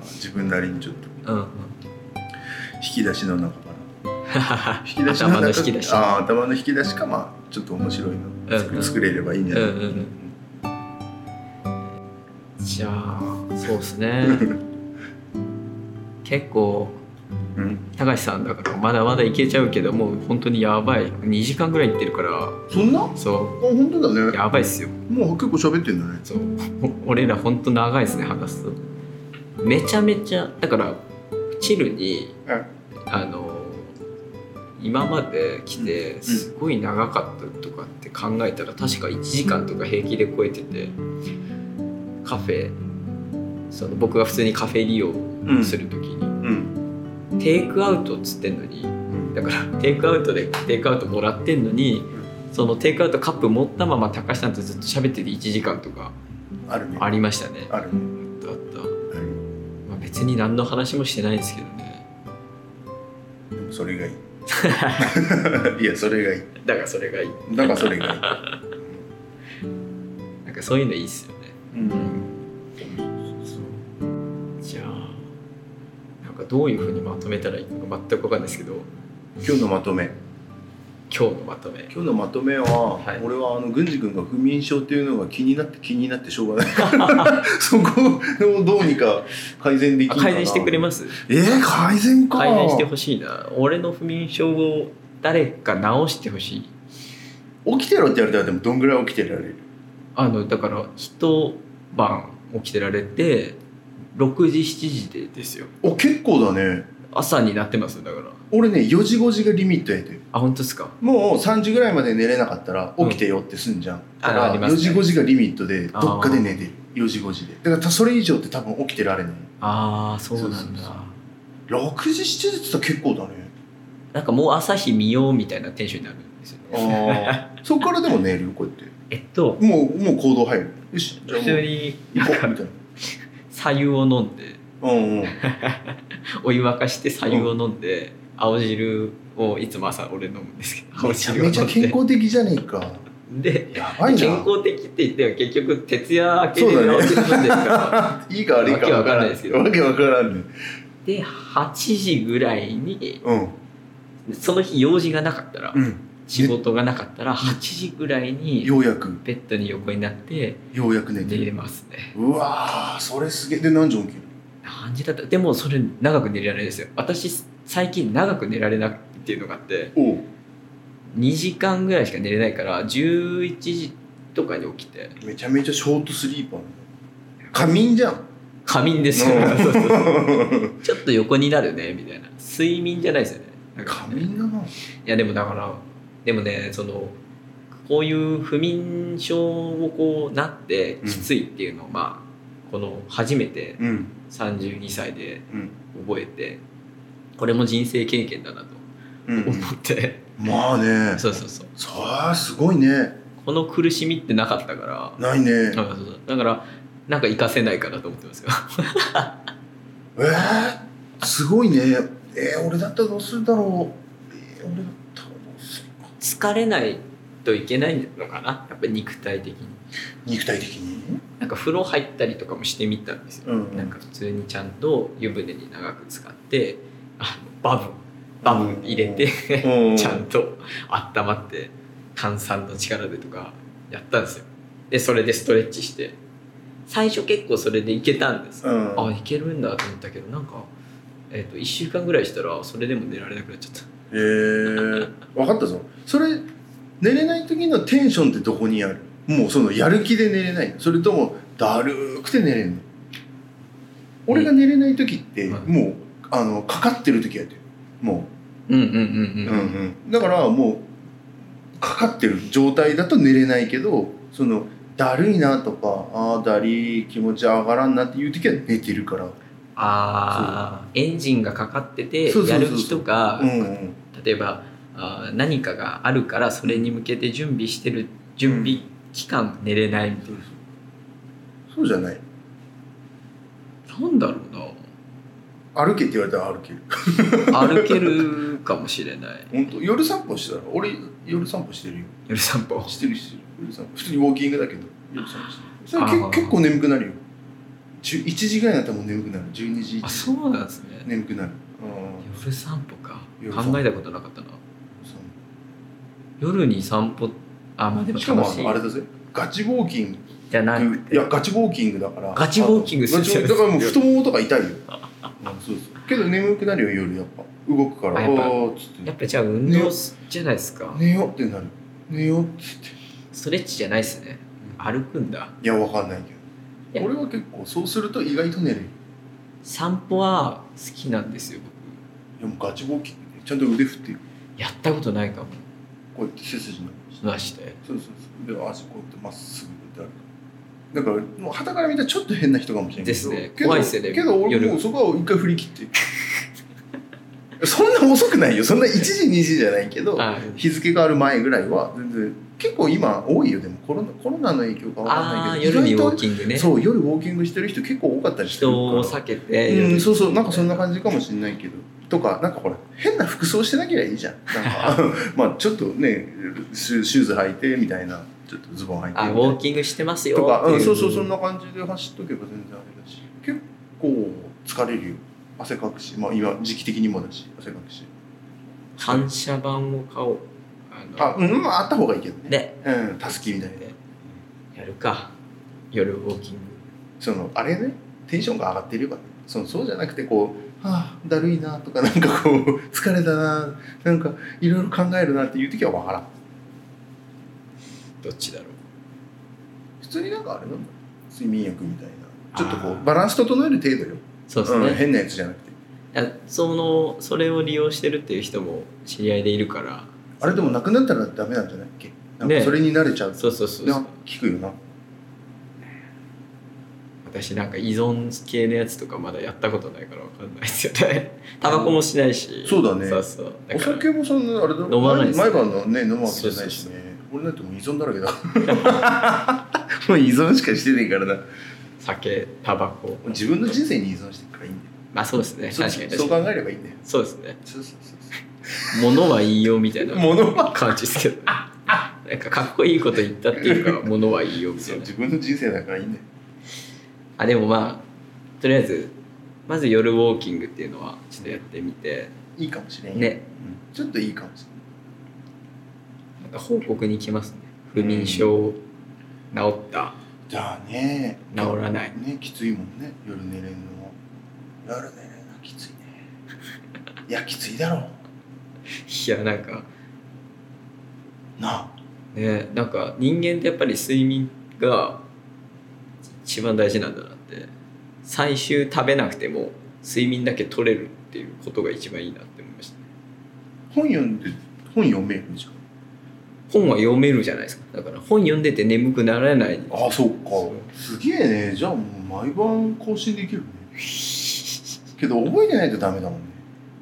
S2: あ、自分なりにちょっと
S1: うんうん
S2: 引き出しの中から 引き出しの
S1: 頭
S2: 中
S1: の引き出し
S2: ああ頭の引き出しかまあちょっと面白いの作,、
S1: うんうん
S2: 作れればいいんじゃ
S1: う
S2: なんい、
S1: うんうんじゃあそうですね 結構
S2: うん
S1: 高橋さんだからまだまだいけちゃうけどもう本当にやばい2時間ぐらいいってるから
S2: そんなあ
S1: そ
S2: 本当だ
S1: う
S2: ね
S1: やばいっすよ
S2: もう結構喋ってんだね
S1: そう 俺ら本当長いですね話すとめちゃめちゃだからチルに
S2: うん
S1: あの今まで来てすごい長かったとかって考えたら確か1時間とか平気で超えててカフェその僕が普通にカフェ利用
S2: うん
S1: する時に
S2: うん
S1: テイクアウトっつってんのにだから テイクアウトでテイクアウトもらってんのにそのテイクアウトカップ持ったまま高橋さんとずっと喋ってて1時間とか
S2: あるね
S1: ありましたね。
S2: あるね
S1: あったあった
S2: ある
S1: まあ、別に何の話もしてないんですけどね
S2: でもそれがい いいやそれがいい
S1: だからそれがいい
S2: だからそれがいい、
S1: なんかそういうのいいっすよね
S2: うん、
S1: じゃあなんかどういうふうにまとめたらいいのか全く分かんないですけど
S2: 今日のまとめ
S1: 今日のまとめ
S2: 今日のまとめは、
S1: はい
S2: 俺はあの郡司君が不眠症っていうのが気になって気になってしょうがない そこをどうにか改善でき
S1: あ
S2: るかな
S1: 改善してくれます
S2: えー、改善か
S1: 改善してほしいな俺の不眠症を誰か治してほしい
S2: 起きてろって言われたらでもどんぐらい起きてられる
S1: あのだから一晩起きてられて6時7時でですよ
S2: お結構だね
S1: 朝になってますよだから
S2: 俺ね4時5時がリミットやで
S1: あ本当ですか
S2: もう3時ぐらいまで寝れなかったら起きてよってすんじゃん、だか
S1: ああ
S2: ら
S1: ります
S2: 4
S1: ね
S2: 時5時がリミットで
S1: あ
S2: ど
S1: ー
S2: っかで寝てる4時5時でだからそれ以上って多分起きてられない
S1: ああそうな
S2: そ
S1: ん
S2: うそう
S1: だ
S2: そう6時7時って言ったら結構だね
S1: なんかもう朝日見ようみたいなテンションになるんですよね
S2: ああ そっからでも寝るよこうやって
S1: えっと
S2: もうもう行動入るよしじゃ
S1: 普
S2: あも
S1: 通
S2: う
S1: に
S2: 行こうみたい
S1: 左右を飲んで
S2: なうんうん
S1: お湯沸かして白湯を飲んで、青汁をいつも朝俺飲むんですけど青
S2: めちゃ
S1: 汁を飲
S2: め
S1: ん
S2: ちゃ健
S1: で
S2: 康的じゃねえか
S1: で
S2: やばいな
S1: 健康的って言っても結局徹夜明けで
S2: そうだね
S1: 青汁飲んでるから、
S2: いいか悪いか
S1: わけわかんないですけど
S2: わけわからんね
S1: で8時ぐらいに
S2: うん
S1: その日用事がなかったら、
S2: うん
S1: 仕事がなかったら8時ぐらいに
S2: ようやく
S1: ベッドに横になって
S2: ようやく寝て
S1: 寝れ
S2: る
S1: ますね
S2: うわーそれすげえで何時起きる
S1: 何時だったでもそれ長く寝れられないですよ私最近長く寝られなくてっていうのがあって
S2: おう
S1: 2時間ぐらいしか寝れないから11時とかに起きて
S2: めちゃめちゃショートスリーパーなんだ仮眠じゃん
S1: 仮眠ですよ、
S2: うん
S1: そうそうちょっと横になるねみたいな睡眠じゃないですよねなんか
S2: 仮眠だない
S1: やでもだからでもねそのこういう不眠症をこうなってきついっていうのを、まあこの初めて
S2: うん
S1: 32歳で
S2: うん
S1: 覚えてこれも人生経験だなと
S2: うん
S1: 思って、
S2: まあね
S1: そうそうそう
S2: そあすごいね
S1: この苦しみってなかったから、
S2: ないね
S1: そうそうそうだからなんか活かせないかなと思ってますよ
S2: えー、すごいねえー、俺だったらどうするだろうえー、俺だったらどうするか
S1: 疲れないといけないのかなやっぱり肉体的に
S2: 肉体的に
S1: なんか風呂入ったりとかもしてみたんですよ、
S2: うん
S1: なんか普通にちゃんと湯船に長く使ってあのバブバブ入れて、
S2: う
S1: ちゃんと温まって炭酸の力でとかやったんですよでそれでストレッチして最初結構それでいけたんです、
S2: うん
S1: あいけるんだと思ったけどなんか、えー、と1週間ぐらいしたらそれでも寝られなくなっちゃった
S2: えー、分かったぞそれ寝れない時のテンションってどこにあるもうそのやる気で寝れないそれともだるーくて寝れんの俺が寝れない時って
S1: はい
S2: もうあのかかってる時やでも
S1: うんうん
S2: う、
S1: うんうん、
S2: だからもうかかってる状態だと寝れないけどそのだるいなとかああだりー気持ち上がらんなっていう時は寝てるから
S1: ああエンジンがかかってて
S2: そうそ
S1: や
S2: うそうそう
S1: る気とか
S2: うんうん
S1: 例えばあー何かがあるからそれに向けて準備してる準備期間寝れないみたい
S2: そうじゃない
S1: ななんだろ
S2: 歩けって言われたら歩ける
S1: うな歩けるかもしれない
S2: 本当夜散歩してたら俺夜散歩してるよ
S1: 夜散 歩
S2: してるしてる夜散歩普通にウォーキングだけど夜散歩してるそれ
S1: あー
S2: け結構眠くなるよ10 1時ぐらいになったらもう眠くなる12時
S1: あそうなんですね
S2: 眠くなる
S1: 夜散歩か
S2: 夜散歩
S1: 考えたことなかったな夜に散歩あまあで
S2: うん
S1: も
S2: しかも
S1: 楽しい
S2: あれだぜガチウォーキング
S1: じゃなく
S2: い
S1: て
S2: やガチウォーキングだから
S1: ガチウォーキング
S2: あの
S1: するじゃん
S2: ガチウォーだからもう太ももとか痛いよ、うんそうそうけど眠くなるよ夜やっぱ動くから
S1: あ
S2: あ
S1: やっぱ
S2: ーっつっ
S1: やってぱじゃあ運動すじゃないですか
S2: 寝ようってなる寝ようって
S1: ストレッチじゃないですね歩くんだ
S2: いやわかんないけ
S1: いや
S2: ど俺は結構そうすると意外と寝れる
S1: 散歩は好きなんですよ僕
S2: でもガチウォーキングねちゃんと腕振ってる
S1: やったことないかも
S2: こうやって背筋の
S1: なして
S2: そうそうそうで足こうやってまっすぐで歩くだからもう傍から見たらちょっと変な人かもしれな
S1: で
S2: いけど
S1: すね
S2: けど
S1: 怖いっすよね
S2: けど俺
S1: 夜
S2: もうそこは一回振り切って そんな遅くないよそんな1時2時じゃないけど
S1: あ
S2: 日付がある前ぐらいは全然結構今多いよでもコロナコロナの影響かわかん
S1: あ
S2: な
S1: ー
S2: いけど
S1: 夜にウォー
S2: キ
S1: キング
S2: ン
S1: ね
S2: そう夜ウォーキングしてる人結構多かったりしてるから
S1: 人を避けて
S2: うん、そうそうなんかそんな
S1: じ
S2: 感じかもしれないけどとかなんかほら変な服装してなければいいじゃんなんかまあちょっとねシュシューズ履いてみたいなちょっとズボン履いて
S1: あウ
S2: みたい
S1: ォ
S2: な
S1: ーキングしてますよ
S2: とか、
S1: って
S2: う
S1: い
S2: ん、そうそうそんな感じで走っとけば全然あれだし結構疲れるよ汗かくし、まあ、今時期的にもだし汗かくし
S1: 反射板を買おうあの
S2: あうんまああった方がいいけどね
S1: で
S2: うんたすきみたいな
S1: やるか夜ウォーキング
S2: そのあれねテンションが上がっていればねそのそうじゃなくてこう「はあだるいな」とかなんかこう 「疲れたな」なんかいろいろ考えるなっていう時は分からん
S1: どっちだろう
S2: 普通になんかあれなんだ睡眠薬みたいなちょっとこ
S1: あー
S2: うバランス整える程度よ、
S1: そうです
S2: うん
S1: ね、
S2: 変なやつじゃなくて
S1: いやそのそれを利用してるっていう人も知り合いでいるから
S2: あれでもなくなったらダメなんじゃないっけなん
S1: ね
S2: かそれに慣れちゃう
S1: そうそうそうそう
S2: な聞くよな
S1: 私なんか依存系のやつとかまだやったことないからわかんないですよ ねタバコもしないし
S2: そうだね
S1: そうそうだ
S2: お
S1: から
S2: 酒もそんなあれだろ
S1: 飲まないです
S2: 毎晩のね飲むわけじゃないし
S1: そうそう
S2: ね俺なんてもう依存だらけだ もう依存しかしてねえからなも
S1: 酒タバコ
S2: う自分の人生に依存してるからいいんだよ
S1: まあそうですね
S2: そう
S1: 確かに
S2: そ
S1: 確
S2: う
S1: か
S2: 考
S1: に
S2: えればいいんだよ
S1: そうですね
S2: そうそうそうそ
S1: 物はいいよみたいうな
S2: 物は
S1: 感じですけど なんかかっこいいこと言ったっていうか 物はいいよみた
S2: そ
S1: いうな
S2: 自分の人生だからいいんだよ
S1: あでもまあとりあえずまず夜ウォーキングっていうのはちょっとやってみて
S2: いいかもしれんよ
S1: ね
S2: うんちょっといいかもし
S1: なんか報告に来ますね不眠症治った
S2: れんじゃあね
S1: 治らない
S2: ねきついもんね夜寝れんの夜寝れんのきついねいやきついだろ
S1: いやなんか
S2: うなあ
S1: ねなんか人間ってやっぱり睡眠が一番大事なんだなって最終食べなくても睡眠だけ取れるっていうことが一番いいなって思いました
S2: 本読んで本読めるじゃん
S1: 本は読めるじゃないですかだから本読んでて眠くならない
S2: あそっか
S1: そう
S2: すげえねじゃあもう毎晩更新できるねけど覚えてないとダメだもんね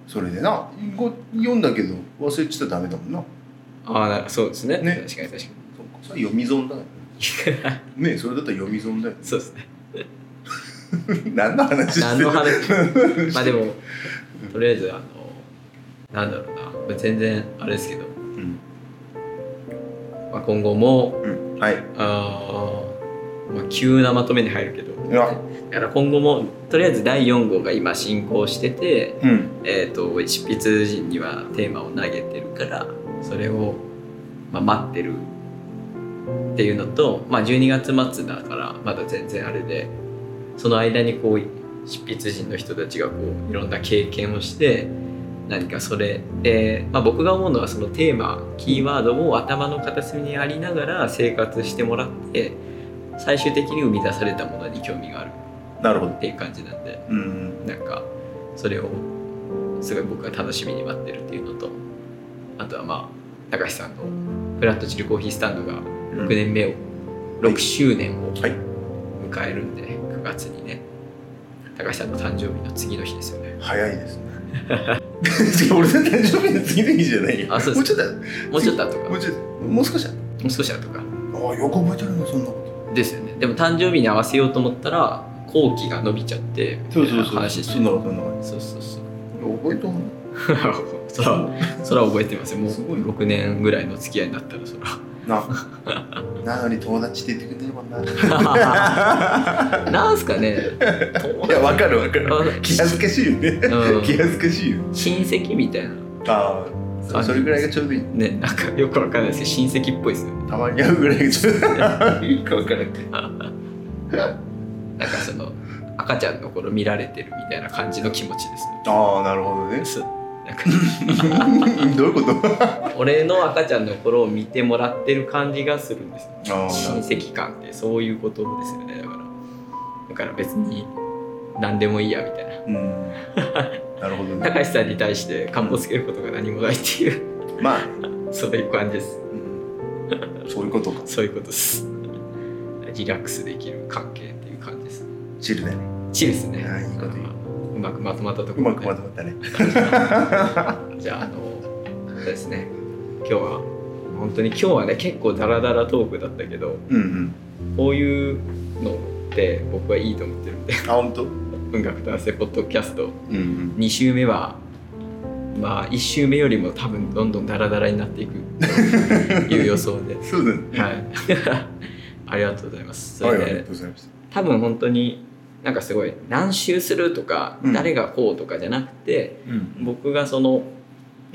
S2: それでなご読んだけど忘れちゃったらダメだもんな
S1: ああなそうですね
S2: ね
S1: 確かに確か
S2: そっかそれ読み損だよねねそれだったら読み損だよ
S1: に そうですね
S2: 何の話して
S1: 何の
S2: る
S1: 話まあでもとりあえずあのなんだろうなこれ全然あれですけど、
S2: ん
S1: まあ、今後も
S2: うんはい
S1: あー、まあ、急なまとめに入るけど
S2: いや
S1: だから今後もとりあえず第4号が今進行してて、
S2: うん
S1: えー、と執筆陣にはテーマを投げてるからそれを、まあ、待ってるっていうのと、まあ、12月末だからまだ全然あれでその間にこう執筆陣の人たちがこういろんな経験をして何かそれで、まあ、僕が思うのはそのテーマキーワードを頭の片隅にありながら生活してもらって最終的に生み出されたものに興味がある
S2: なるほど
S1: っていう感じなんで。
S2: うん
S1: なんかそれをすごい僕は楽しみに待ってるっていうのとあとはまあ高橋さんのフラットチルコーヒースタンドが6年目を、6周年を
S2: はい
S1: 迎えるんで9月にね高橋さんの誕生日の次の日ですよね
S2: 早いですね 違う俺の誕生日の次の日じゃないよ
S1: あそう
S2: もう
S1: で
S2: ちょ
S1: す
S2: っと
S1: もうちょっと後か
S2: も
S1: も
S2: うちょっともう少しだ
S1: う少し後か
S2: ああよく覚えてるなそんなこと
S1: ですよねでも誕生日に合わせようと思ったら後期が伸びちゃってみたいな話して
S2: そんなことそんなこ
S1: そうそうそう
S2: と覚えとんの
S1: そらそら覚えてますよもう
S2: すごいな
S1: 6年ぐらいの付き合いになったらそ ら
S2: ななのに友達って言ってくれてるもんな い
S1: なんすかね。い
S2: やわかるわかる気恥ずかしいよね、
S1: うん
S2: 気恥ずかしいよ
S1: 親戚みたいな。
S2: ああそれぐらいがちょうどいい
S1: ね、なんかよくわかんないですけど、親戚っぽいですよね。
S2: たまに会うぐらいがちょうどいいいいか分からんけど
S1: なんかその、赤ちゃんの頃見られてるみたいな感じの気持ちですね。
S2: ああなるほどね
S1: そうなんか
S2: どういうこと
S1: 俺の赤ちゃんの頃を見てもらってる感じがするんですよ親
S2: あー
S1: 戚感ってそういうことですよねだからだから別に何でもいいやみたい
S2: うん なるほど
S1: な
S2: ね
S1: 高橋さんに対してカンコつけることが何もないっていう
S2: まあ、
S1: そういう感じです
S2: うんそういうことか
S1: そういうことです。リラックスできる関係っていう感じです。
S2: チルだね
S1: チルですね。
S2: あーいいこと言う
S1: うまくまとまったとこ
S2: う
S1: ろ
S2: まくまとまったね
S1: じゃあ、あの、そうですね。今日は、本当に今日はね、結構ダラダラトークだったけど、
S2: うんうん
S1: こういうのって僕はいいと思ってるんで、
S2: あ本当う
S1: 文学男性ポッドキャスト
S2: んうん
S1: 2週目は、
S3: まあ1周目よりも多分どんどんダラダラになってい くという予想で、
S2: そうだね。
S3: はい ありがとうございますそ
S2: は
S3: れ
S2: い、
S3: で、
S2: ありがとうございました。
S3: 多分本当になんかすごい何周するとか、
S2: うん
S3: 誰がこうとかじゃなくて
S2: うん。
S3: 僕がその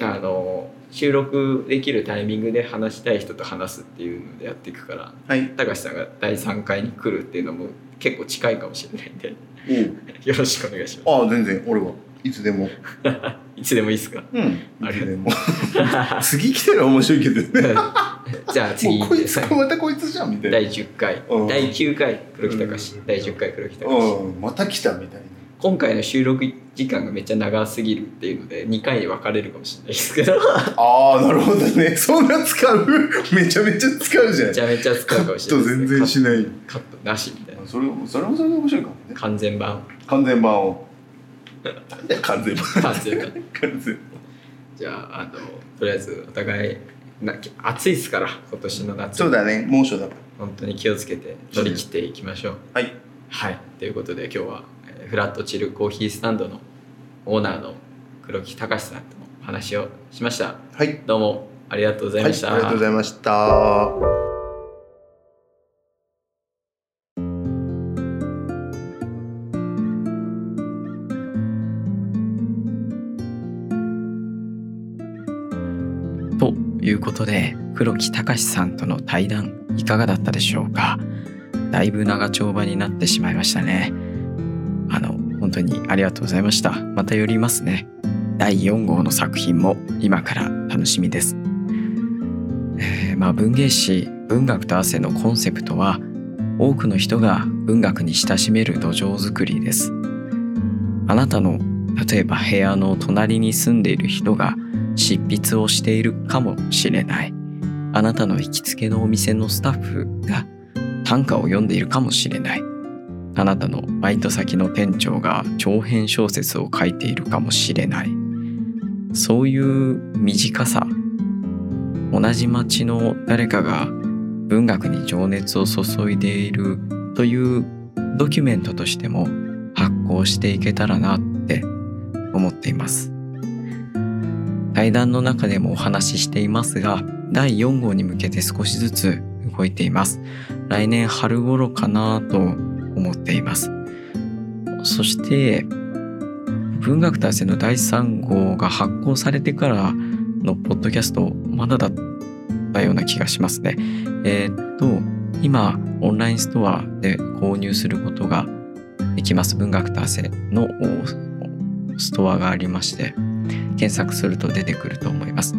S3: あの収録できるタイミングで話したい人と話すっていうのでやっていくから
S2: はい。
S3: 高橋さんが第3回に来るっていうのも結構近いかもしれないんで よろしくお願いしま
S2: おああ、全然、俺はいつでも。
S3: すいつでもいいですか
S2: うん。
S3: あり
S2: い
S3: が
S2: つ
S3: と
S2: でも。 次来たら面白いけどね。
S3: じゃあ次
S2: もうこいつかまたこいつじゃんみたいな。
S3: 第10回
S2: うん
S3: 第9回黒木隆
S2: うん
S3: 第10回黒木隆
S2: うん、また来たみたいな。
S3: 今回の収録時間がめっちゃ長すぎるっていうので2回に分かれるかもしれないですけど
S2: ああ、なるほどね。そんな使う めちゃめちゃ使うじ
S3: め
S2: ゃない
S3: ち。ゃめちゃ
S2: カ
S3: 使うかも
S2: ッ
S3: しれない
S2: ト
S3: ですね
S2: 全然しない。
S3: カットなしみたいな
S2: それも、それもそれで面白いかもね。
S3: 完全版
S2: 完全版を。なんだよ完全版。
S3: 完全版
S2: 完全版。
S3: じゃああのとりあえずお互いな暑いですから今年の夏
S2: そうだね、猛暑だか
S3: 本当に気をつけて乗り切っていきましょう
S2: ら。はい。
S3: はいということで今日はえーフラットチルコーヒースタンドのオーナーの黒木隆さんとのお話をしました
S2: はい。はい、
S3: どうもありがとうござ
S2: あ
S3: い
S2: り
S3: ました、
S2: がとうございました。
S1: ということで黒木隆さんとの対談いかがだったでしょうかだいぶ長丁場になってしまいましたねあの本当にありがとうございましたまた寄りますね第4号の作品も今から楽しみです、えーまあ文芸誌文学と汗のコンセプトは多くの人が文学に親しめる土壌づくりですあなたの例えば部屋の隣に住んでいる人が執筆をしているかもしれないあなたの行きつけのお店のスタッフが短歌を読んでいるかもしれないあなたのバイト先の店長が長編小説を書いているかもしれないそういう短さ同じ町の誰かが文学に情熱を注いでいるというドキュメントとしても発行していけたらなって思っています対談の中でもお話ししていますが第4号に向けて少しずつ動いています来年春頃かなと思っていますそして文学達成の第3号が発行されてからのポッドキャストまだだったような気がしますねえーっと今オンラインストアで購入することができます文学達成のおストアがありまして検索すると出てくると思います。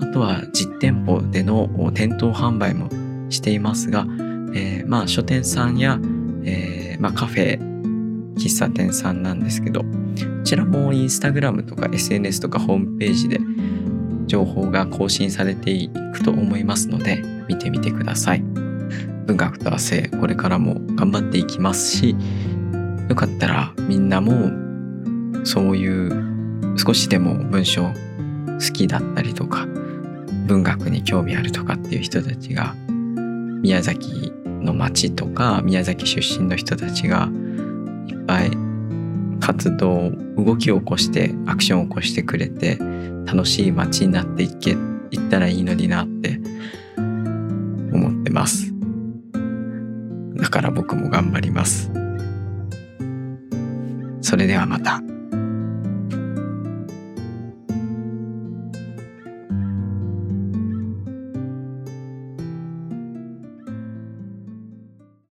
S1: あとは実店舗でのお店頭販売もしていますが、えーまあ書店さんや、えーまあ、カフェ喫茶店さんなんですけどこちらもインスタグラムとか SNS とかホームページで情報が更新されていくと思いますので見てみてください。文学と汗これからも頑張っていきますしよかったらみんなもそういう少しでも文章好きだったりとか文学に興味あるとかっていう人たちが宮崎の町とか宮崎出身の人たちがいっぱい活動動きを起こしてアクションを起こしてくれて楽しい町になっていけいったらいいのになって思ってますだから僕も頑張りますそれではまた